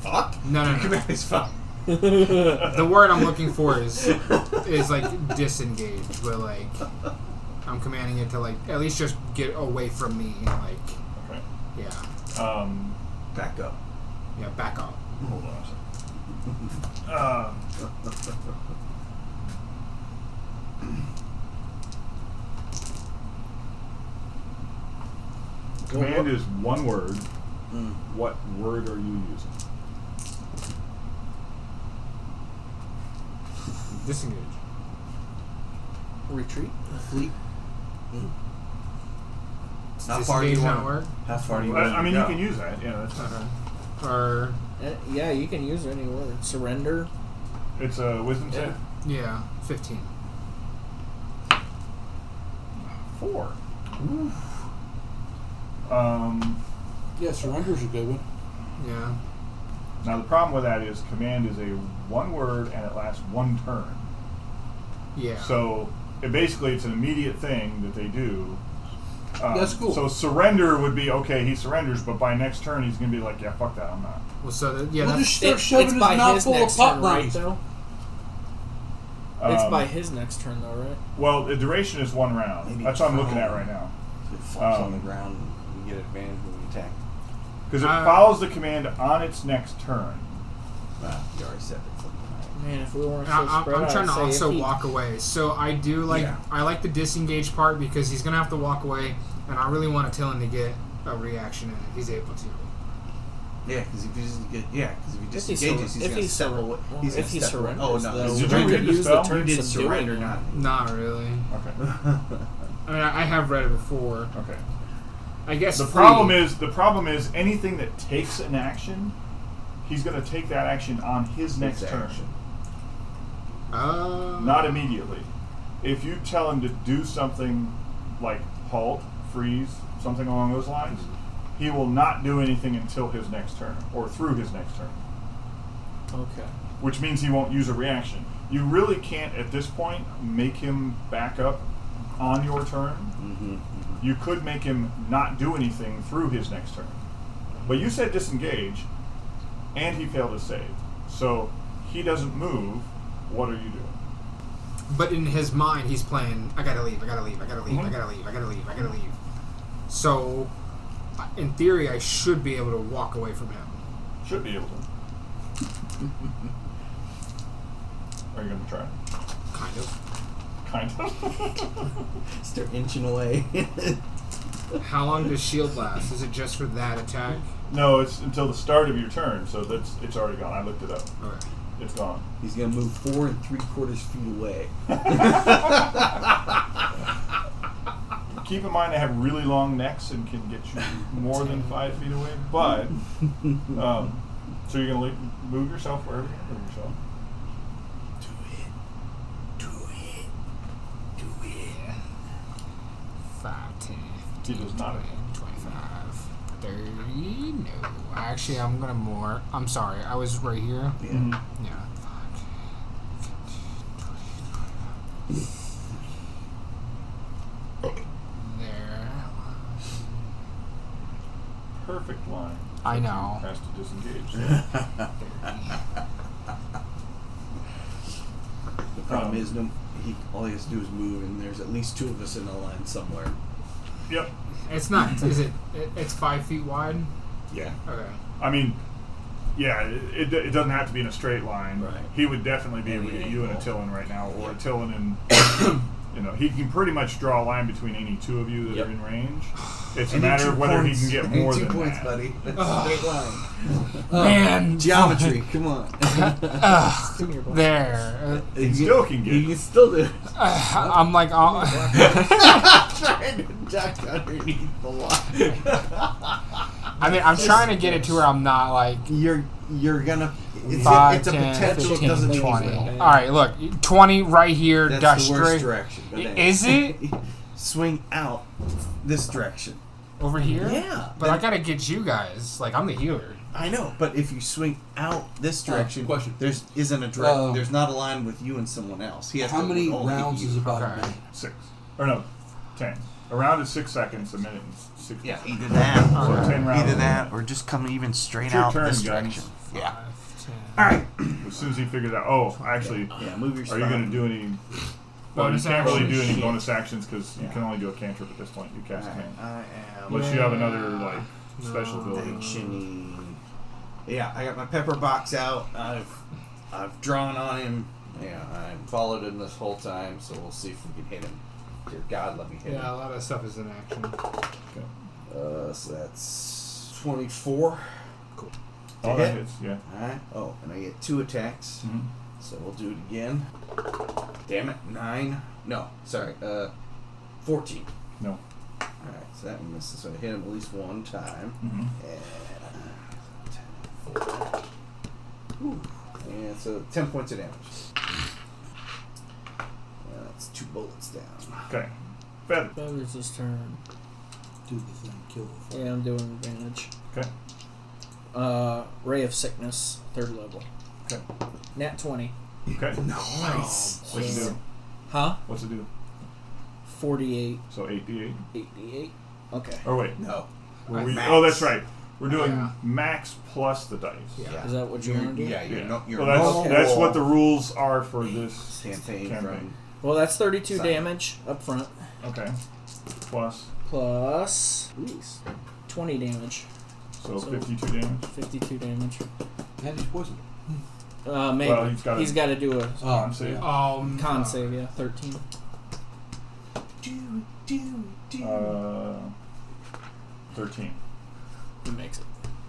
Fuck?
No, no,
Your
no.
command is fuck.
The word I'm looking for is is like disengage, but like I'm commanding it to like at least just get away from me. Like,
Okay.
yeah,
Um,
Back up.
yeah, back off.
hold on a second. Um, command is one word.
Mm.
What word are you using?
Disengage.
Retreat.
Fleet.
Does
How far do you
disengage not
want
work?
How far do you
I, I mean,
go?
you can use that. Yeah, that's fine.
Uh-huh. Or
Uh, yeah, you can use any word. Surrender.
It's a wisdom save.
yeah, fifteen.
Four. Um,
Yeah, surrender's a good one.
Yeah.
now the problem with that is command is a one word and it lasts one turn.
Yeah.
So it basically it's an immediate thing that they do. Um,
That's cool.
So surrender would be okay. He surrenders, but by next turn he's gonna be like, yeah, fuck that, I'm not.
well, so that, yeah,
we'll
that's,
just start
It-
shoving
it's
his
by
mouth
his
full of
next
pop
turn, right,
brownies.
though? it's
Um,
by his next turn, though, right?
Well, the duration is one round.
Maybe
That's what I'm looking at
prone.
right now.
It flops
Um,
on the ground and you get advantage when you attack.
Because it
Uh,
follows the command on its next turn.
Uh, you already said it. Something
Man, if we weren't so
I,
spread
I'm, I'm
out,
trying to
I'd say if
also
he-
walk away. So I do like
Yeah.
I like the disengage part because he's gonna have to walk away, and I really want to tell him to get a reaction, and he's able to.
yeah, because if you just get yeah, because if you
If
just
he surre-
engages, he's
if
gonna
he
step
surre-
away.
well,
He's
if
gonna
he
step away. Oh
surrenders,
no,
though,
he's
Did
we
you
surrendered.
could
read the
use
spell?
the
You
term
You did
subduing.
surrender, not.
Not really.
Okay.
I mean, I, I have read it before.
Okay.
I guess
The
free-
problem is the problem is anything that takes an action, he's gonna take that action on his next
Next
turn.
action.
uh,
Not immediately. If you tell him to do something like halt, freeze, something along those lines, he will not do anything until his next turn or through his next turn,
Okay.
which means he won't use a reaction. You really can't, at this point, make him back up on your turn.
Mm-hmm.
You could make him not do anything through his next turn. But you said disengage, and he failed his save. So he doesn't move. What are you doing?
But in his mind, he's playing. I gotta leave. I gotta leave. I gotta leave. I
Mhm.
gotta leave. I gotta leave. I gotta leave. So, I- in theory, I should be able to walk away from him.
Should be able to. Are you gonna try?
Kind of.
Kind of.
Start inching away.
How long does shield E last? Is it just for that attack?
no, it's until the start of your turn, so that's it's already gone. I looked it up.
Okay.
It's gone.
he's gonna move four and three quarters feet away.
Keep in mind, I have really long necks and can get you more than five feet away. But um, so you're gonna le- move yourself wherever you can move yourself.
Do it. Do it. Do it.
Five, ten,
He does not.
25, 30. No. Actually, I'm going to more. I'm sorry. I was right here.
Mhm.
Yeah. There.
Perfect line.
I know.
Has to disengage. so.
The problem is, no, he all he has to do is move, and there's at least two of us in a line somewhere.
Yep.
It's not. Is it? it it's five feet wide?
Yeah.
Okay.
I mean, yeah, it, it, it doesn't have to be in a straight line.
Right.
He would definitely be able to get you and Attilan right now, or Attilan and you know he can pretty much draw a line between any two of you that
Yep.
are in range. It's a
Any
matter
two
of whether
points.
he can get
Any
more
two
than
points,
that.
buddy. That's
Ugh.
a straight line.
Man,
Geometry, come on.
Ugh,
Give me your block.
there.
He still can
You
get.
can still do it.
Uh, I'm like, uh,
Trying to duck underneath the line.
I mean, I'm trying to get it to where I'm not like
You're you're gonna. It's,
five,
it's a
10,
potential, it
15,
doesn't mean
20.
it's
All right, look, 20 right here,
that's
dash
the worst
straight
direction. but that-
Is it?
Swing out this direction.
over here.
Yeah,
but I gotta get you guys. Like, I'm the healer.
I Oh, know, but if you swing out this
Uh,
direction,
question.
there's isn't a direct.
Uh,
there's not a line with you and someone else. He has
How
to
many
only
rounds
you.
is about
Okay.
a minute?
Six or no, ten. A round is six seconds. A minute and six.
Yeah,
seconds.
either that,
So
or,
Oh, ten rounds.
either that, or just come even straight
It's your
out
turn,
this
guys.
direction. Yeah.
Five, 10.
All right.
As soon as he figures out, oh, actually,
Yeah, move your.
are you going to do any? Well, you
Bonus
can't really do
actions.
any
Shit.
bonus actions because you
Yeah.
can only do a cantrip at this point. You cast
Alright,
command.
I am
Unless you have another like special
No.
ability.
actiony. Yeah, I got my pepper box out. I've I've drawn on him.
Yeah, I followed him this whole time, so we'll see if we can hit him. Dear God, let me hit
Yeah, a lot of stuff is in action.
him. Uh, so that's 24.
Oh,
To
that
hit?
hits. Yeah.
All right. Oh, and I get two attacks,
Mhm.
so we'll do it again. Damn it. Nine. No, sorry. Uh, 14.
No.
All right, so that one misses. So I hit him at least one time.
Mhm.
And, Ooh. and so 10 points of damage. Uh, That's two bullets down.
Okay. Feather.
Feathers his turn.
Do the thing, kill the thing.
Yeah, I'm doing advantage.
Okay.
Uh, Ray of Sickness, third level.
Okay.
Nat 20.
Okay.
Nice.
What's it do?
Huh?
What's it do?
48,
So eight d eight.
88. Okay.
Or wait.
No.
were we-
max.
oh, that's right. We're doing
Yeah.
max plus the dice.
Yeah.
Is that what you want to do?
Yeah, you're
Yeah.
not. You're
Well, that's
normal
that's what the rules are for this
campaign,
campaign.
from.
Well, that's 32
Sorry.
damage up front,
Okay. Plus,
plus 20 damage,
so,
So-
52 damage.
52 damage.
And he's poisoned.
Uh, maybe.
Well, he's gotta-
he's got to do a
Oh,
see.
yeah.
Um,
con save, yeah, 13.
Uh, 13.
He makes it.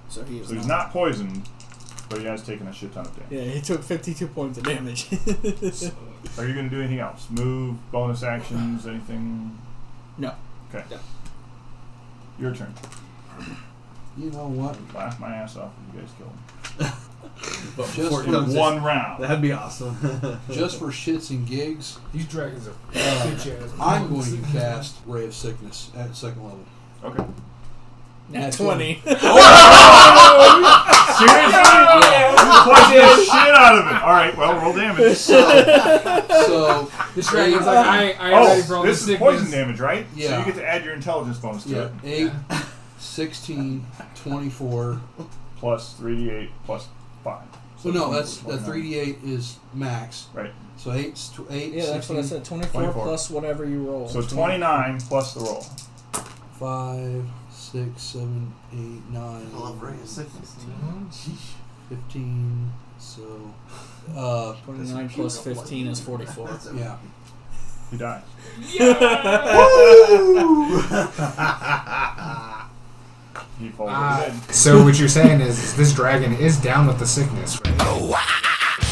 So he is
So he's
not.
not poisoned, but he has taken a shit ton of damage.
Yeah, he took 52 points of damage.
Are you going to do anything else? Move, bonus actions, anything?
no.
Okay.
No.
Your turn.
You know what?
Laugh my ass off if you guys kill him.
But
Just
before it
for
does this-
One round.
That'd be awesome.
Just for shits and gigs,
These dragons are
uh,
bitch ass.
I'm going to cast Ray of Sickness at second level.
Okay.
Nat
Nat
20.
Plug the shit out of it. All right. Well, roll damage.
So,
This dragon's like, I, I already
Oh,
rolled the
this is
sickness.
poison damage, right? So
Yeah.
you get to add your intelligence bonus to
yeah,
it.
8, 16, 24.
Plus 3d8 plus 5.
So, Oh, no, that's that
29.
3d8 is max.
Right.
So, 8, tw- 8
Yeah, that's what I
16,
said. 24,
24.
plus whatever you roll.
So 29 plus the roll.
5, 6, 7, 8, 9,
I love Ray of Sickness.
15. So, uh,
29 plus 15 is 44.
yeah.
He dies. He falls over
Uh,
dead.
so what you're saying is, is this dragon is down with the sickness, right?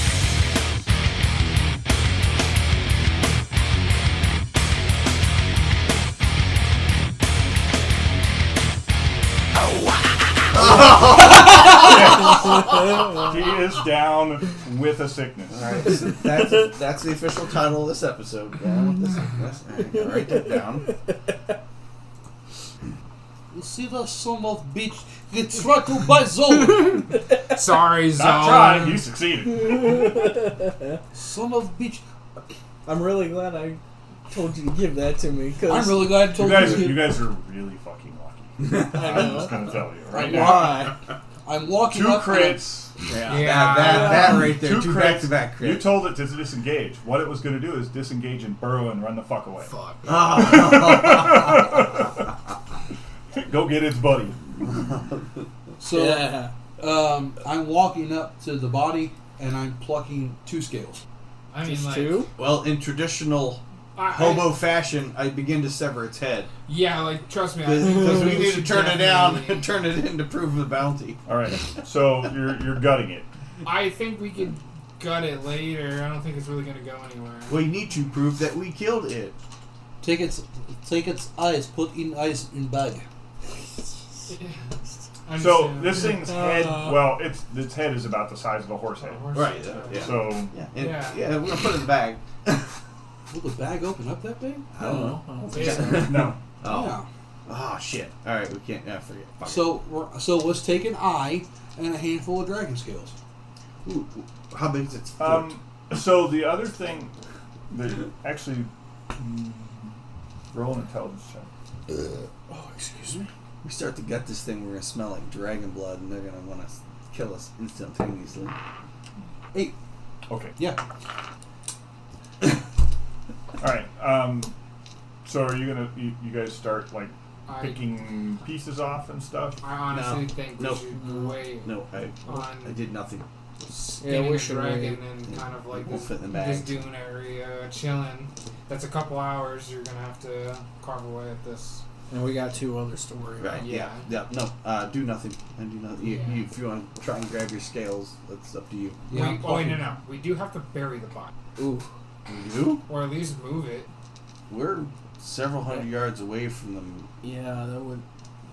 He is down with a sickness.
All right, so that's, that's the official title of this episode. Down with this. All right, gotta write that down.
You see that son of bitch get throttled by Zol.
Sorry, Zone.
Not trying. You succeeded.
son of bitch.
I'm really glad I told you to give that to me. Cause
I'm really glad I
You
told you.
guys,
to
you
get-
guys are really fucking lucky.
I
I'm just
know.
gonna tell you right
I'm
now.
Why?
I'm walking
Two
up. and I'm-
crits.
Yeah,
Yeah.
That, that, that right there.
Two
Two,
crits.
back to back crits.
You told it to disengage. What it was gonna do is disengage and burrow and run the fuck away.
Fuck.
Ah.
Go get its buddy.
So
yeah.
Um, I'm walking up to the body and I'm plucking two scales.
I mean,
Just
like,
two?
Well, in traditional
I, I-
hobo fashion, I begin to sever its head
yeah, like trust me. I think
because we need to
should
turn it down
definitely-
and turn it in to prove the bounty.
All right. So you're you're gutting it.
I think we could gut it later. I don't think it's really gonna go anywhere.
We need to prove that we killed it.
Take its, take its eyes, put in eyes in bag.
I'm
So
just-
this thing's head,
Uh,
well, its its head is about the size of a horse head.
horse-
Right, uh, yeah.
So
Yeah, and,
Yeah.
yeah. we're gonna put it in the bag.
Will the bag open up that big?
I don't
Oh.
know.
Uh-huh.
I don't think
Yeah.
so.
no,
Oh.
Yeah.
Oh shit! All right, we can't. Uh, forget. Fuck it.
So, we're, so let's take an eye and a handful of dragon scales.
Ooh, how big is its foot?
Um, so the other thing that actually mm, roll an intelligence check.
Oh, excuse me.
we start to gut this thing, we're gonna smell like dragon blood, and they're gonna want to kill us instantaneously.
Eight.
Okay.
Yeah.
All right. Um, so are you gonna you, you guys start like
I,
picking pieces off and stuff?
I honestly
No.
think we
No.
should wait
No, I,
on
I did nothing.
Yeah,
skinning
we
the
should
dragon
wait.
and kind of like
We'll
this,
fit in the bag.
this dune area, chilling. That's a couple hours. You're gonna have to carve away at this.
And we got two others to worry about.
Right? Yeah. Yeah. No. Uh, do nothing. And do nothing. You,
Yeah.
you, if you want to try and grab your scales, that's up to you.
Yeah, I'm
we, oh wait, no,
plucking.
no. We do have to bury the body,
Ooh.
You?
or at least move it.
We're several hundred yards away from the
Yeah, that would.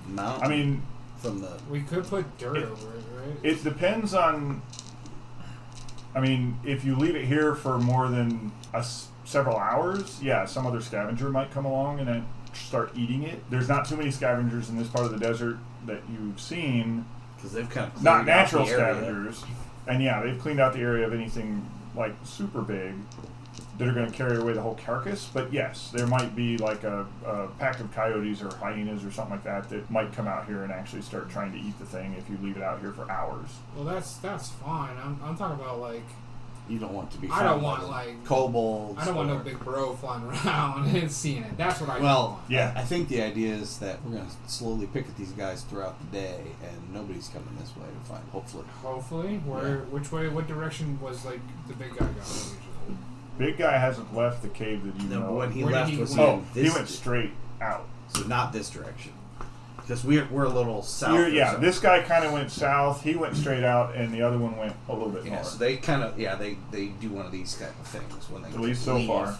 mountain.
I mean,
from the.
We could put dirt
It-
over it, right?
it depends on. I mean, if you leave it here for more than a s several hours, yeah, some other scavenger might come along and then start eating it. There's not too many scavengers in this part of the desert that you've seen.
Because they've kind of
not natural scavengers. And yeah, they've cleaned out the area of anything like super big that are going to carry away the whole carcass. But yes, there might be like a, a pack of coyotes or hyenas or something like that that might come out here and actually start trying to eat the thing if you leave it out here for hours.
well, that's that's fine. I'm, I'm talking about like
You don't want to be.
I don't
found
want
by
like
kobolds.
I don't want no
or-
big bro flying around and seeing it. That's what I
Well,
want.
Yeah.
I think the idea is that we're going to slowly pick at these guys throughout the day, and nobody's coming this way to find. Hopefully,
Hopefully, where which way, what direction was like the big guy going? usually?
Big guy hasn't left the cave that you
no.
know.
But when he
Where did
left,
he
was
went?
oh, he
in this
went straight out.
so not this direction, because we're we're a little south.
You're-
or
yeah,
something.
this guy kind of went south. He went straight out, and the other one went a little bit
Yeah,
north.
so they kind of yeah they they do one of these type of things when they
At least so
leave.
far.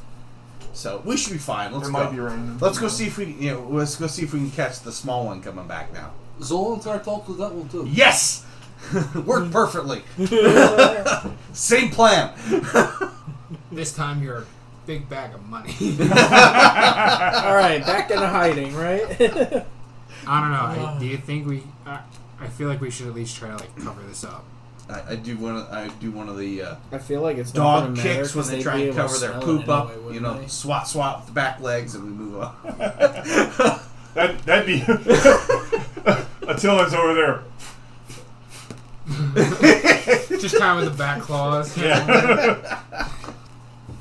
So we should be fine. Let's
there
go.
might be rain.
Let's go see if we you know let's go see if we can catch the small one coming back now.
Zolan started talking to that one too.
Yes, worked perfectly. Same plan.
This time you're a big bag of money.
All right, back into hiding, right?
I don't know. I, do you think we? I I feel like we should at least try to like cover this up.
I, I do one. Of, I do one of the uh,
I feel like it's not
dog
gonna matter
kicks when
'cause
they
they'd
try
be
and
able to
cover their
smell it
poop up.
anyway,
you
wouldn't
know,
they?
swat swat with the back legs, and we move on.
That, that'd be. Attila's over there.
Just kind of with the back claws.
Yeah.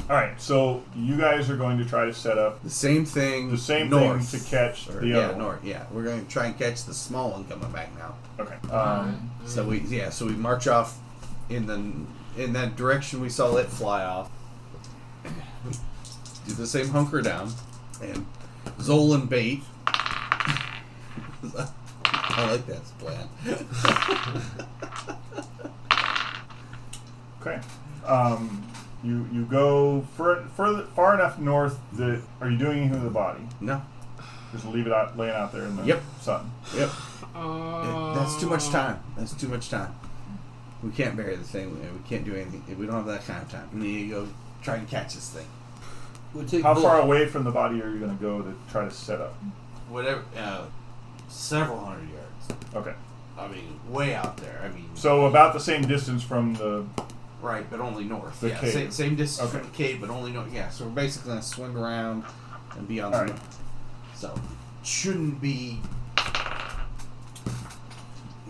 All right, so you guys are going to try to set up
the same thing.
the same
north.
thing to catch
Or,
the
yeah,
other one.
north. Yeah, we're gonna try and catch the small one coming back now.
Okay.
Alright.
Um,
So we yeah, so we march off in the in that direction we saw it fly off. Do the same hunker down and Zolan bait. I like that plan.
Okay. Um, you you go fur, further far enough north that are you doing anything with the body?
No.
Just leave it out laying out there in the
Yep.
sun.
Yep.
Uh,
That's too much time. That's too much time. We can't bury the thing. We can't do anything. We don't have that kind of time. We need to go try and catch this thing.
We'll take
How
both.
far away from the body are you going to go to try to set up?
Whatever. Uh, several hundred yards.
Okay.
I mean, way out there. I mean,
So about the same distance from the
Right, but only north.
The
yeah,
cave.
Same, same distance
Okay.
from the cave, but only north. Yeah, so we're basically gonna swing around and be on.
All
the
right.
So shouldn't be.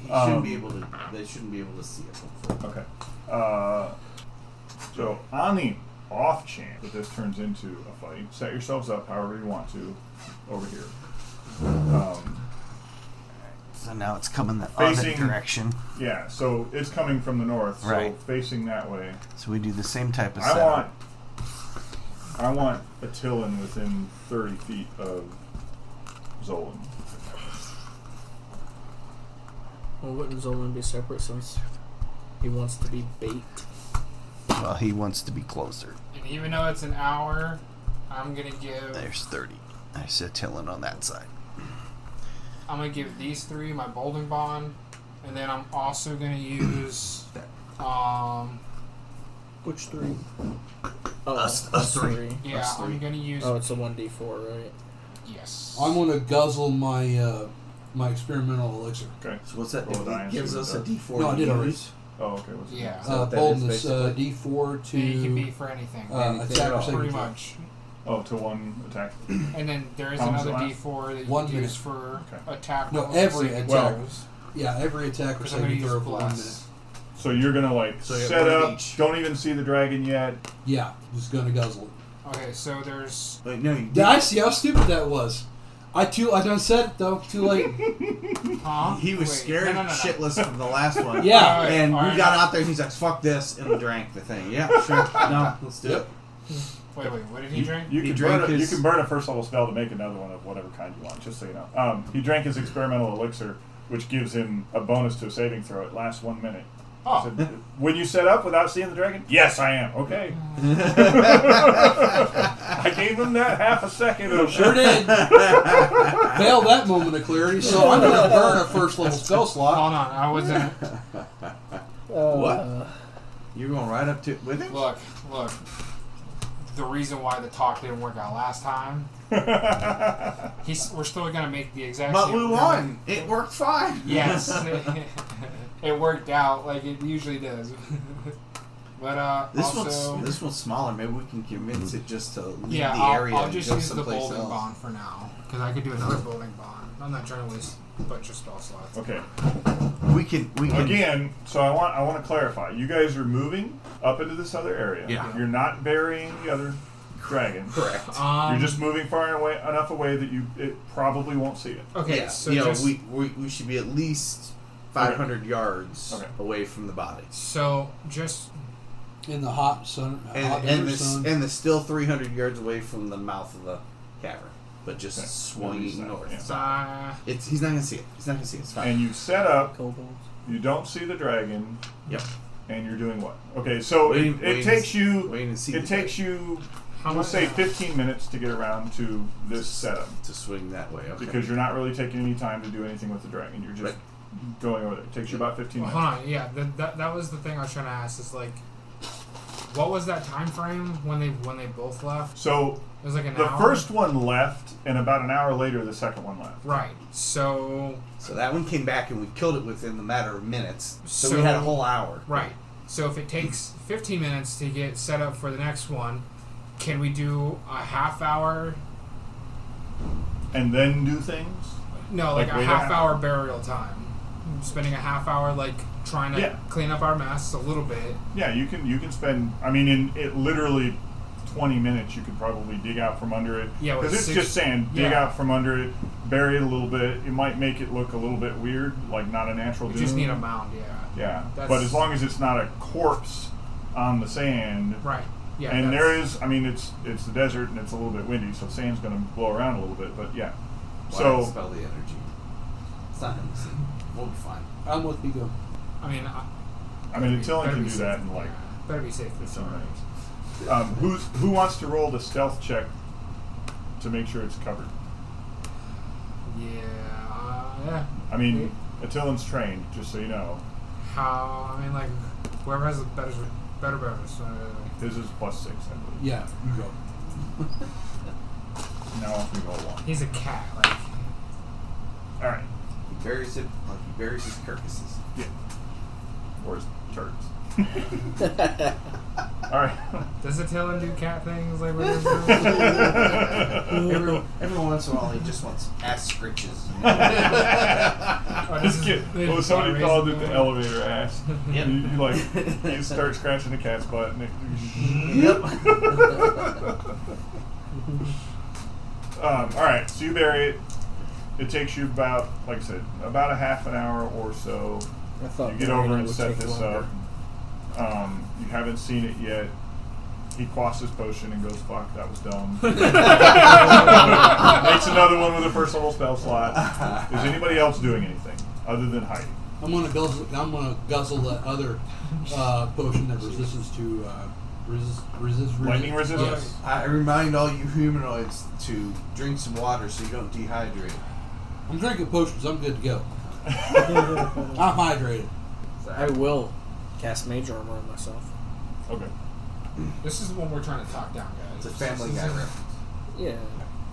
He
Um,
shouldn't be able to. They shouldn't be able to see us. Hopefully.
Okay. Uh, so on the off chance that this turns into a fight, set yourselves up however you want to over here. Um,
So now it's coming the
Facing-
other direction.
Yeah, so it's coming from the north, so
Right.
facing that way.
So we do the same type of
I
setup.
want, I want Attilan within thirty feet of Zolan.
Well, wouldn't Zolan be separate since he wants to be bait?
Well, he wants to be closer.
And even though it's an hour, I'm gonna give
There's 30. There's Attilan on that side.
I'm gonna give these three my bolding bond, and then I'm also gonna use um
Which three? Oh,
Us-
the
us three.
yeah
Plus three.
I'm gonna use
Oh, it's a one d four, right?
yes.
I'm going to guzzle my uh, my experimental elixir.
Okay.
So what's that?
Roll
If
the
it
dice,
gives
see what
us
it
a
does.
D4
No, I
to
did already.
use,
Oh, okay. What's
yeah.
Uh,
that is,
boldness uh, D4 to
And you can be for anything,
uh,
anything at
attack or
all.
saving
pretty
throw.
much.
Oh, to one attack.
And then there is
How much
another
is it
D4 that you
One
can
minute.
use for
Okay.
attack.
No,
rolls
every
and saving
attack.
throws.
Yeah, every attack or
Because I'm gonna
saving
use
throw for one minute.
bless.
So you're gonna like
So you have
set
one
up.
each.
Don't even see the dragon yet.
Yeah, just going to guzzle it.
Okay, so there's
Wait, no, you
Did I see how stupid that was? I too I done said it though. Too late.
huh?
He was
Wait,
scared
no, no, no, no.
shitless from the last one.
Yeah.
Alright,
And we
alright,
got
no.
out there and he's like, fuck this, and drank the thing. Yeah, sure. No, let's do it.
Wait, wait, what did he drink?
You
He
can
drank
burn a,
his-
you can burn a first level spell to make another one of whatever kind you want. Just so you know, um, he drank his experimental elixir, which gives him a bonus to a saving throw. It lasts one minute.
Oh.
So, when you set up without seeing the dragon, yes, I am. Okay. I gave him that half a second. Of,
Sure did. Failed that moment of clarity, so I'm going to burn a first level spell slot.
Hold on, I wasn't.
Uh,
What? You're going right up to it with him?
Look, look. The reason why the talk didn't work out last time, he's, we're still gonna make the exact.
but
same
we won. It worked fine.
Yes, it worked out like it usually does. but uh,
This
also,
one's this one's smaller. Maybe we can convince it just to leave
yeah,
the
I'll,
area
I'll
and
just
go
use the
someplace
bolding
else.
bond for now because I could do another bolding bond. I'm not trying to waste a bunch of spell slots.
okay.
We can we can
Again, so I want I want to clarify. You guys are moving up into this other area.
Yeah.
You're not burying the other dragon.
correct.
Um,
You're just moving far away enough away that you it probably won't see it.
okay.
yeah,
so
you know,
just,
we, we we should be at least 500 yards
Okay.
away from the body.
so just
In the hot sun, hot
And
desert
and this
sun.
and the still 300 yards away from the mouth of the cavern, but just
Okay. Northeast
swinging
side,
north.
yeah.
uh,
It's he's not gonna see it. He's not gonna see it. It's fine.
And you set up.
Kobolds.
You don't see the dragon.
Yep.
And you're doing what? Okay, so it,
Wait-
it
wait.
takes you.
Wait and see.
It takes you.
how
We'll
much?
say 15 minutes to get around to this setup
to swing that way. Okay.
because you're not really taking any time to do anything with the dragon. You're just going over there. It takes you about 15
Well,
minutes.
hold on, yeah, that, that, that was the thing I was trying to ask. Is like, what was that time frame when they when they both left?
So
It was like an
the
hour.
first one left, and about an hour later, the second one left.
right? So
so that one came back and we killed it within the matter of minutes. So, we
So-
had a whole hour.
right. So if it takes 15 minutes to get set up for the next one, can we do a half hour?
And then do things.
No, like,
Like
a
wait a
half
half-
hour burial time. Spending a half hour like trying to
Yeah.
clean up our mess a little bit.
Yeah, you can. You can spend. I mean, in it literally 20 minutes, you could probably dig out from under it.
Yeah, with
because it's
six-
just sand. Dig
yeah.
out from under it, bury it a little bit. It might make it look a little bit weird, like not a natural.
We
dune.
just need a mound, yeah.
Mm-hmm. Yeah, but
That's-
as long as it's not a corpse on the sand,
Right. Yeah.
and there
that's-
is, I mean, it's it's the desert and it's a little bit windy, so sand's going to blow around a little bit. But yeah,
Why not
so
spell the energy. It's not gonna see. it. We'll be fine.
I'm with you. Go.
I mean, I,
I mean,
better
until I
be
can do
safe
that
than-
in like
better be safe than
it's
sorry.
Um, who's who wants to roll the stealth check to make sure it's covered?
Yeah. Uh, yeah.
I mean, Attilan's trained, just so you know.
How? I mean, like, whoever has the better, better bonus. Uh,
His is plus six, I believe.
Yeah, you go.
Now off we roll one.
he's a cat. Like,
All right.
He buries it like he buries his carcasses.
Yeah. Or his turds. All right.
does Attila do cat things? Like, what is
every, every once in a while, he just wants ass scritches.
Oh, this
This
is-
kid-
this
well,
is
somebody
fundraising
called it the
moment.
elevator ass.
Yep.
You, you like you start scratching the cat's butt and it.
Yep.
um, all right, so you bury it. It takes you about, like I said, about a half an hour or so.
I thought
You get
Marina
over and
would
set
take
this
longer.
up. Um, you haven't seen it yet. He quaffs his potion and goes, "Fuck, that was dumb." Makes another one with a first level spell slot. Is anybody else doing anything other than hiding?
I'm gonna guzzle. I'm gonna guzzle that other uh, potion that resists to uh, resist, resist, resist
Lightning resistance.
I remind all you humanoids to drink some water so you don't dehydrate.
Yes. I'm drinking potions. I'm good to go. I'm hydrated.
I will cast mage armor on myself.
Okay.
This is the one we're trying to talk down, guys.
It's a family
This
guy
isn't-
reference.
Yeah,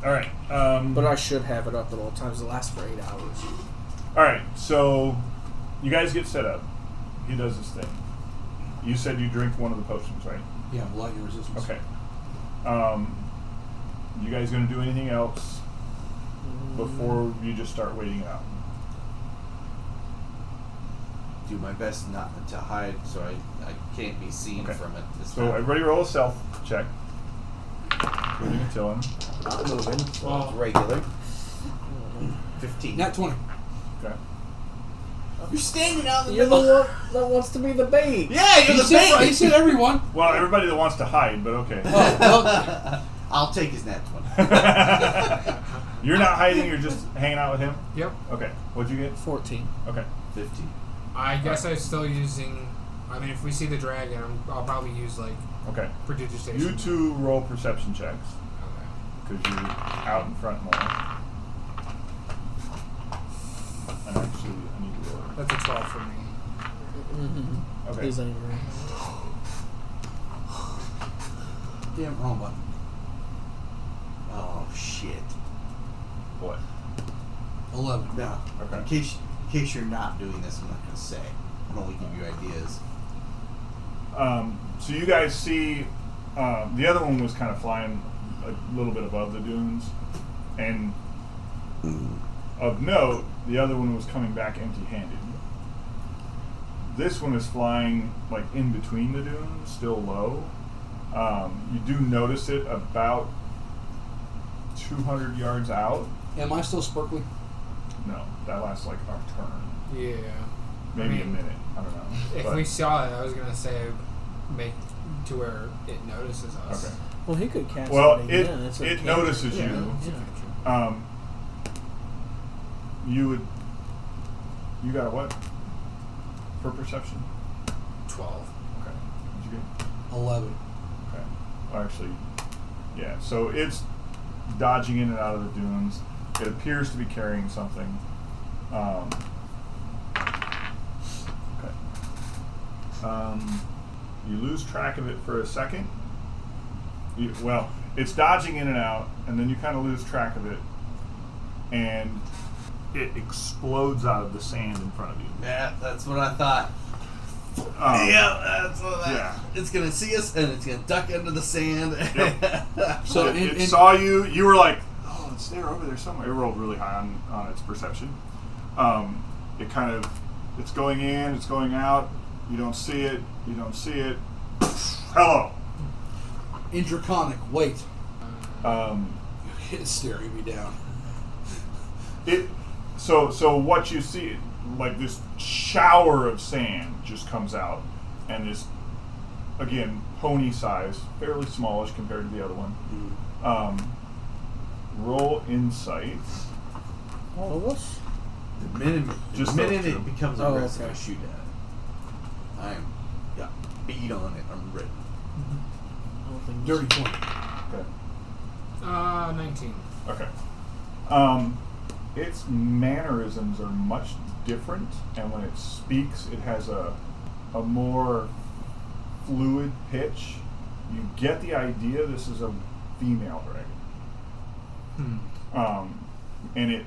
All right. Um,
but I should have it up at all times. It lasts for eight hours.
All right, so you guys get set up. He does his thing. You said you drink one of the potions, right?
Yeah, lightning resistance.
Okay. Um, you guys gonna do anything else before you just start waiting it out?
Do my best not to hide so I, I can't be seen
Okay.
from it. This
So
time.
everybody roll a self check. Including Attilan.
not moving. so
Well-
it's regular. Fifteen.
Nat twenty.
Okay.
You're standing out in
You're the one that wants to be the bait.
Yeah, you're
He
the
said, he
bait.
said everyone.
Well, everybody that wants to hide, but okay.
Oh, well,
I'll take his net one.
you're not hiding. You're just hanging out with him.
Yep.
Okay. What'd you get?
Fourteen.
Okay.
Fifteen.
I guess I'm still using. I mean, if we see the dragon, I'm, I'll probably use like
Okay.
prodigitation.
You two roll perception checks.
Okay.
because you're out in front more. And actually, I need to roll.
That's a 12 for me.
Mm-hmm.
Okay.
He's angry.
damn wrong button.
Oh shit.
What?
Eleven.
No.
Okay.
In case in case you're not doing this, I'm not gonna say. I'm only give you ideas.
Um, so you guys see, uh, the other one was kind of flying a little bit above the dunes, and of note, the other one was coming back empty-handed. This one is flying like in between the dunes, still low. Um, you do notice it about 200 yards out.
Am I still sparkling?
No, that lasts like our turn,
Yeah.
maybe
mean,
a minute. I don't know.
If
But-
we saw it, I was going to say make to where it notices us.
okay.
Well, he could cast.
Well,
it
it
again. It's
it
okay.
notices
Yeah.
you.
Yeah.
Um, you would. You got a what? For perception.
12.
Okay. Did you get?
Eleven.
Okay. Well, actually, yeah. So it's dodging in and out of the dunes. It appears to be carrying something. Um, okay. Um, you lose track of it for a second. You, well, it's dodging in and out, and then you kind of lose track of it, and it explodes out of the sand in front of you.
Yeah, that's what I thought.
Um,
Oh. yeah, that's what I,
yeah.
It's gonna see us and it's gonna duck under the sand.
Yep.
So
it,
in-
it
in-
saw you. You were like, "Oh, it's there over there somewhere." It rolled really high on, on its perception. Um, it kind of, it's going in, it's going out. You don't see it. You don't see it. Hello.
In draconic. Wait.
Um,
It's staring me down.
it. So so what you see, like this shower of sand just comes out, and this, again, pony size, fairly smallish compared to the other one. Um,
Mm-hmm.
roll insight.
All of us.
The minute,
Just
the minute
those two.
it becomes
Oh,
aggressive,
okay.
I shoot at it. I'm yeah, beat on it. I'm ready.
I don't think
Dirty twenty.
Okay.
Uh, 19.
Okay. Um, its mannerisms are much different, and when it speaks, it has a, a more fluid pitch. You get the idea this is a female dragon.
Hmm.
Um, and it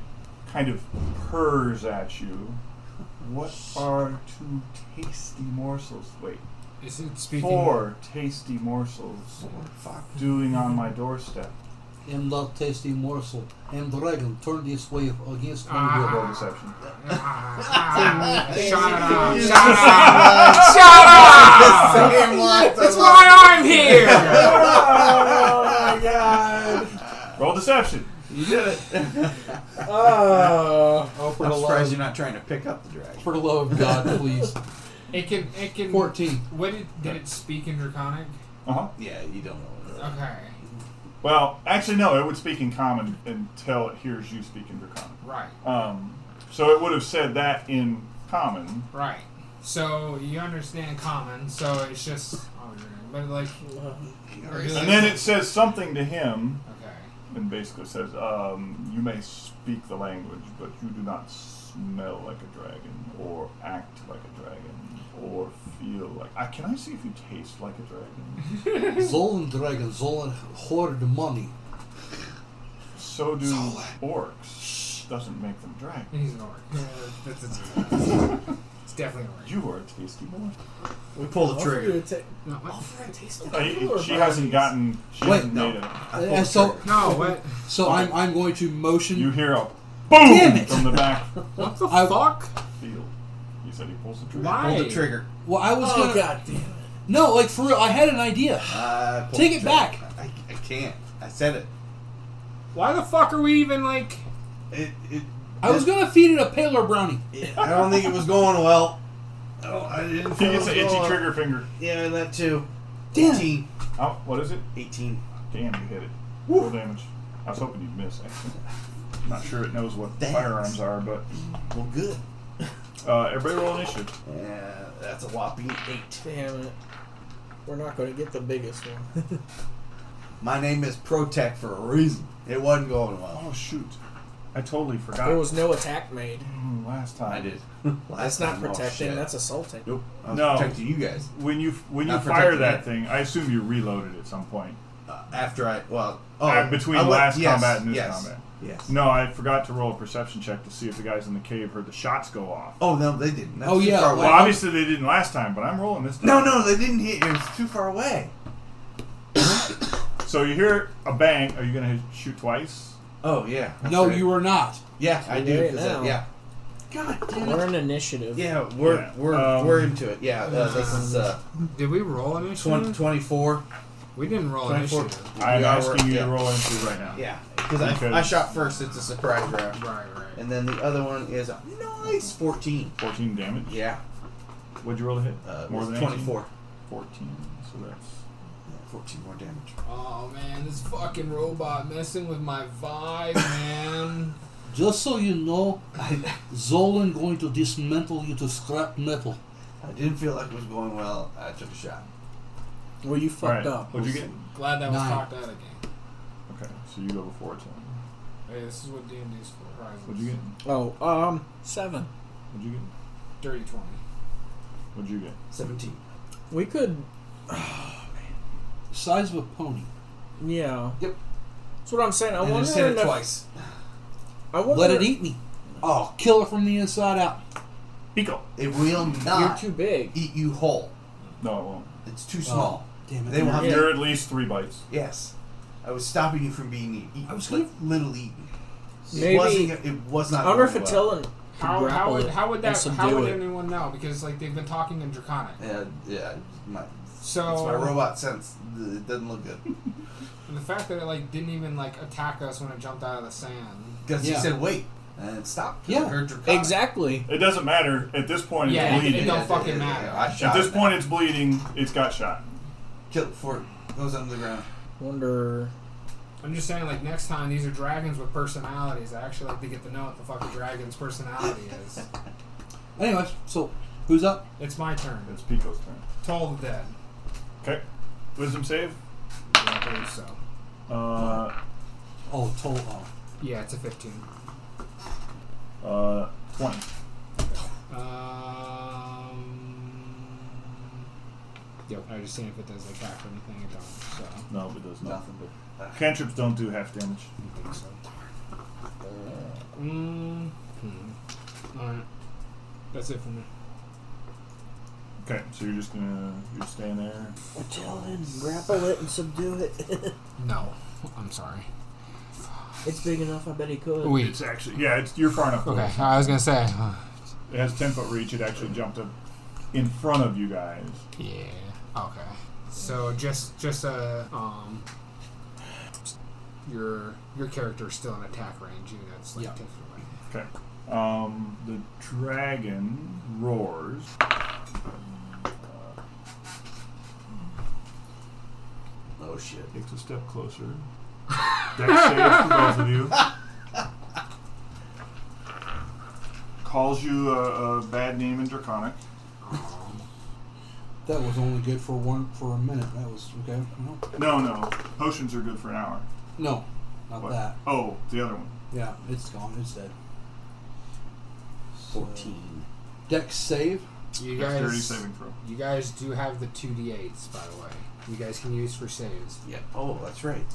kind of purrs at you. What are two tasty morsels? Wait,
Is it speaking?
four tasty morsels doing on my doorstep.
And that tasty morsel. And dragon, turn this way against my will.
Roll
Ah,
deception.
ah, shut up!
You
Shut
just-
up!
Ah.
Shut up! That's why I'm here!
oh my god! Roll deception.
You did it.
Oh.
Oh, for
I'm
the
surprised
love,
you're not trying to pick up the dragon.
for the love of God, please.
It can. It can.
Fourteen.
What did, did it speak in Draconic?
Uh huh.
Yeah, you don't know.
Okay.
Well, actually, no. It would speak in common until it hears you speak in Draconic.
Right.
Um, so it would have said that in common.
Right. So you understand common. So it's just. Oh, you're gonna- but like.
And then it says something to him,
Okay.
and basically says, um, "You may speak the language, but you do not smell like a dragon, or act like a dragon, or feel like." I, can I see if you taste like a dragon?
Zolan dragon, Zolan hoard money.
So do orcs. Doesn't make them dragons.
He's an orc. That's, that's, it's definitely an orc.
You are a tasty boy.
We pull the
Offer you
trigger.
a ta-
No, what?
offer a taste of
Uh,
the
he-
floor,
she
buddy.
hasn't gotten. She
Wait,
hasn't
no.
made it.
I pull
Uh,
the
so-
trigger.
No, what?
So I'm, I'm going to motion.
You hear a boom
Damn it!
from the back
What the
I-
fuck?
field. He said he pulls the trigger.
Why?
Pull the trigger.
Well, I was
Oh
gonna.
god damn it.
No, like for real, I had an idea.
I pulled
Take
the
it
trigger.
back.
I, I can't. I said it.
Why the fuck are we even like?
It. it
I was gonna feed it a paler brownie.
it- I don't think it was going well. I, don't, I didn't.
He
Feel
gets
it
an
was
itchy
going-
trigger finger.
Yeah, that too.
Damn.
18.
Oh, what is it?
18.
Damn, you hit it. Full damage. I was hoping you'd miss. Actually, I'm not sure it knows what
Damn.
firearms are, but
Well, good.
uh, everybody roll initiative.
Yeah, that's a whopping 8.
Damn it. We're not going to get the biggest one.
My name is Protect for a reason. It wasn't going well.
Oh shoot! I totally forgot.
there was no attack made.
Mm, last time.
I did.
That's not protecting, that's assaulting.
oh, Nope. I was
No.
protecting you guys.
When you when you
Not
fire
protected
that
yet.
thing, I assume you reloaded at some point.
Uh, after I, well, oh,
Uh, between
I went-
last
yes,
combat and this
yes,
combat.
Yes.
No, I forgot to roll a perception check to see if the guys in the cave heard the shots go off.
Oh no, they didn't. That's
Oh,
too
yeah,
Far
well,
away.
Well, obviously they didn't last time, but I'm rolling this. Time.
no, no, they didn't hit. It was too far away.
So you hear a bang. Are you gonna hit- shoot twice?
Oh yeah. that's
No,
right.
you were not.
Yeah, I do.
Right
'cause that-
now.
yeah.
We're an initiative.
Yeah, we're
Yeah,
we're
um,
we're into it. Yeah, uh, this is uh,
Did we roll initiative?
Hmm.
20, 24.
we didn't roll
24.
initiative.
I'm
We are-
asking you
yeah.
to roll into right now.
Yeah, because I, I
Because-
shot first. It's a surprise round,
Right, right.
and then the other one is a nice fourteen.
14 damage.
Yeah,
What'd you roll to hit?
uh,
More than 18?
twenty-four.
14. So that's
Yeah, Fourteen more damage.
Oh man, this fucking robot messing with my vibe, man.
Just so you know, Zolan going to dismantle you to scrap metal.
I didn't feel like it was going well. I took a shot.
Well, you
all right.
fucked up.
What'd you get?
Glad that was
Nine.
talked out again.
Okay, so you go before it's on.
Hey, this is what D and D's for. Horizons.
What'd you get?
Oh, um, seven.
What'd you get?
Dirty twenty.
What'd you get?
Seventeen.
We could,
Size of a pony.
yeah.
Yep.
That's what I'm saying. I
And I
wonder
just hit it
if-
twice.
I wonder,
Let it eat me. Oh, kill it from the inside out.
Pico.
It will
You're
not
too Oh. big.
eat you whole.
No, it won't.
It's too small.
Damn it.
They will have
Yeah.
to.
You're at least three bites.
Yes, I was stopping you from being eaten. I was like little eaten.
Maybe-
It wasn't. It was not.
I wonder if
going well.
Attila.
How, how
grapple
would
it
how would
and
that how
subdue
would
it.
anyone know? Because like they've been talking in Draconic.
Uh, yeah, my,
So
it's my robot sense. It doesn't look good.
And the fact that it like didn't even like attack us when it jumped out of the sand.
Because
Yeah.
he said wait, and it stopped. 'cause
Yeah.
it hurt Draconic.
Exactly.
It doesn't matter. At this point, it's
Yeah, it-
bleeding.
it don't fucking matter.
I
At
shot
this
it.
point, it's bleeding. It's got shot.
kill it before it goes under the ground.
Wonder.
I'm just saying like next time these are dragons with personalities. I actually like to get to know what the fuck a dragon's personality is.
Anyways, so who's up?
It's my turn.
It's Pico's turn.
Toll the dead.
Okay. Wisdom save.
I don't believe so.
Uh,
Oh, toll. Oh.
Yeah, it's a 15.
uh, 20.
Um. Yep. I was just seeing if it does like half or anything. It don't. So. I
No, it does not.
Nothing but uh,
Cantrips don't do half damage.
don't think so. Mm. Hmm. All right. That's it for me.
Okay, so you're just gonna you're staying there.
Attila, grapple it and subdue it.
No. I'm sorry.
it's big enough. I bet he could.
Wait.
It's actually yeah, it's you're far enough. away.
Okay, I was gonna say.
It has ten foot reach. It actually jumped up in front of you guys.
yeah. Okay. So just just a um, uh, your your character is still in attack range. You know, it's like
Yeah.
takes it away.
Okay. Um, the dragon roars.
Oh shit.
Takes a step closer. Deck save for both of you. Calls you a, a bad name in Draconic.
That was only good for one for a minute. That was okay. No,
No, no. Potions are good for an hour.
no not
What?
that.
Oh, the other one.
Yeah, it's gone. It's dead. So,
Fourteen.
Dex save.
Dexterity
You guys,
saving throw.
you guys do have the two d8s, by the way. You guys can use for saves.
Yeah. Oh, that's right.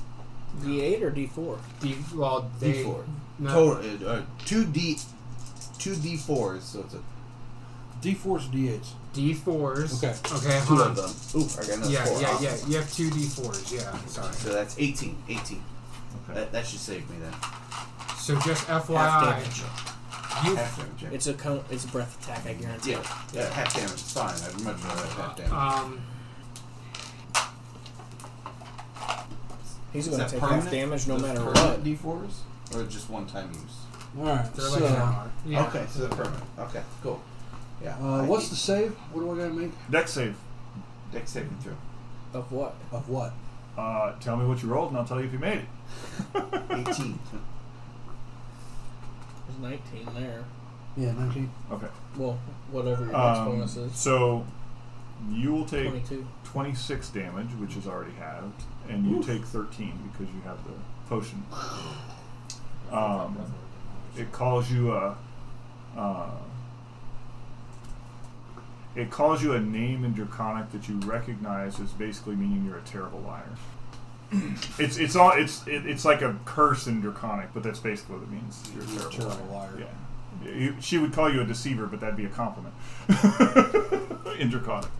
D8 or D4?
D, well, they,
D four.
No,
Total. Uh, two D. Two D fours. So it's a
D4s, D8s.
D4s.
Okay.
Okay.
two
Hold on.
of them. Ooh, I got another
Yeah,
four.
yeah,
Ah.
yeah. You have two D4s. Yeah. Sorry.
So that's 18. 18.
Okay.
That, that should save me then.
So just
Half
FYI,
damage.
you
Half damage. Yeah.
It's a con- it's a breath attack, I guarantee.
yeah. yeah, half damage. is Fine. I'd much rather have half damage.
um
He's
Is
going to
that
take
permanent?
half damage no
Those
matter what.
permanent D4s? Or just one time use?
All right.
they're like
so,
an hour. Yeah.
Okay, so they're permanent. Okay, cool. Yeah.
uh,
I
what's the
need
save? What do I gotta make?
Deck save.
Dex saving throw?
Of what?
Of what?
Uh, tell me what you rolled, and I'll tell you if you made it.
18.
There's 19 there.
Yeah, 19.
Okay.
Well, whatever your next
Um,
bonus is.
so you will take
22.
26 damage, which is already halved, and you take 13 because you have the potion. Um, it calls you a. Uh, it calls you a name in Draconic that you recognize as basically meaning you're a terrible liar. it's it's all it's it, it's like a curse in Draconic, but that's basically what it means. You're a terrible,
terrible liar.
Yeah, You- she would call you a deceiver, but that'd be a compliment in Draconic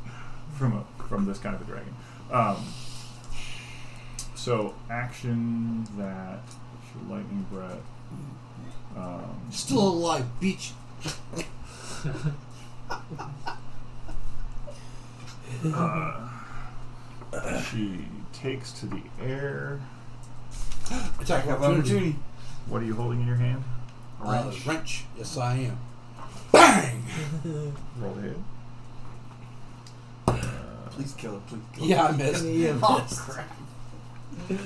from a from this kind of a dragon. Um, so action that lightning breath. Um,
Still alive, bitch.
Uh, she takes to the air.
Attack of
opportunity.
What are you holding in your hand? A
Uh,
wrench.
wrench. Yes, I am. Bang!
Roll the hit.
Please kill her, please kill her.
Yeah, I missed.
Oh, crap.
Uh,
10, 20,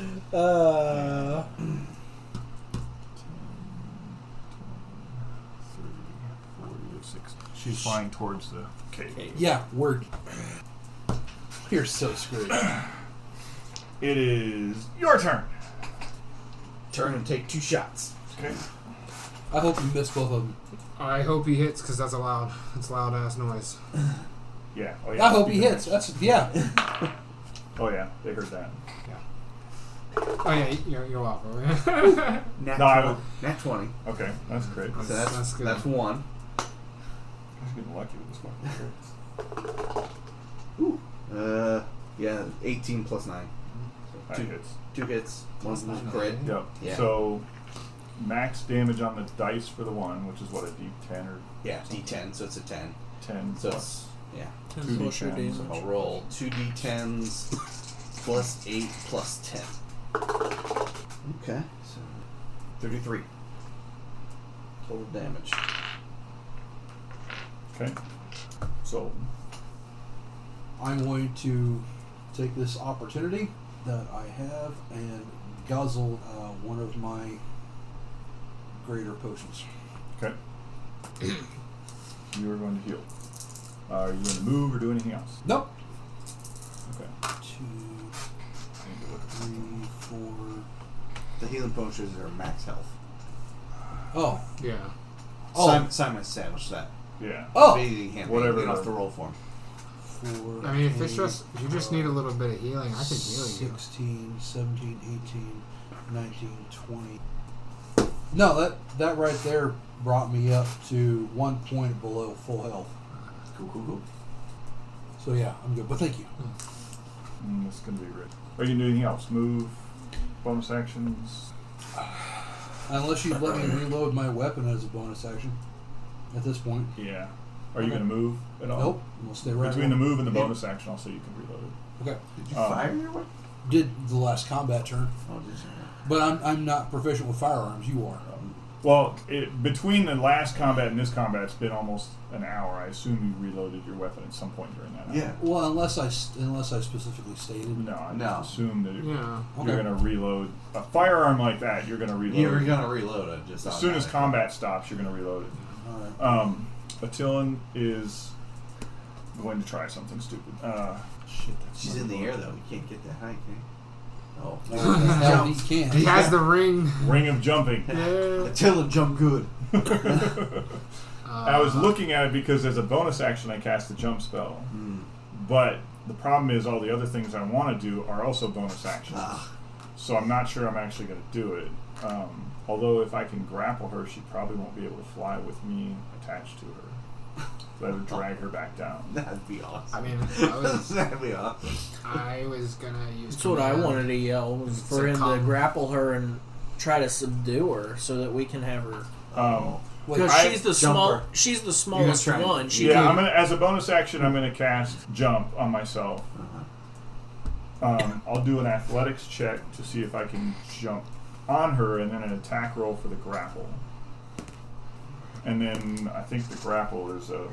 30, 40, 60. She's flying towards the cave.
Yeah, word. You're so screwed.
It is your turn.
Turn and take two shots.
Okay.
I hope you missed both of them.
I hope he hits because that's a loud, that's loud ass noise.
Yeah. Oh, yeah.
I hope he
You can
hits.
hear it.
That's yeah.
Oh yeah. They heard that.
Oh yeah, you're, you're welcome. that's,
Nat,
No, I
20.
would-
Nat 20.
Okay. That's great. I
So that's,
that's
that's,
good.
one.
was getting lucky with this one.
Ooh. Uh, yeah, 18 plus 9.
That
Two,
hits.
two hits. One's
Plus nine.
crit.
Yep.
Yeah.
So max damage on the dice for the one, which is what a d10 or
Yeah, d10, so it's a 10.
10
So
plus
it's, yeah.
two
What's your
d10s.
damage?
I'll roll two d10s plus eight plus ten. Okay, so thirty-three total damage.
Okay. So
I'm going to take this opportunity that I have and guzzle uh, one of my greater potions.
okay. you are going to heal. Uh, are you going to move or do anything else?
Nope.
Okay.
Two,
I need to look at this.
three, four.
The healing potions are max health.
Oh,
yeah.
Oh.
Simon, Simon established that.
Yeah.
oh.
bathing him.
Whatever.
You don't have to roll for him.
Four,
I mean, if it's
eight,
just if you just need a little bit of healing, I can heal you.
16, 17, 18, 19, 20. No, that that right there brought me up to one point below full health.
Cool, cool, cool.
So yeah, I'm good. But thank you.
Mm, it's going to be rich. Are you going to do anything else? Move, bonus actions.
Unless you let me reload my weapon as a bonus action. At this point,
Yeah. Are you
Okay.
going to move at all?
nope. We'll stay right
Oh. Between the
where-
move and the bonus action, I'll say you can reload it.
Okay.
Did you
Um,
fire your weapon?
did the last combat turn,
Oh, did you?
but I'm, I'm not proficient with firearms. You are.
Well, it, between the last combat and this combat, it's been almost an hour. I assume you reloaded your weapon at some point during that. hour.
Yeah.
Well, unless I st- unless I specifically stated.
No, I
No.
just assume that it,
Yeah.
Okay.
you're going to reload a firearm like that. You're going to reload.
You're gonna reload it just
as soon as
automatically.
combat stops, you're going to reload it.
All right.
Um, Attilan is going to try something stupid. Uh, shit, that's
She's
not
in the
reloaded.
air though. We can't get that high, can we? Oh.
Hell, he can.
He has the ring.
Ring of jumping.
Yeah.
Attila jump good.
I was looking at it because as a bonus action, I cast the jump spell. But the problem is, all the other things I want to do are also bonus actions.
Ah.
So I'm not sure I'm actually going to do it. Um, although, if I can grapple her, she probably won't be able to fly with me attached to her. So that would drag her back down.
That'd be awesome.
I mean, I was
That'd be awesome.
I was gonna use.
That's what I
command.
wanted to yell was for
a
him to
com-
grapple her and try to subdue her so that we can have her.
Um,
Wait,
Because
I-
she's the
jump
small,
her.
she's the smallest
try it.
one. She
yeah,
can-
I'm gonna as a bonus action, I'm gonna cast jump on myself. Um, I'll do an athletics check to see if I can jump on her, and then an attack roll for the grapple. And then I think the grapple is a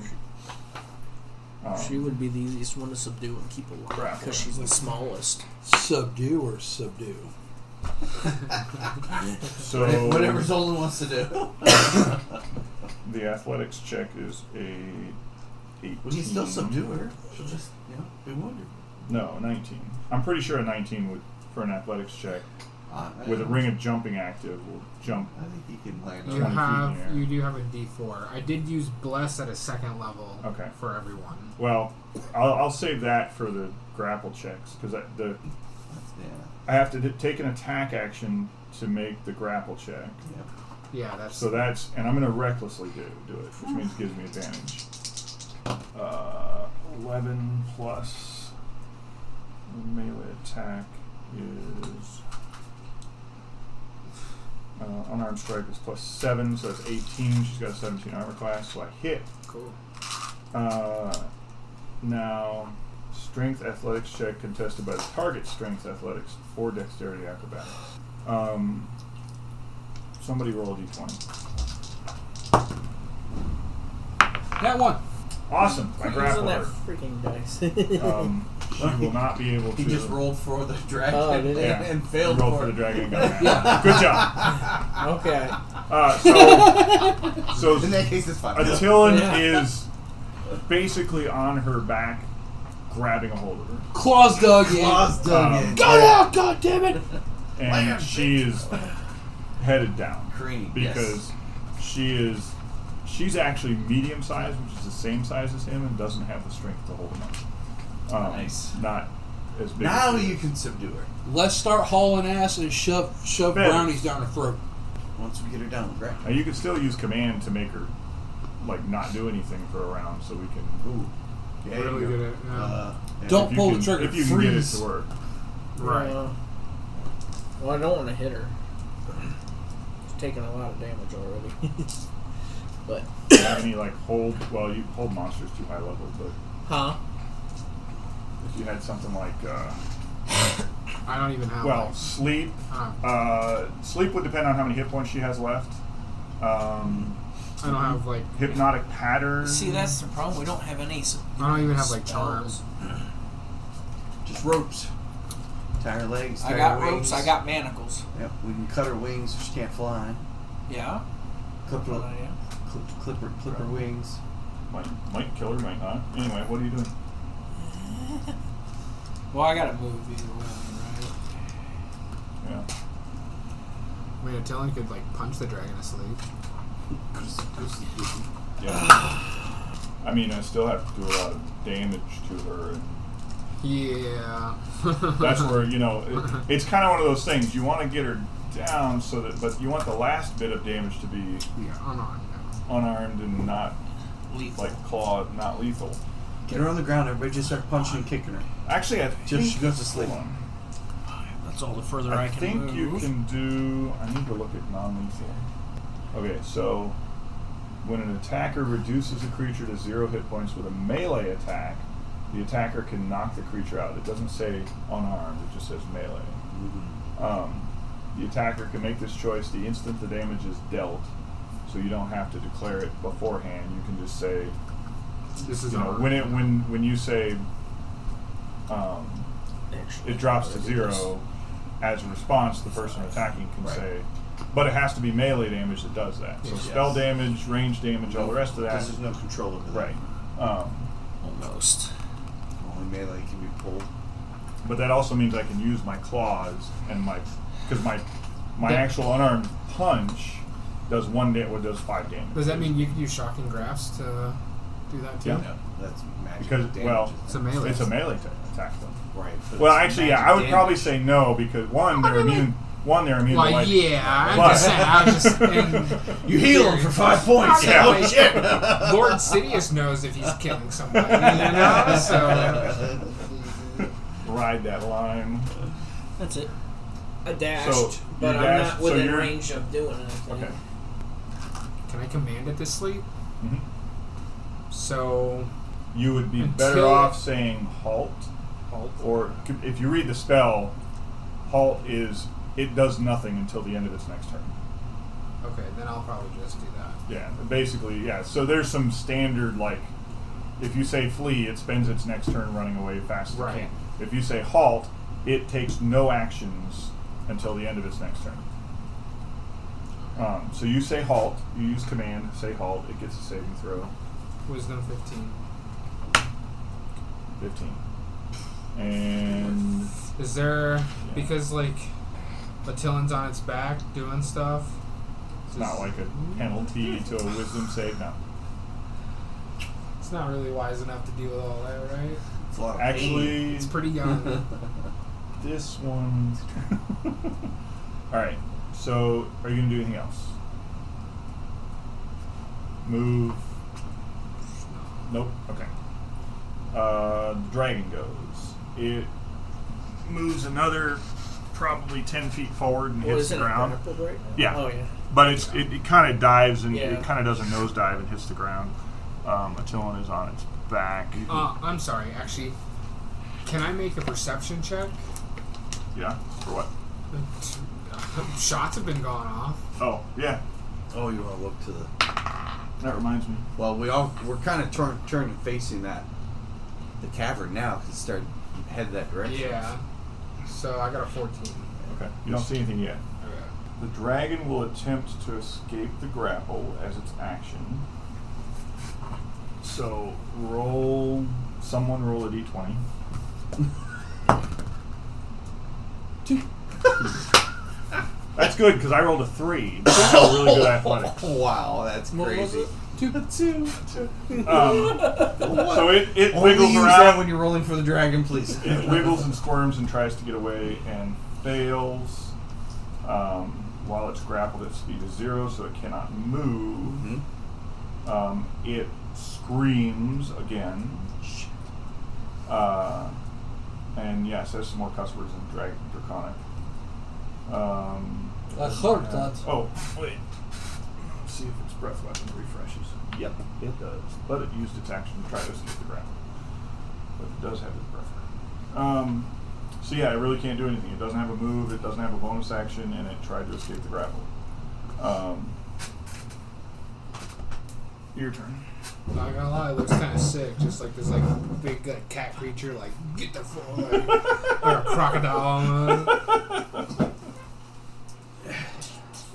um,
she would be the easiest one to subdue and keep alive
Grapple.
because she's the smallest.
subdue or subdue?
so
Whatever Zolan wants to do.
the athletics check is a eight.
We can still subdue her. She'll just, you know, be wounded.
No, nineteen. I'm pretty sure a nineteen would for an athletics check
Uh,
with a ring of jumping active will jump
I think he can land
You
feet in
on.
ha-
have
the air.
you do have a D four. I did use bless at a second level.
Okay.
For everyone.
Well, I'll, I'll save that for the grapple checks because I, the
Yeah.
I have to d- take an attack action to make the grapple check.
yeah.
Yeah, that's
So that's and I'm gonna recklessly do do it, which means it gives me advantage. Uh, Eleven plus melee attack is uh, unarmed strike is plus seven, so that's eighteen. She's got a seventeen armor class, so I hit.
cool.
Uh, now, strength athletics check contested by the target strength athletics or dexterity acrobatics. Um, somebody roll a d20.
That one.
Awesome! I
Quit using
grapple
that
her.
freaking dice.
Um, she will not be able to.
He just rolled for the dragon
Oh, did he?
Yeah.
and
You
failed
rolled
for,
for the
it.
dragon. and got that. Good job.
okay,
Uh, so,
In
so
that case, it's fine.
Attilan
Yeah.
is basically on her back, grabbing a hold of her.
Claws dug in.
Claws dug
Um,
in.
Go now, God damn it!
and
Oh, Land,
she is headed down
Green,
because she is she's actually medium sized, which is the same size as him, and doesn't have the strength to hold him up. Um,
Nice.
Not as big.
Now
as he
you
is.
can subdue her.
Let's start hauling ass and shove shove
Better.
brownies down her throat.
Once we get her down, right?
Now you can still use command to make her like not do anything for a round, so we can.
Ooh. Yeah,
Really
you go.
good at yeah.
Uh, yeah.
Don't-
if you
pull the
can-
trigger,
if you can get it
freeze.
to work.
right.
Uh, well, I don't want to hit her. She's taking a lot of damage already. but
Do you have any like hold? Well, you hold monsters too high level, but
huh?
if you had something like uh,
I don't even have.
well sleep,
Uh,
uh, sleep would depend on how many hit points she has left. Um,
I don't have like.
hypnotic pattern.
See, that's the problem. We don't have any. s-
I don't even have like charms.
Just ropes. Tie her legs. Tie
I got
her
ropes.
wings.
I got manacles.
Yep, we can cut her wings if she can't fly.
Yeah.
Clip her,
Uh, yeah.
clip, clip her, clip her wings.
Might, might kill her, might not. Anyway, what are you doing?
Well, I gotta move either way, right?
Yeah.
I mean, Attilan could like punch the dragon asleep.
Yeah. I mean, I still have to do a lot of damage to her. And
Yeah.
that's where, you know, it, it's kind of one of those things. You want to get her down so that, but you want the last bit of damage to be
Yeah, I'm on. now.
unarmed and not,
Lethal.
like, clawed, not lethal.
Get her on the ground. Everybody just start punching and kicking her.
Actually, I think.
Till she goes to sleep.
hold on.
That's all the further
I,
I, can
think
move.
you can do. I need to look at non-lethal. Okay, so when an attacker reduces a creature to zero hit points with a melee attack, the attacker can knock the creature out. It doesn't say unarmed, it just says melee.
Mm-hmm.
Um, the attacker can make this choice the instant the damage is dealt, so you don't have to declare it beforehand. You can just say,
This is
you know,
our
when it when when you say um,
Actually,
it drops to zero, as a response, the person attacking can say, but it has to be melee damage that does that. So spell damage, range damage, all the rest of that.
Because there's no control over that.
Right. Um,
almost.
Only melee can be pulled.
but that also means I can use my claws and my because my my
Yeah.
actual unarmed punch does one da- or does five damage.
Does that mean you can use shocking graphs to do that too?
Yeah.
No, that's magic.
Because,
damage,
well-
isn't it?
It's a melee.
It's a melee ta- attack though.
right. but
Well,
it's
actually, yeah,
magic
I would
damage.
probably say no because one they're immune. One they're immune. to
Well,
light.
yeah, I'm
But-
just saying. I'm just. And
You heal him for five points.
Yeah.
Oh shit!
Lord Sidious knows if he's killing somebody, you know. So
Ride that line.
That's it. I dashed,
So,
but
you
I'm
dashed,
not
so
within
you're-
range of doing anything.
Okay.
can I command it to sleep?
Mhm.
So
You would be
Until-
better off saying halt,
Halt.
or c- if you read the spell, halt is it does nothing until the end of its next turn.
okay, then I'll probably just do that.
Yeah, basically, yeah. So there's some standard like, if you say flee, it spends its next turn running away fast as
Right.
it can. If you say halt, it takes no actions until the end of its next turn. Um, so you say halt. You use command. Say halt. It gets a saving throw,
Wisdom 15.
fifteen, and
Is there because like Attilan's on its back doing stuff? Hmm?
it's not like a penalty to a wisdom save. No,
It's not really wise enough to deal with all that, right?
It's a lot of pain.
actually,
It's pretty young.
this one. All right. So, are you gonna do anything else? Move. Nope. Okay. Uh, the dragon goes. It moves another, probably ten feet forward and
What
hits
is
the
it?
ground.
grappled right?
Yeah.
Oh yeah.
But it's it, it kind of dives and
Yeah.
it kind of does a nosedive and hits the ground. Um, Attilan is on its back.
uh, I'm sorry. Actually, can I make a perception check?
yeah. For what?
Shots have been gone off.
Oh, yeah.
Oh, you want to look to the.
That reminds me.
Well, we all we're kind of turn, turned and facing that the cavern now because it started headed that direction.
Yeah. So I got a 14.
Okay. You don't see anything yet.
Okay.
The dragon will attempt to escape the grapple as its action. So roll. Someone roll a d20. That's good because I rolled a three. That's a really good athletics.
Wow, that's crazy.
Um, so it, it
Only
wiggles
use that
around.
when you're rolling for the dragon, please.
it wiggles and squirms and tries to get away and fails. Um, while it's grappled, its speed is zero, so it cannot move.
Mhm.
Um, it screams again. Uh, and yes, there's some more cuss words in Drag- Draconic. Um,
I heard that.
Oh, wait. Let's see if its breath weapon refreshes. Yep, it does. But it used its action to try to escape the ground. But it does have its breath weapon. Um, so yeah, it really can't do anything. It doesn't have a move, it doesn't have a bonus action, and it tried to escape the grapple. Um, your turn.
Not gonna lie, it looks kind of sick. Just like this, like big like, cat creature, like get the fuck, like, or a crocodile. almost.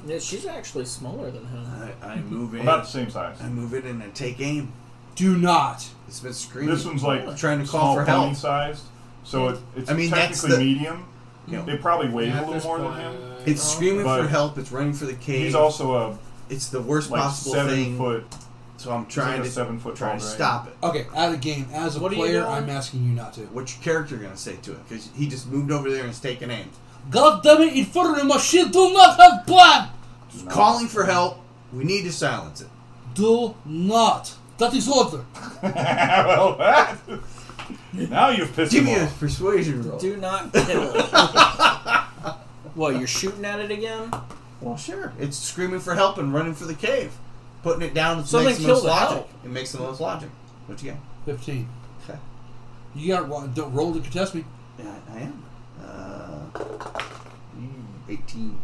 Yeah, she's actually smaller than him.
I, I move in.
About the same size.
I move in and I take aim.
Do not.
It's been screaming.
This one's like
Trying to call
small
for help.
pony sized, so it, it's
I mean, that's
technically
the-
medium.
Yeah.
They probably weigh
Yeah,
a
at this
little more
point,
than him.
uh,
It's
oh,
screaming
But-
for help. It's running for the cave.
He's also a
it's the worst
like
possible
seven
thing.
foot.
So I'm
like
trying
a
to
seven-foot
try
tall
to
dragon.
stop it.
Okay, out of game. As a
What are you
player,
doing?
I'm asking you not to.
What's your character gonna say to it? Because he just moved over there and is taking aim.
God damn it, Inferno Machine do not have blood!
No.
Calling for help. We need to silence it.
Do not. That is order.
well, that- now you've pissed
Give
him
me a
off.
persuasion roll.
Do not kill. well, you're shooting at it again.
Well, sure. It's screaming for help and running for the cave. Putting it down
So
makes
then
the most
kill the
logic.
help.
It makes the most logic. What you got?
15. You got well, don't roll to contest me.
Yeah, I am. Uh, mm, 18.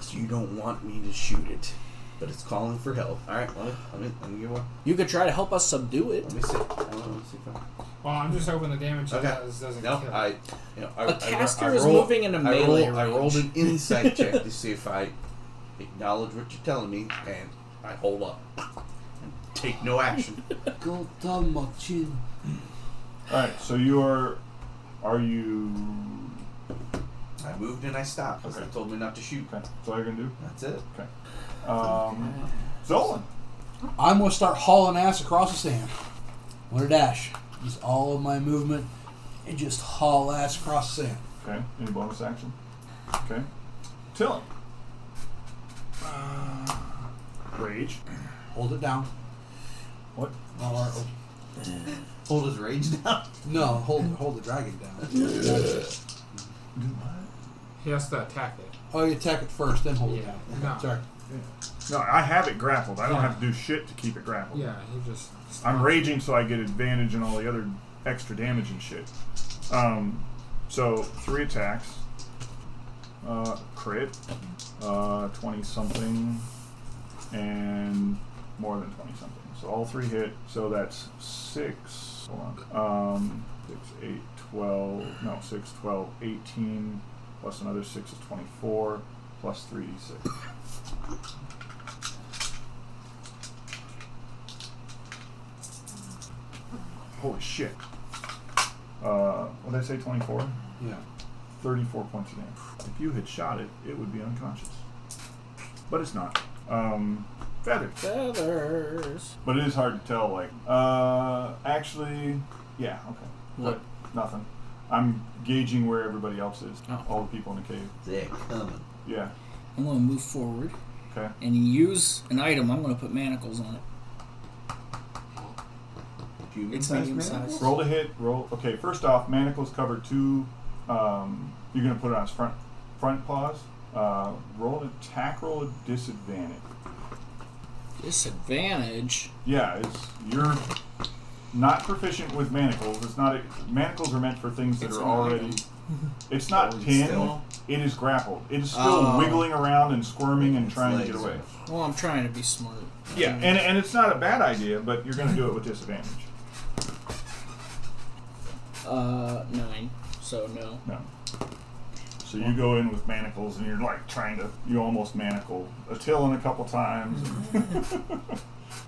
So you don't want me to shoot it, but it's calling for help. All right, let me let me let me give one.
You could try to help us subdue it.
Let me see. I don't know, let me see if I-
Well, I'm just hoping the damage
Okay.
it does doesn't
No,
kill.
I, you know, I,
A
I-
caster
I,
is
roll-
moving in a
I
melee
roll- I
range.
rolled an insight check to see if I acknowledge what you're telling me, and I hold up and take no action.
Go down my chin.
All right. So you are. Are you?
I moved and I stopped because
Okay.
they told me not to shoot.
Okay. That's all you're gonna do.
That's it.
Um, Zolan.
I'm gonna start hauling ass across the sand. I'm gonna dash. Use all of my movement and just haul ass across the sand.
Okay. Any bonus action? Okay. Tilling. Uh, Rage.
Hold it down.
What?
Or-
Hold his rage down.
no, hold hold the dragon down.
He has to attack it.
oh, you attack it first, then hold it
Yeah.
down.
No.
Sorry.
No, I have it grappled. I don't have to do shit to keep it grappled.
Yeah, he just.
I'm raging, so I get advantage and all the other extra damage and shit. Um, so three attacks. Uh, crit. Uh, twenty something, and more than twenty something. So all three hit. So that's six. Hold on. Um, six, eight, twelve. No, six, twelve, eighteen. Plus another six is twenty-four. Plus three d six. Holy shit. Uh, what did I say, 24?
Yeah.
34 points of damage. If you had shot it, it would be unconscious. But it's not. Um, feathers.
Feathers.
But it is hard to tell, like, uh, actually, yeah, okay.
What?
But nothing. I'm gauging where everybody else is.
Oh.
All the people in the cave.
They're coming.
Yeah,
I'm gonna move forward
okay.
and use an item. I'm gonna put manacles on it.
Human
It's
size
medium
man?
size.
Roll to hit. Roll. Okay. First off, manacles cover two. Um, you're gonna put it on his front front paws. Uh, roll an attack. Roll a disadvantage.
Disadvantage.
Yeah, it's you're not proficient with manacles. It's not manacles are meant for things that
It's
are
an
already.
item.
It's not
Oh, it's
pinned.
still-
It is grappled. It is still
Oh.
wiggling around and squirming and
Its
trying to get
legs
away.
are-
Well, I'm trying to be smart.
Yeah, and, and it's not a bad idea, but you're gonna do it with disadvantage.
Uh, nine. So no.
No. So you go in with manacles and you're like trying to, you almost manacle Attilan a couple times.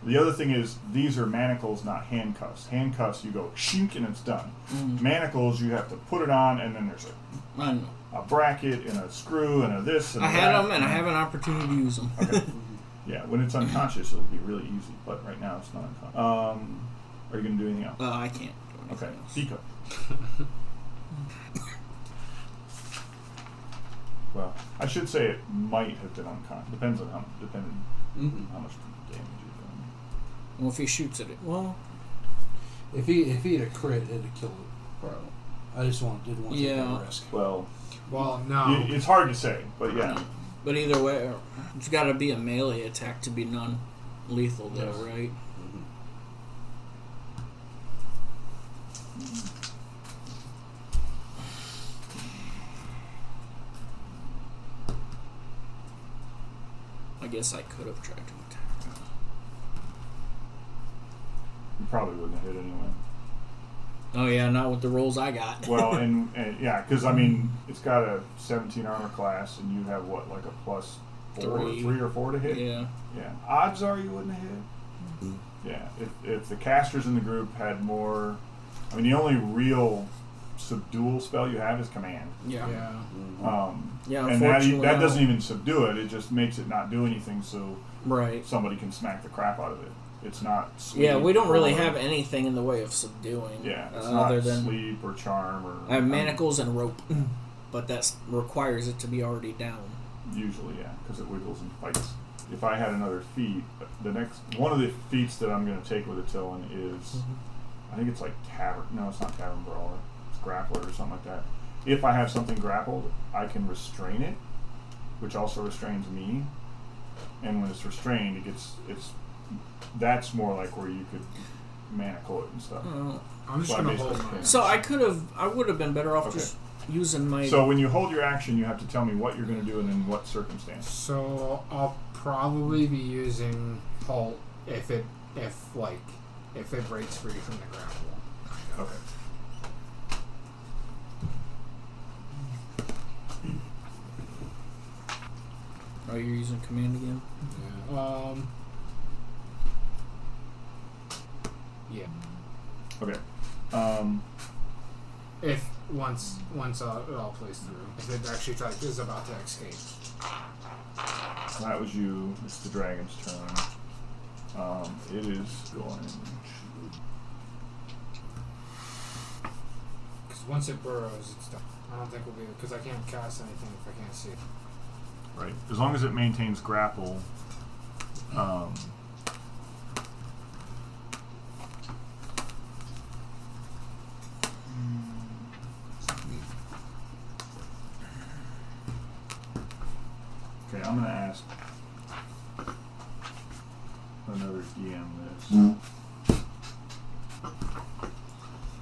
the other thing is, these are manacles, not handcuffs. Handcuffs, you go shink and it's done.
Mm.
Manacles, you have to put it on and then there's a,
I don't know.
a bracket and a screw and a this and
I
a
had
that.
them and I have an opportunity to use them.
Yeah, when it's unconscious, it'll be really easy, but right now it's not unconscious. Um, are you going to do anything else?
uh, I can't. do anything
Okay,
else.
Pico. well, I should say it might have been unconscious. Depends on how depending
Mhm.
how much damage you've
Well, if he shoots at it,
Well,
If he if he had a crit, it'd have killed it.
Probably.
I just want didn't want to take
Yeah.
that risk.
done. Well,
Well, um, no.
i- it's hard to say, but yeah,
but either way, it's got to be a melee attack to be non-lethal, though,
Yes.
right? Mm-hmm. I guess I could have tried to attack.
you probably wouldn't have hit anyway.
Oh yeah, not with the rolls I got.
Well, and, and yeah, because I mean, it's got a 17 armor class, and you have what, like a plus four,
Three.
three or four to hit.
yeah.
Yeah. Odds are you wouldn't hit. Yeah. If, if the casters in the group had more, I mean, the only real subdual spell you have is command.
Yeah.
yeah.
Um,
Yeah,
and that,
unfortunately,
that
I
doesn't
don't-
even subdue it. It just makes it not do anything, so
Right.
somebody can smack the crap out of it. It's not. Sleep
Yeah, we don't really
or-
have anything in the way of subduing.
Yeah,
uh,
it's not
other than
sleep or charm or.
I have manacles and rope, but that requires it to be already down.
Usually, yeah, because it wiggles and fights. If I had another feat, the next one of the feats that I'm going to take with Attilan is, I think it's like tavern. No, it's not tavern brawler. It's grappler or something like that. If I have something grappled, I can restrain it, which also restrains me. And when it's restrained, it gets it's. That's more like where you could mana cord and stuff.
Oh.
I'm just
Well,
gonna
basically,
hold mine.
yeah.
So I could have, I would have been better off
Okay.
just using my.
So when you hold your action, you have to tell me what you're going to do and in what circumstance.
So I'll probably be using halt if it if like if it breaks free from the grapple.
Okay.
oh, you're using command again.
Yeah. Um. Yeah.
Okay. Um,
If once once uh, it all plays through, if it actually like is about to escape.
that was you. It's the dragon's turn. Um, it is going to.
Because once it burrows, it's done. I don't think we'll be because I can't cast anything if I can't see it.
Right. As long as it maintains grapple. Um, okay, I'm going to ask another DM this.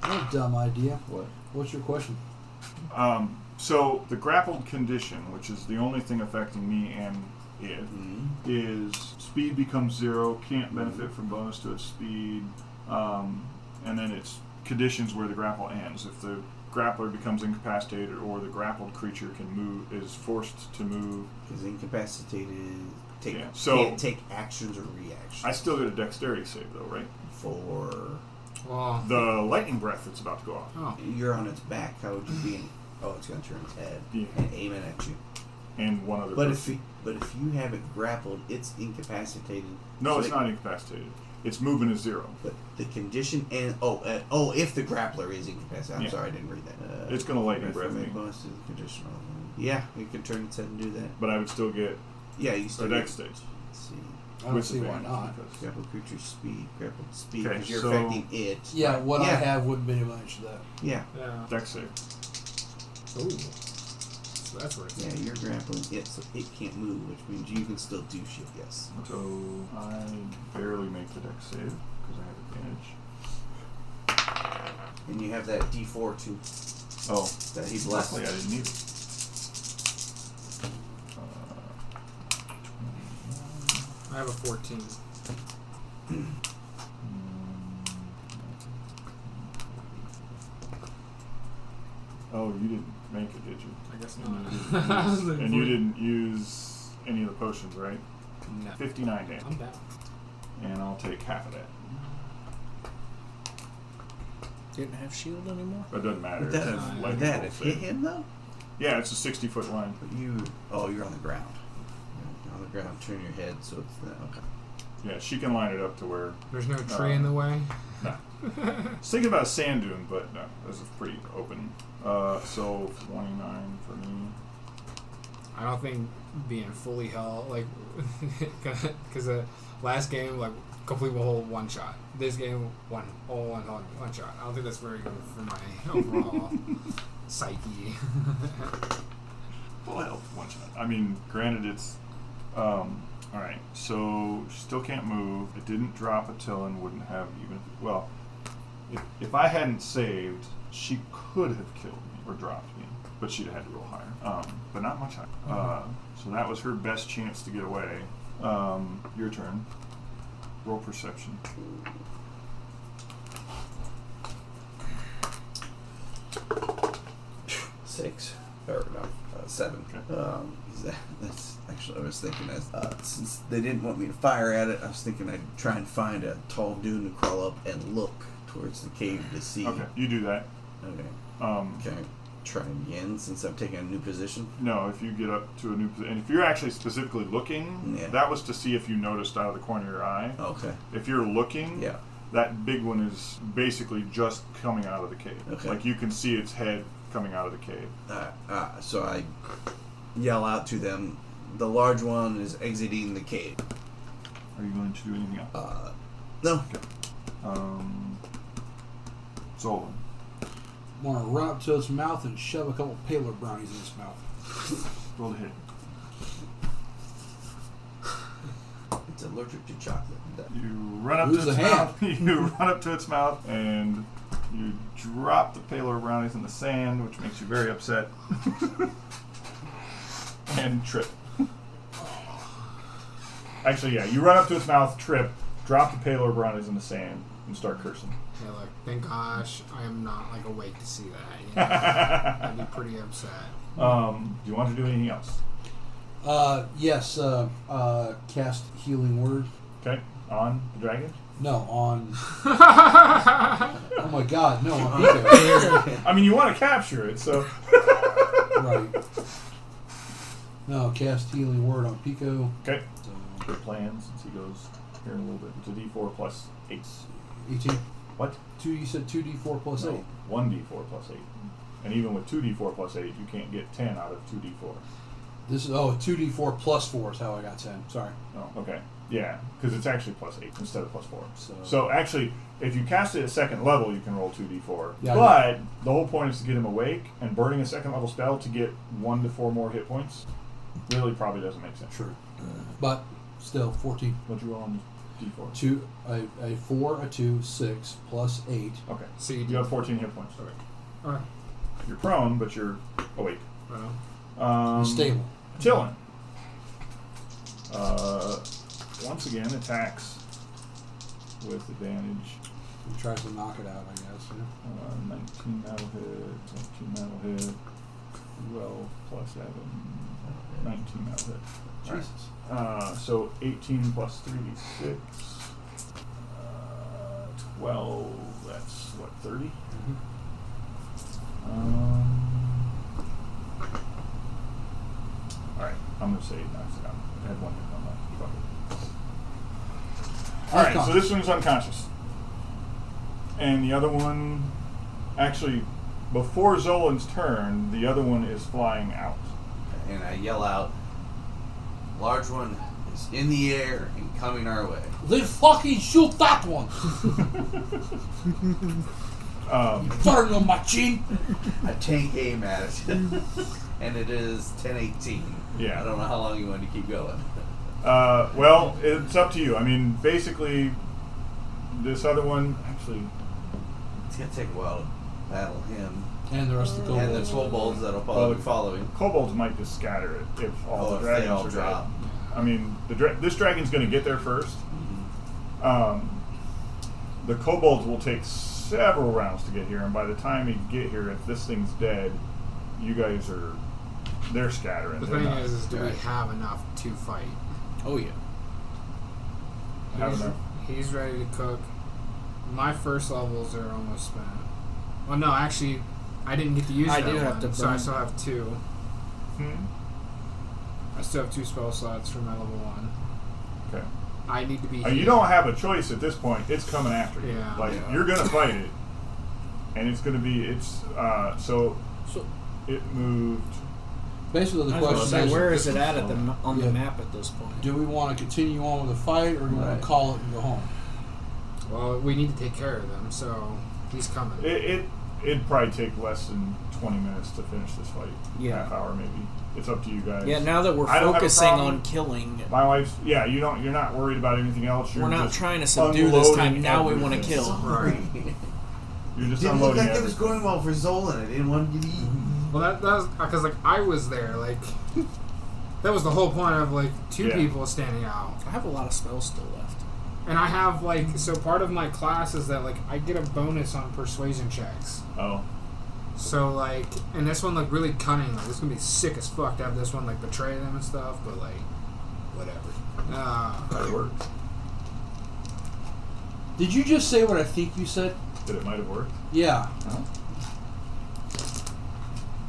What a dumb idea.
What?
What's your question?
Um, so the grappled condition, which is the only thing affecting me and it,
Mm.
is speed becomes zero, can't benefit from bonus to its speed, um, and then it's conditions where the grapple ends. If the grappler becomes incapacitated or the grappled creature can move is forced to move,
Because incapacitated, take,
Yeah, so-
can't take actions or reactions
I still get a dexterity save though, right?
for.
Well,
The lightning breath that's about to go off.
oh,
You're on its back. How would you be? In, oh, it's gonna turn its head
Yeah.
and aim it at you.
And one other
But if
person.
you, but if you have it grappled, it's incapacitated.
No,
So
it's
it-
not incapacitated. It's moving is zero.
But the condition and oh uh, oh if the grappler is incapacitated. I'm
Yeah.
sorry, I didn't read that. Uh,
It's gonna lightning
if I
breath
make
me.
bonus to the conditional. Yeah, you can turn its head and do that.
But I would still get
Yeah, you
a
still
dex
get-
save.
Let's see.
I don't
with
see why
advantage
not.
because-
Grapple creature speed, grapple speed,
Okay,
because you're
so-
affecting it.
Yeah, what I
Yeah.
have wouldn't be much of that.
Yeah,
yeah.
Dex save.
Ooh. So that's where it's
yeah, you're grappling it, so it can't move, which means you can still do shit. Yes.
So I barely make the deck save because I have advantage.
And you have that D4 too
Oh,
that he blessed.
luckily I didn't need it. Uh,
I have a 14.
Oh, you didn't make it, did you?
I guess
I
not.
And you didn't use any of the potions, right?
No.
59 damage.
I'm down.
And I'll take half of that.
Didn't have shield anymore.
But it doesn't matter.
Would that,
It's
have,
a
would
lightning
that
bolt
have hit
save.
him though?
Yeah, it's a 60 foot line.
But you, oh, you're on the ground. You're on the ground, turn your head so it's the, okay.
Yeah, she can line it up to where.
There's no tree in the way.
I was thinking about a sand dune, but no, this is pretty open. Uh, so 29 for me.
I don't think being fully held, like, because the last game, like, complete whole one shot. This game, one all one one, one shot. I don't think that's very good for my overall psyche.
Full health, one shot. I mean, granted, it's. Um, all right, so she still can't move. It didn't drop a till and wouldn't have even. Well, if, if I hadn't saved, she could have killed me or dropped me, but she'd have had to roll higher. Um, but not much higher. Uh, so that was her best chance to get away. Um, your turn. Roll perception.
six or no uh, seven.
Okay.
Um, is that, that's actually I was thinking that uh, since they didn't want me to fire at it, I was thinking I'd try and find a tall dune to crawl up and look towards the cave to see.
Okay, you do that.
Okay.
Um,
Can I try again since I've taken a new position?
No, if you get up to a new position, and if you're actually specifically looking,
Yeah.
that was to see if you noticed out of the corner of your eye.
Okay.
If you're looking,
Yeah.
that big one is basically just coming out of the cave.
Okay.
Like you can see its head coming out of the cave.
Uh, uh, so I yell out to them. The large one is exiting the cave.
Are you going to do anything else?
Uh, no.
Um, Zolan.
Want to run up to its mouth and shove a couple paler brownies in its mouth.
Roll to hit.
It's It's allergic to chocolate.
You run up
Lose
to its
a
mouth. You run up to its mouth and you drop the paler brownies in the sand, which makes you very upset. and trip. Actually, yeah, you run up to its mouth, trip, drop the paler brownies in the sand, and start cursing.
Yeah, like, thank gosh I am not like awake to see that. You know? I'd be pretty upset.
um, do you want to do anything else?
Uh, yes, uh, uh, cast healing word.
Okay, on the dragon.
No, on. oh my god, no, on Nico.
I mean, you want to capture it, so
right. No, cast healing word on Pico.
okay.
So,
Good plan since he goes here in a little bit. It's a D4 plus eight.
18.
What?
Two, you said 2d4 plus 8.
No, one D4 plus eight. And even with two D4 plus eight, you can't get ten out of two D4.
This is, oh, 2d4 plus 4 is how I got 10. Sorry.
Oh, okay. Yeah, because it's actually plus eight instead of plus four. So,
So-
actually, if you cast it at second level, you can roll two d4.
Yeah, I know.
but the whole point is to get him awake, and burning a second level spell to get one to four more hit points really probably doesn't make sense.
Sure. But still, 14.
What'd you roll on d4?
Two, a, a 4, a 2, 6, plus 8.
Okay.
So you
You
do.
have 14 hit points. Okay.
Alright.
You're prone, but you're awake.
Well,
Um,
Stable.
Chilling. Uh, once again, attacks with advantage.
He tries to knock it out, I guess. Yeah.
Uh, 19 that'll hit, 19 that'll hit, 12 plus 7, 19 that'll hit. Alright.
Jesus.
Uh, so 18 plus 3d6, uh, 12, that's what, 30?
Mhm.
Um, Alright, I'm going to say it knocks it out. I had one hit on that. Fuck it. Alright, so
Unconscious.
this one's unconscious. And the other one, actually, before Zolan's turn, the other one is flying out.
And I yell out, large one is in the air and coming our way.
They fucking shoot that one!
Um,
Turn on my chin!
I take aim at it. and it is 1018.
Yeah.
I don't know how long you want to keep going.
uh, well, it's up to you. I mean, basically, this other one, actually,
It's going to take a while to battle him.
And the rest of the
And the
kobolds.
kobolds that'll probably
Oh.
be following.
kobolds might just scatter it if all
Oh,
the
if
dragons
they all
are dead.
drop.
I mean, the dra- this dragon's going to get there first. Um, the kobolds will take several rounds to get here, and by the time you get here, if this thing's dead, you guys are they're scattering.
the
They're
thing
not-
is, is do we
Alright.
have enough to fight?
Oh yeah.
I don't
He's,
know.
he's ready to cook. My first levels are almost spent. Well, no, actually, I didn't get to use
I
that
do have
one,
to
so I
burn-
still have two.
Hmm?
I still have two spell slots for my level one.
Okay.
I need to be.
Uh, you
healed.
don't have a choice at this point. It's coming after you.
Yeah.
Like
Yeah.
you're gonna fight it, and it's gonna be it's uh, so
So-
it moved.
Basically, the
I was gonna
question
say,
is
where is it at, at the m- on
Yeah.
the map at this point?
do we want to continue on with the fight or do we want
Right.
to call it and go home?
Well, we need to take care of them, so he's coming.
It, it it'd probably take less than twenty minutes to finish this fight.
Yeah.
Half hour maybe. It's up to you guys.
yeah, now that we're
I don't have a
focusing
problem.
on killing,
My wife's yeah. You don't. You're not worried about anything else. You're
we're not
just
trying to subdue this time.
unloading
Now we want to
everything.
kill.
Right.
You're just
Didn't look
unloading.
like it was
everything.
going well for Zolan. I didn't want to get eaten.
Well, that that's because like I was there, like that was the whole point of like two
Yeah.
people standing out,
I have a lot of spells still left.
and I have like so part of my class is that like I get a bonus on persuasion checks.
Oh.
So like, and this one looked really cunning. Like this is gonna be sick as fuck to have this one like betray them and stuff, but like whatever. Uh,
Might worked.
Did you just say what I think you said?
That it might have worked.
Yeah.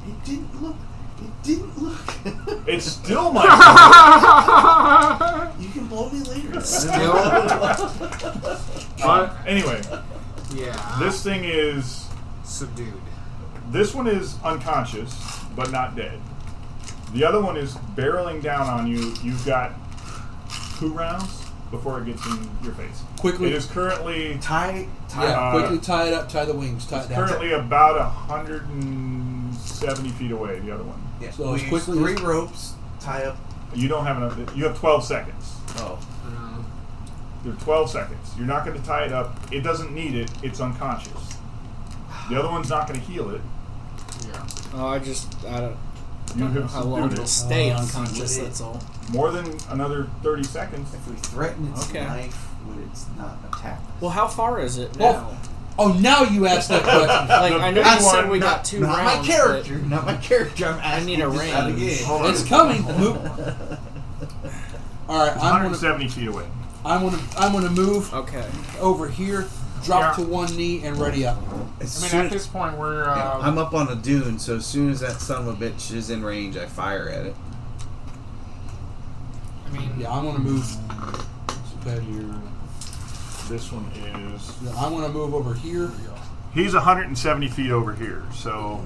It didn't look. It didn't look.
It still might. have worked.
you can blow me later.
Uh, anyway,
yeah,
this thing is
subdued.
This one is unconscious, but not dead. The other one is barreling down on you. You've got two rounds before it gets in your face.
Quickly.
It is currently
Tie. Tie.
Yeah,
Uh,
quickly tie it up, tie the wings, tie it down.
currently about 170 feet away, the other one.
Yeah,
So
we
as
use
quickly
three
as-
ropes, tie up.
You don't have enough. You have 12 seconds.
Oh,
Um,
They're 12 seconds. You're not going to tie it up. It doesn't need it. It's unconscious. The other one's not going to heal it.
Yeah.
Oh, I just I don't.
You have
How long
subdued
it'll
it.
stay
Uh,
unconscious?
it-
That's all.
More than another 30 seconds.
If we threaten its
Okay.
life, would it's not attack us?
Well, how far is it
Well,
now?
Oh, now you ask that question.
like I know
big
you said
one-
we
not,
got two
not
rounds.
my
but-
character. Not my character. I'm asking
need a
this out
range.
again.
Hold on.
It's coming. Move. All right, I'm gonna,
170 feet away.
I'm gonna, I'm gonna move
Okay.
over here, drop
Yeah.
to one knee, and ready up.
I mean, at this point, we're. Um,
Yeah, I'm up on a dune, so as soon as that son of a bitch is in range, I fire at it.
I mean,
Yeah, I'm gonna move. so that you're-
This one is.
yeah, I'm gonna move over here.
He's 170 feet over here, so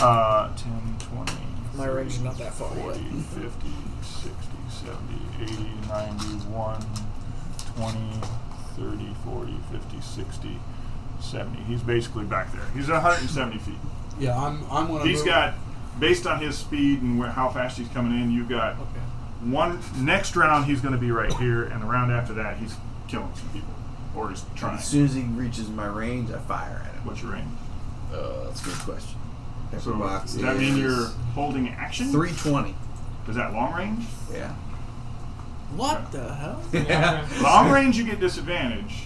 uh, 10, 20.
My range is not that far
40,
yet.
50, 60, 70, 80, 90, 1, 20, 30, 40, 50, 60, 70. He's basically back there. He's 170 feet.
Yeah, I'm, I'm gonna.
He's
move.
got, based on his speed and where, how fast he's coming in, you've got one. Next round, he's going to be right here, and the round after that, he's killing some people. Or he's trying.
As soon as he reaches my range, I fire at him.
What's your range?
Uh, that's a good question. Pepper
So
box
does that mean
is
you're holding action?
320.
Is that long range?
Yeah.
What the hell?
Yeah.
Long range, you get disadvantage.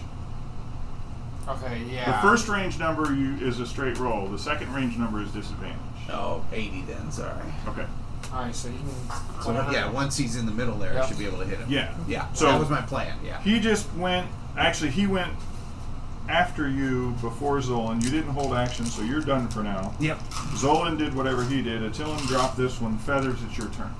Okay,
The
yeah.
first range number you, is a straight roll. The second range number is disadvantage.
Oh, 80 then, sorry.
Okay.
Alright, so you can.
So,
whatever.
yeah, once he's in the middle there,
Yeah.
I should be able to hit him.
Yeah.
Yeah.
So-
So that was my plan, yeah.
He just went. Actually, he went after you before Zolan. You didn't hold action, so you're done for now.
Yep.
Zolan did whatever he did. Attilan dropped this one. Feathers, it's your turn.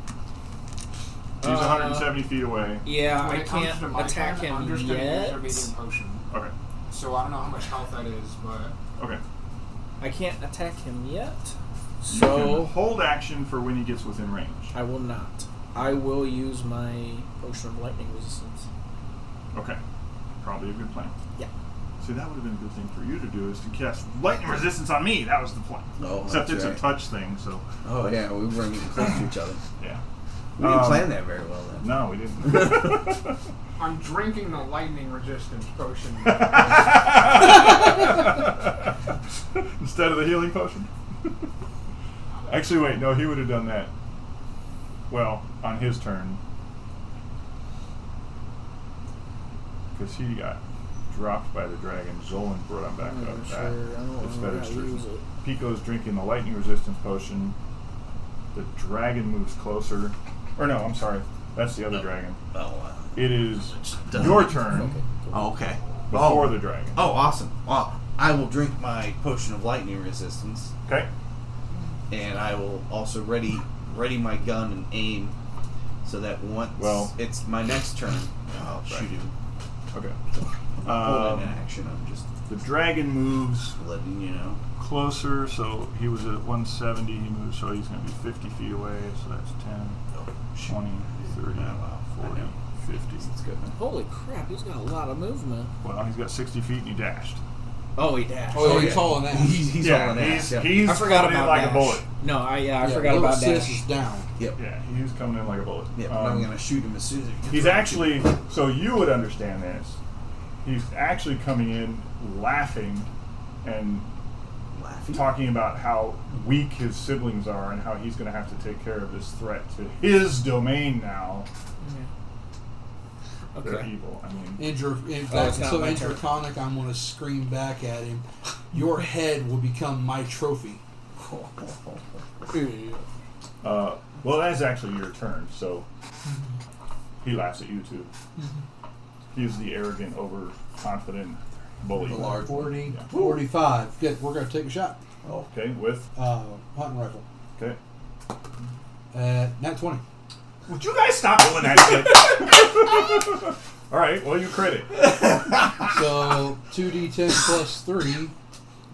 He's
Uh,
170 feet away.
Yeah,
When
I
it comes
can't
to my
attack
turn, I'm
him
just gonna use
yet.
a medium potion.
Okay.
So I don't know how much health that is, but.
Okay.
I can't attack him yet.
You
So
can hold action for when he gets within range.
I will not. I will use my potion of lightning resistance.
Okay. Probably a good plan.
Yeah.
See, that would have been a good thing for you to do is to cast lightning resistance on me. That was the plan.
Oh,
Except
that's
it's
right.
a touch thing, so
Oh, yeah, we weren't even close to each other.
yeah.
We didn't
Um,
plan that very well then.
No, we didn't.
I'm drinking the lightning resistance potion.
Instead of the healing potion? Actually, wait, no, he would have done that. Well, on his turn. Because he got dropped by the dragon. Zolan brought him back
I'm
up.
not sure. I
That-
don't
it's
know
better
how to
straight.
use it.
Pico's drinking the lightning resistance potion. The dragon moves closer. Or no, I'm sorry. That's the other dragon.
Oh,
It is
Doesn't-
your turn
wow. Okay.
before
oh.
the dragon.
Oh, awesome. Well, I will drink my potion of lightning resistance,
Okay.
and I will also ready ready my gun and aim, so that once
Well-
it's my next turn, I'll shoot him.
Okay.
Hold in
Um,
action. I'm just
the dragon moves
letting you know.
closer, so he was at 170. He moved, so he's going to be 50 feet away. So that's 10,
Oh,
20, 30,
Oh, wow. I
40,
know.
50.
It's good.
Holy crap, he's got a lot of movement.
Well, he's got 60 feet and he dashed.
Oh, he dashed.
Oh,
Oh,
you're
yeah.
tall on that.
He's, he's
yeah,
all in
he's,
ass. Yeah.
he's
I forgot
coming
about
in like
dash.
a bullet.
No, I yeah, I
Yeah,
forgot
little
about
sis
dash.
is down.
Yeah, he's coming in like a bullet.
yeah, but
Um,
I'm gonna shoot him as soon as he gets
He's
around.
actually, so you would understand this. He's actually coming in laughing and
laughing.
talking about how weak his siblings are and how he's going to have to take care of this threat to his domain now. They're
Okay.
evil. I mean,
Injure, in fact,
Oh, not
so
my turn.
interconic, I'm going to scream back at him. Your head will become my trophy.
uh, well, that's actually your turn. So he laughs at you too. He's the arrogant, overconfident bully.
The large-
40,
Yeah.
45. Good. We're going to take a shot.
Okay, with
Uh, hunting rifle.
okay.
Uh, nat 20.
Would you guys stop doing that shit? All right. Well, you credit.
So 2d10 plus 3.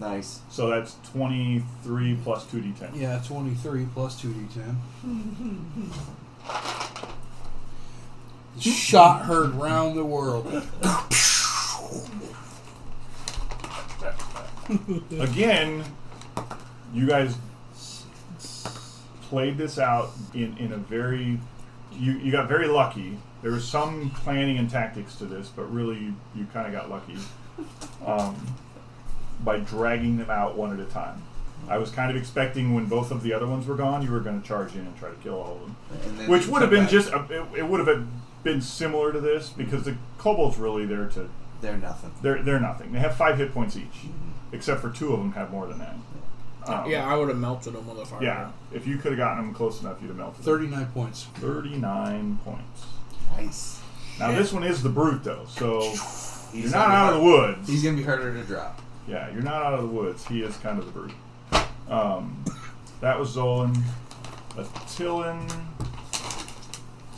nice.
So that's twenty-three plus two d10.
Yeah, 23 plus 2d10. Shot heard round the world.
again, you guys played this out in, in a very you, you got very lucky. There was some planning and tactics to this, but really you kind of got lucky um, by dragging them out one at a time. I was kind of expecting when both of the other ones were gone, you were going to charge in and try to kill all of them,
And then
which would have
come
been
back.
just a, it, it would have been similar to this because the kobolds really there to
They're nothing.
they're they're nothing. They have five hit points each, except for two of them have more than that. Um,
yeah, I would have melted him with a fire.
yeah. If you could have gotten them close enough, you'd have melted. them.
39 points.
39 points.
Nice.
Now this one is the brute though, so you're
He's
not
gonna be
out of the
hard-
woods.
He's gonna be harder to drop.
Yeah, you're not out of the woods. He is kind of the brute. Um, that was Zolan. Attilan.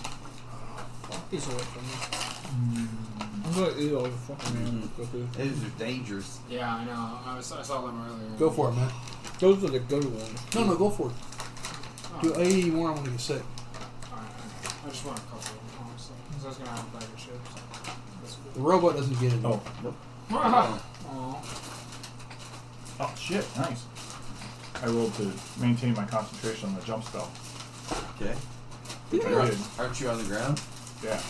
Fuck these away from me.
Mm.
I'm gonna eat all the fucking
Mm.
animals cookies.
Those are dangerous.
Yeah, I know. I, was, I saw them earlier.
Go for it, man.
Those are the good ones.
No, no, go for it. Do 81, I'm going to get sick.
Alright, I just want a couple of them, honestly. 'cause I was gonna have a bag of chips. That's
The
cool.
robot doesn't get it.
Oh,
Aw.
oh shit! Nice. I rolled to maintain my concentration on the jump spell.
Okay.
Which I did.
Aren't you on the ground?
Yeah.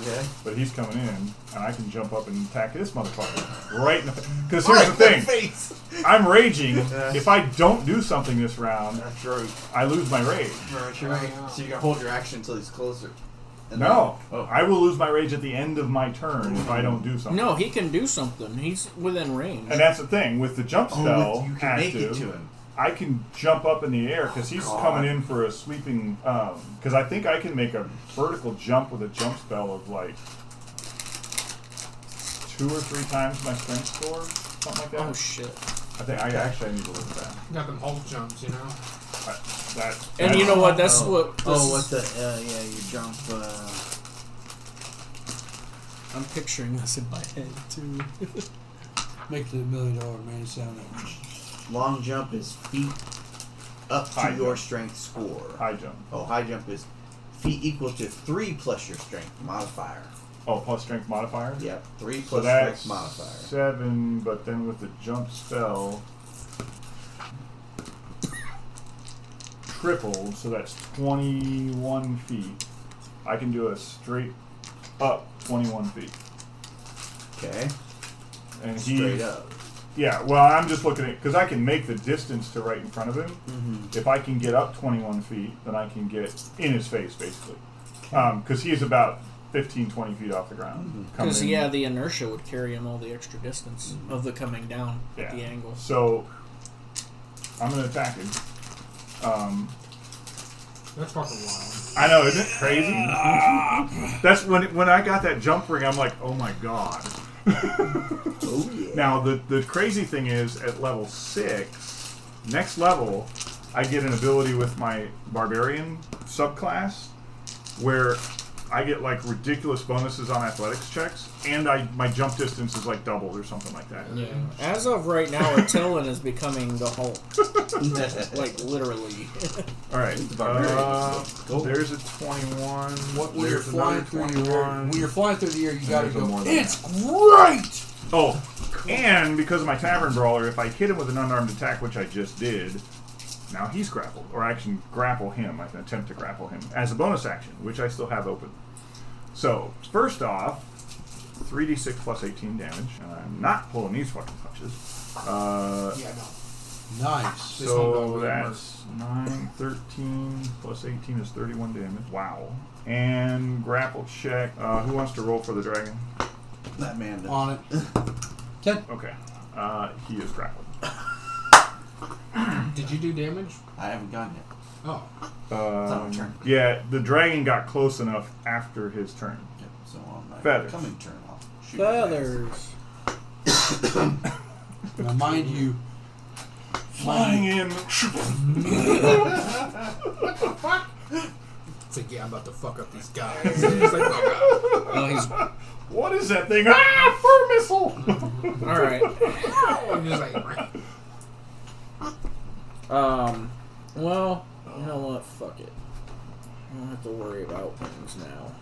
Okay.
But he's coming in, and I can jump up and attack this motherfucker right in the. Because here's the thing:
Face.
I'm raging. If I don't do something this round,
That's right.
I lose my rage.
That's right. So you can hold your action until he's closer. And
No,
then- oh,
I will lose my rage at the end of my turn if I don't do something.
No, he can do something. He's within range.
And that's the thing with the jump
Oh,
spell
you can make
active.
it to him.
I can jump up in the air because he's
God.
coming in for a sweeping. Because I think I can make a vertical jump with a jump spell of like two or three times my strength score, something like that.
oh shit!
I think I actually I need to look at that.
Got them Hulk jumps, you know?
I, that
And you know what? That's
oh.
what. This
Oh, what
is-
the? Uh, yeah, you jump. Uh,
I'm picturing this in my head too.
Make the million dollar man sound. Like,
long jump is feet up to
High
your
jump.
strength score.
high jump.
Oh, high jump is feet equal to three plus your strength modifier.
Oh, plus strength modifier.
Yep, three
So
plus
that's
strength modifier.
seven, but then with the jump spell, tripled, so that's 21 feet. I can do a straight up 21 feet.
Okay,
And he,
straight up.
yeah. Well, I'm just looking at because I can make the distance to right in front of him. If I can get up 21 feet, then I can get in his face basically, because he he's about 15, 20 feet off the ground. coming
Because
in.
yeah, the inertia would carry him all the extra distance of the coming down
Yeah.
at the angle.
So I'm gonna attack him. Um,
That's fucking wild.
I know, isn't it crazy? That's when when I got that jump ring, I'm like, oh my god.
Oh yeah.
Now the the crazy thing is at level six, next level, I get an ability with my barbarian subclass where I get like ridiculous bonuses on athletics checks, and I my jump distance is like doubled or something like that.
Yeah. As of right now, Attilan is becoming the Hulk. like literally.
All right.
Barbarian,
uh,
go.
there's a 21. What
when you're flying through the air, when you're flying through the air, you gotta
there's a
go.
more than
It's great.
Oh, and because of my tavern brawler, if I hit him with an unarmed attack, which I just did, now he's grappled, or I can grapple him. I can attempt to grapple him as a bonus action, which I still have open. So first off, 3d6 plus 18 damage, and I'm not pulling these fucking punches. Uh,
Yeah, no.
Nice.
This one
so
don't really
that's 9, 13 plus 18 is 31 damage. Wow. And grapple check. Uh, who wants to roll for the dragon?
that man.
On it. Ten.
Okay. Uh, he is grappled.
Did you do damage?
I haven't gotten it.
Oh.
not
Um,
my turn.
Yeah, the dragon got close enough after his turn.
Yep. So on my
Feathers.
coming turn, I'll shoot. his ass.
Feathers.
Now, mind you,
Flying in.
It's like, yeah, I'm about to fuck up these guys. it's like, oh god.
Oh, he's all
What is that thing? Ah, fur missile!
right.
oh, I'm just like,
Um, well, you know what? Fuck it. I don't have to worry about things now.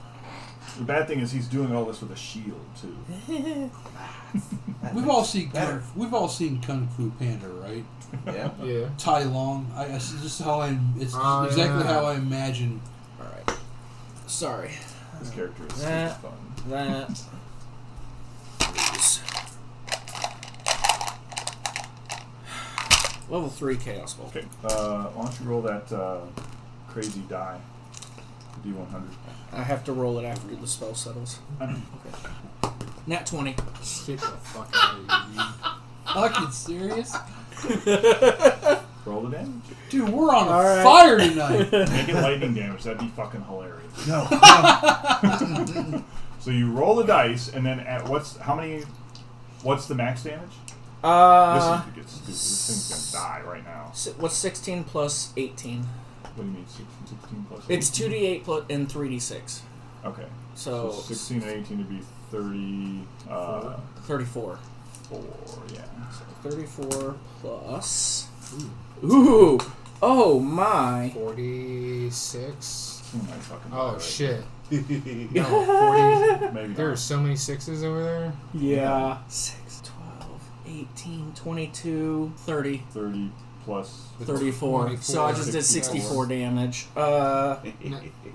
the bad thing is he's doing all this with a shield too.
we've all seen Kung, we've all seen Kung Fu Panda, right?
Yeah.
yeah.
Tai Long. I, I- it's just how I. It's
Oh,
exactly
yeah.
how I imagine.
All right. Sorry.
This character is super
That.
fun.
That. is- Level 3 Chaos Bolt.
Okay. Uh, why don't you roll that uh, crazy die? D100.
I have to roll it after the spell settles. Nat 20.
Get the fuck out of here.
Fucking serious?
Roll the damage.
Dude, we're on a
All right.
fire tonight.
Make it lightning damage. That'd be fucking hilarious.
No. no.
So you roll the dice, and then at what's how many? What's the max damage?
Uh,
this is gonna get stupid. This thing's gonna die right now.
si- what's 16 plus 18?
What do you mean, 16, 16 plus?
It's Oh.
18?
2d8 plus and 3d6.
Okay. So
So,
16 and 18 would be 30. Uh,
34.
four. Yeah. So
34 plus. Ooh! Oh my!
46.
who am I fucking?
Oh,
right?
shit.
Yeah.
Maybe
There are
not.
so many sixes over there.
yeah. 6, 12, 18, 22, 30,
30 plus.
34. So I just did
64.
64 damage. Uh,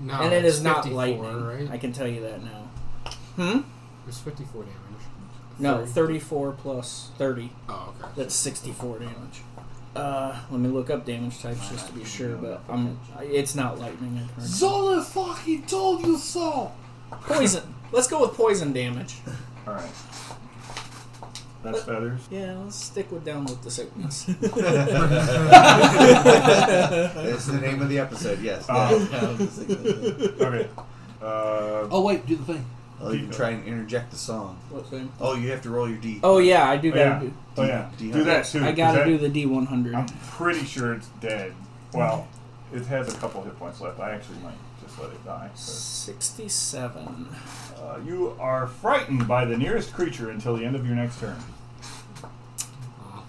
No,
and it
it's
is not
54,
lightning.
right?
I can tell you that now. Hmm?
It's 54 damage.
No, 34 plus 30.
Oh, okay.
That's 64 damage. Uh, let me look up damage types just to be sure, but I'm, it's not lightning. I heard.
Zola fucking told you so.
Poison. Let's go with poison damage.
All right. That's feathers.
Yeah, let's stick with download the sickness.
That's the name of the episode. Yes.
Oh.
That- that was the-
Okay. Uh,
Oh wait, do the thing.
oh, you can try and interject the song.
what thing?
Oh, you have to roll your D.
Oh yeah, I do
Oh,
gotta
yeah.
do.
Oh, yeah.
D-
Do that too.
I
'cause
gotta
that-
do the D one hundred.
Oh.
I'm pretty sure it's dead. Well, it has a couple hit points left. I actually might just let it die. so.
Sixty seven.
Uh, you are frightened by the nearest creature until the end of your next turn.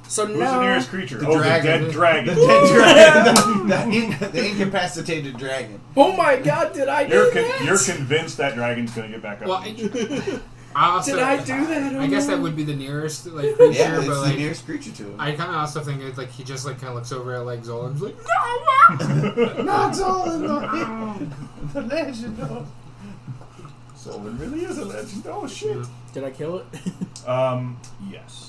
So
Who's
now
the nearest creature?
The
oh,
dragon.
the dead dragon.
The dragon. the, the incapacitated dragon.
Oh my god, did I do
You're,
that?
con- you're convinced that dragon's going to get back up.
Well, I- I also,
Did I do that? Oh.
I guess that would be the nearest like creature,
Yeah, it's
but
the
like
nearest creature to him.
I kind of also think it's like he just like kind of looks over at like Zolan's like
Not all in the, the legend of.
so it really is a legend. Oh, shit.
Did I kill it?
Um, yes.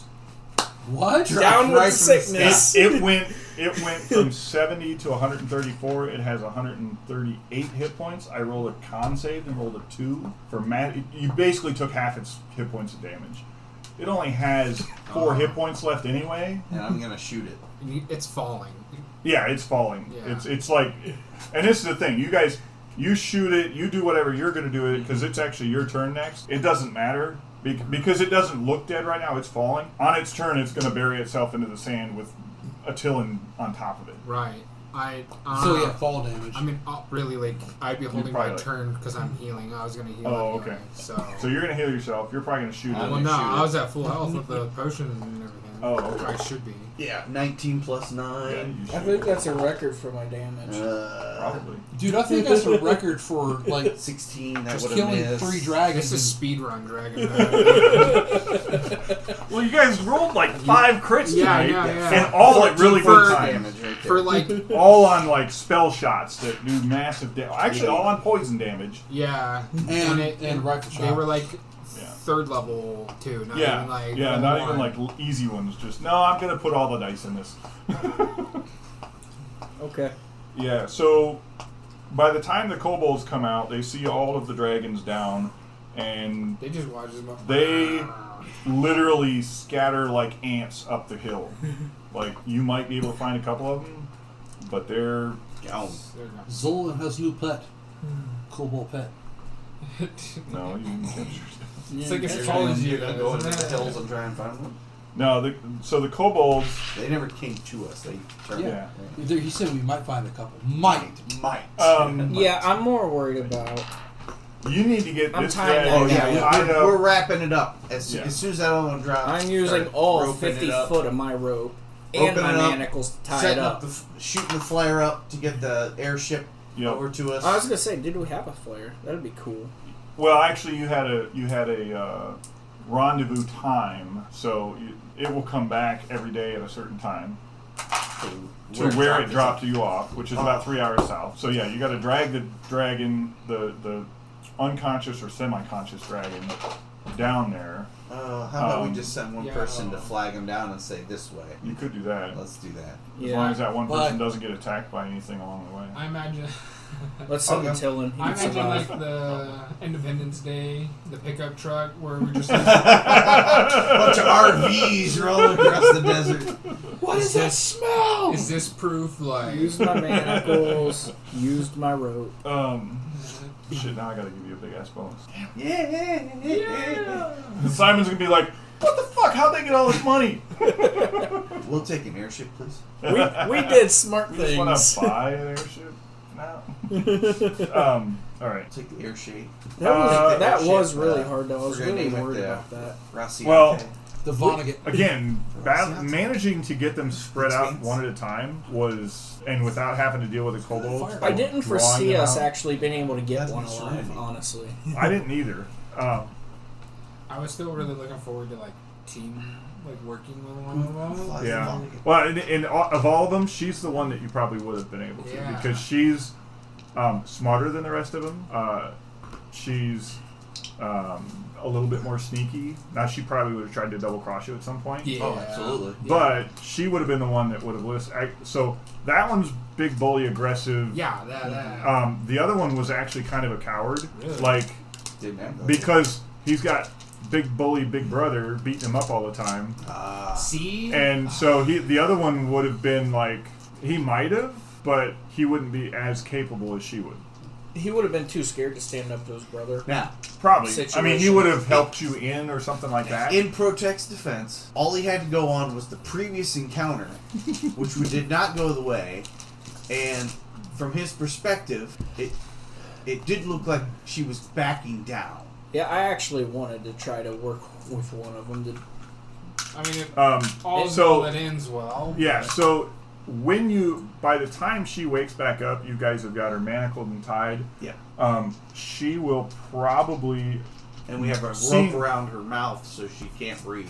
What?
Down with
right
the
from the
sickness.
It went it went from 70 to 134. It has 138 hit points. I rolled a con save and rolled a 2 for ma You basically took half its hit points of damage. It only has 4 hit points left anyway.
And I'm gonna shoot it.
you- it's falling.
Yeah, it's falling.
Yeah.
It's it's like and this is the thing. You guys you shoot it, you do whatever you're going to do it cuz it's actually your turn next. It doesn't matter. bec- Because it doesn't look dead right now, it's falling. On its turn, it's going to bury itself into the sand with Attilan on top of it.
Right. I uh,
So yeah, fall damage.
I mean, uh, really, like I'd be holding my
probably, like-
turn because I'm healing. I was gonna heal.
Oh,
anyway,
okay.
So.
So you're gonna heal yourself. You're probably gonna shoot
I'm
well,
it.
gonna
no,
shoot
I
it.
was at full health with the potion and everything.
Oh, okay.
I should be.
Yeah.
19 plus 9.
Yeah, you
I
shoot
think
it.
that's a record for my damage.
Uh,
Probably.
Dude, I think that's a record for like
16. That
just
would have
killing
missed.
three dragons.
This is
and-
speed run dragon. yeah,
Well, you guys rolled like five crits
yeah,
tonight,
yeah.
and all at really good
for-
times.
damage right there.
For like,
All on like spell shots that do massive damage. Actually, all on poison damage.
yeah,
and
it-
and rifle shot.
they were like
Yeah.
third level too. Not
Yeah,
even like
yeah. Not
one.
even like l- easy ones. Just no. I'm gonna put all the dice in this.
Okay.
Yeah, so by the time the kobolds come out, they see all of the dragons down, and
They just watch them. up.
They literally scatter like ants up the hill. like you might be able to find a couple of them, but they're
Oh,
They're not-
Zolan has new pet. Cobalt pet.
no. You,
It's like
You're
if
gonna-
follows you,
you're gonna go into
isn't
the
it?
hills and try and find one.
no. The, so the kobolds.
They never came to us. They turned.
Yeah.
There- He said we might find a couple. Might.
Might.
Um,
Yeah, I'm more worried about.
You need to get
I'm
this
tired
dragon.
of that.
yeah,
yeah,
I
we're, we're
know.
wrapping it up. As, soo-
Yeah.
as soon as that other one drops,
I'm using
start
all
roping it
50
up,
foot of my rope and
Open
my
it up,
manacles to tie it
setting up
up.
the f- shooting the flare up to get the airship
Yep.
over to us.
I was gonna say, did we have a flare? That'd be cool.
Well, actually, you had a you had a uh, rendezvous time, so you, it will come back every day at a certain time.
to,
to where it
is.
dropped you off, which is about three hours south. So yeah, you got to drag the dragon, the the unconscious or semi-conscious dragon, down there.
Uh, how about
Um,
we just send one
yeah.
person to flag him down and say this way?
You could do that as
Let's do that.
Yeah.
long as that one
But-
person doesn't get attacked by anything along the way.
I imagine.
Let's send
Okay.
Dylan. He
I
can
imagine like
survive.
the Independence Day, the pickup truck where we just
Bunch of RVs rolling across the desert.
what is that smell? Is this proof? Like
Used my manacles. used my rope.
Um, shit, now I gotta give you a big ass bonus.
Yeah.
Simon's gonna be like, what the fuck? How'd they get all this money?
We'll take an airship, please.
We, we did smart
We just wanna
things.
buy an airship? No. um, alright.
We'll take the airship.
That was,
Uh,
that was
shit,
really
uh,
hard though. I was
we're gonna
really
name it
worried
the-
about that.
Rossi.
Well,
The Vonnegut.
Again, ba-
Sounds-
managing to get them spread
Which
out
means-
one at a time was, and without having to deal with the kobolds.
I didn't
drawing
foresee
them
us
out,
actually being able to get
That's
one
my
alive,
serenity.
honestly.
I didn't either. Um,
I was still really looking forward to like team like working with one another.
yeah. Well, and, and all- of all of them, she's the one that you probably would have been able to
Yeah.
because she's um, smarter than the rest of them. Uh, she's um, a little bit more sneaky. Now, she probably would have tried to double cross you at some point.
Yeah.
Oh, absolutely.
But she would have been the one that would have listened. So that one's big, bully, aggressive.
Yeah, that that.
Um, the other one was actually kind of a coward,
Really?
like
Didn't have those.
because he's got big bully, big brother beating him up all the time,
Ah,
See,
and so he the other one would have been like he might have, but he wouldn't be as capable as she would.
He would have been too scared to stand up to his brother.
now,
Probably. I mean, he
Situation.
would have helped you in or something like that.
in Protect's defense, all he had to go on was the previous encounter, which we did not go the way, and from his perspective, it it did look like she was backing down.
Yeah, I actually wanted to try to work with one of them. To,
I mean, if
um,
all
so
well, it ends well.
Yeah, so when you by the time she wakes back up, you guys have got her manacled and tied.
Yeah.
Um, she will probably
And we have a
See-
rope around her mouth so she can't breathe.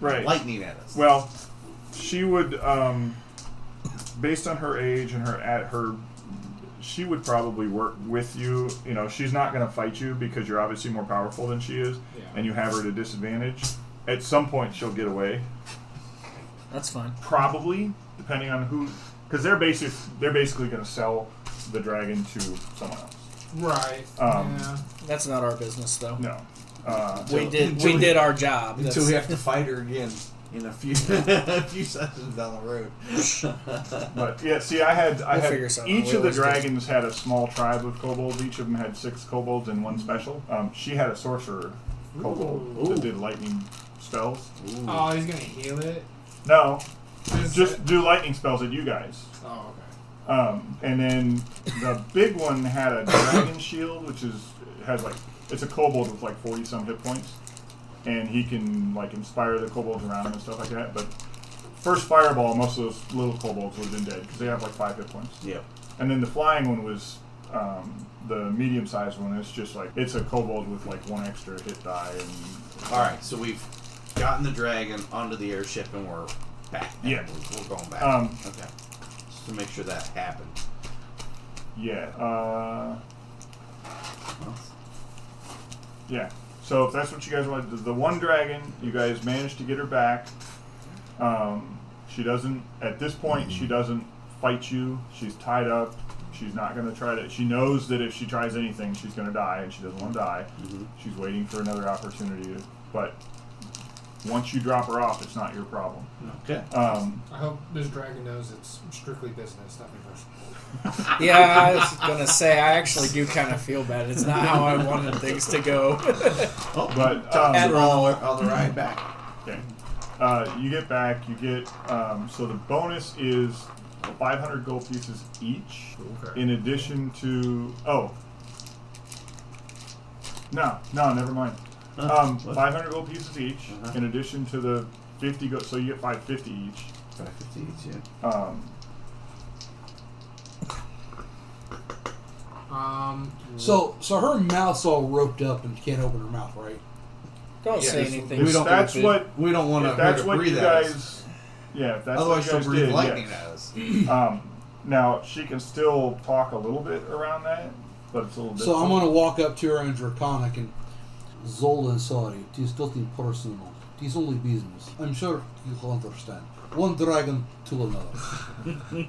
right.
Lightning at us.
Well, she would um, based on her age and her at her she would probably work with you. You know, she's not going to fight you because you're obviously more powerful than she is
Yeah.
and you have her at a disadvantage. At some point she'll get away.
that's fine.
Probably, depending on who because they're basic they're basically going to sell the dragon to someone else.
Right.
Um,
yeah.
That's not our business though.
No. Uh,
We did
until
we
we-
did our job.
Until
That's,
we have to fight her again in a few a few sessions down the road.
but yeah, see, I had I
We'll figure
had
something out.
each
We
of the
always do.
dragons had a small tribe of kobolds. Each of them had six kobolds and one special. Um, she had a sorcerer kobold
Ooh.
that did lightning spells.
Oh, he's gonna heal it.
No,
This-
just do lightning spells at you guys.
Oh,
Um, and then the big one had a dragon shield, which is has like it's a kobold with like forty some hit points, and he can like inspire the kobolds around him and stuff like that. But first fireball, most of those little kobolds would have been dead because they have like five hit points.
Yep.
And then the flying one was um, the medium sized one. It's just like it's a kobold with like one extra hit die. And
All right, so we've gotten the dragon onto the airship and we're back. now.
Yeah.
We're, we're going back.
Um,
okay. Just to make sure that happened.
yeah, uh, yeah. So if that's what you guys want, the- the one dragon, you guys managed to get her back. Um, she doesn't at this point. She doesn't fight you. She's tied up. She's not going to try to. She knows that if she tries anything, she's going to die, and she doesn't want to die. She's waiting for another opportunity. But once you drop her off, it's not your problem.
Okay.
Um,
okay. I hope this dragon knows it's strictly business, nothing personal.
yeah, I was gonna say I actually do kind of feel bad. It's not how I wanted things to go.
Oh,
but um,
and we're on the, on the ride back.
okay. Uh, you get back. You get um, so the bonus is 500 gold pieces each.
Okay.
In addition to oh no no never mind. Um, 500 gold pieces each.
Uh-huh.
In addition to the 50 gold, so you get 550 each.
550, yeah.
Um,
Um.
So, so her mouth's all roped up and can't open her mouth, right?
Don't
Yeah,
say
this-
anything.
We
if
don't
that's
want
what
We don't want
if
to
that's
her to
what you
breathe at us.
guys Yeah, if that's
Otherwise, she'll
what you guys
breathe
did.
lightning
Yeah.
at us.
Um, now she can still talk a little bit around that, but it's a little.
So
difficult.
I'm going to walk up to her in Draconic and Zola sorry, it is nothing personal. It is only business. I'm sure you will understand. One dragon to another.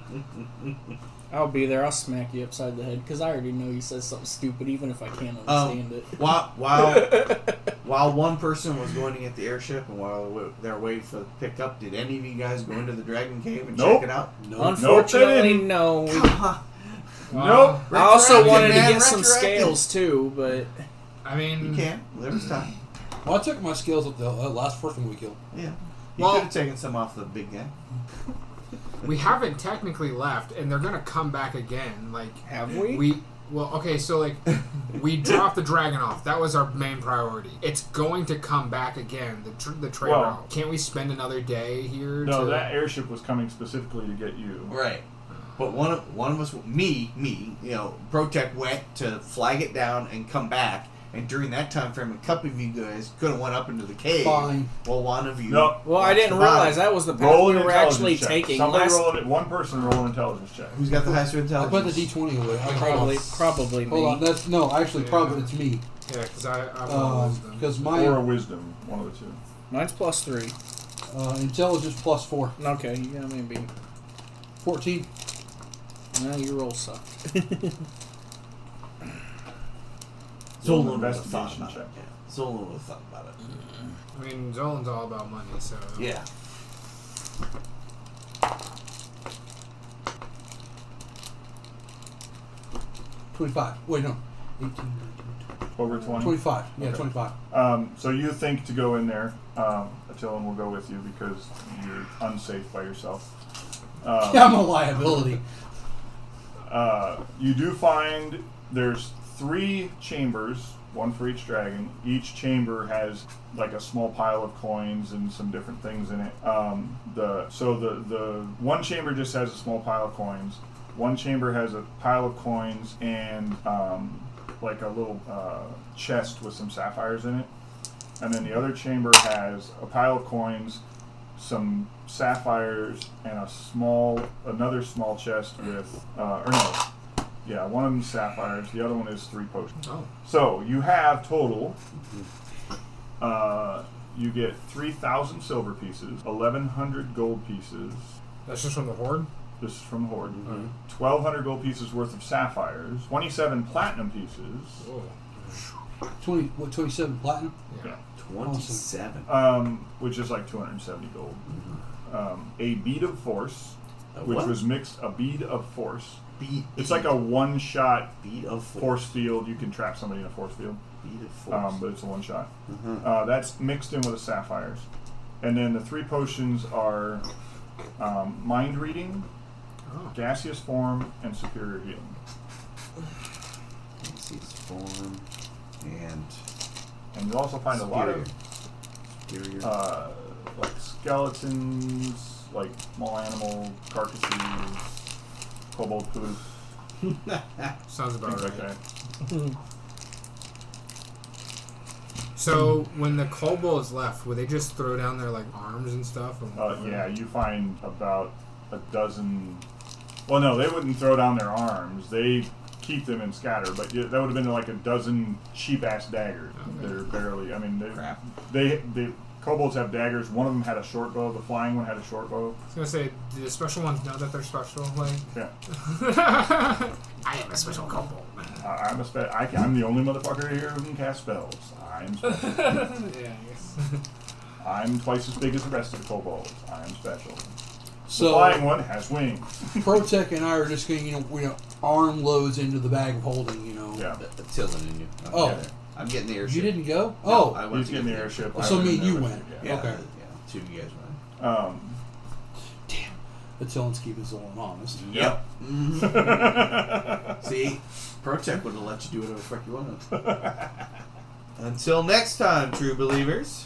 I'll be there. I'll smack you upside the head because I already know you said something stupid, even if I can't
Oh.
understand it.
Um, While while while one person was going to get the airship and while wa- they're waiting for the pickup, did any of you guys go into the dragon cave and
Nope.
check it out?
No.
Unfortunately,
didn't.
no. We-
Nope.
Uh-huh. I also
Retroactive,
wanted to
man,
get some
retroactive.
scales too, but
I
You
mean,
can. There was time.
Well, I took my scales up the uh, last person we killed.
Yeah. You
Well-
could have taken some off the big guy.
we haven't technically left, and they're gonna come back again. Like
have we?
we, well, okay, so like we dropped the dragon off. That was our main priority. It's going to come back again. The tr- the trail.
Well-
route. Can't we spend another day here?
No,
to,
that airship was coming specifically to get you.
Right. But one of one of us, me, me, you know, Protech went to flag it down and come back. And during that time frame, a couple of you guys could have went up into the cave.
Fine.
Well, one of you.
No.
Well, I didn't realize that was the path
Roll
we
an
were
intelligence
actually
check.
taking.
Somebody
last
roll it. One person roll an intelligence check.
Who's got the highest
I put the
intelligence?
D20 away. I,
probably, probably
Hold on. Hold on.
me.
That's no, actually,
Yeah. Oh,
probably it's me.
Yeah, because I I
Um,
was them.
Because
Or a
my
wisdom, one of the two.
Mine's plus three.
uh, intelligence plus four.
Okay, you got me beat.
14.
No, your roll sucked.
Roll an
would have thought
investigation
about it.
check.
Yeah. Zolan would have thought about it.
I mean, Zolan's all about money, so
Yeah.
Twenty-five. Wait, no. 18,
Over twenty.
25. Yeah,
Okay.
25.
Um, so you think to go in there? Um, Attila will go with you because you're unsafe by yourself. Um,
Yeah, I'm a liability.
Uh, you do find there's three chambers, one for each dragon. Each chamber has like a small pile of coins and some different things in it. Um, the so the the one chamber just has a small pile of coins. One chamber has a pile of coins and um, like a little uh, chest with some sapphires in it. And then the other chamber has a pile of coins, some sapphires, and a small, another small chest with, uh, or no, yeah, one of them sapphires, the other one is three potions.
Oh.
So you have total, uh, you get 3,000 silver pieces, 1,100 gold pieces,
That's just from the horde.
this is from Horde, 1,200 gold pieces worth of sapphires, 27 platinum pieces,
Oh,
20, what, 27 platinum?
yeah.
Twenty-seven. Mm-hmm.
um, which is like 270 gold. Um, a bead of force,
A
which
what?
was mixed a bead of force.
Beat.
It's like a one-shot
beat of force.
force field. You can trap somebody in a force field,
Beat of force. Mm-hmm.
um, but it's a one-shot. Uh, that's mixed in with the sapphires, and then the three potions are um, mind reading,
Oh.
gaseous form, and superior healing.
This is form and
And you also find a lot of
superior.
uh, like skeletons, like small animal carcasses, kobold poop,
Sounds about
things
right.
like that.
So when the kobolds left, would they just throw down their like arms and stuff? And
Uh, yeah, you find about a dozen. Well, no, they wouldn't throw down their arms. They keep them and scatter. But you, that would have been like a dozen cheap ass daggers. They're barely. I mean, they,
Crap.
they the kobolds have daggers. One of them had a short bow. The flying one had a short bow.
I was gonna say, do the special ones know that they're special? Like,
Yeah,
I am a special kobold.
I, I'm a spe- I, can- I'm the only motherfucker here who can cast spells. I'm special.
Yeah, I guess.
I'm twice as big as the rest of the kobolds. I'm special. the
So,
flying one has wings.
ProTech and I are just going to, you know, we know, arm loads into the bag of holding, you know.
Yeah,
Attila and you. I'm
Oh.
getting- I'm getting the airship.
You didn't go?
No,
oh.
I went
he's
to
getting
get
the airship.
I
So
went
me
in
and you
there with
went.
Yeah.
Yeah,
Okay.
uh, yeah, two of you guys went.
Um,
Attila's keeping Zolan honest.
yep.
See, Protech would have let you do whatever the fuck you wanted. Until next time, true believers.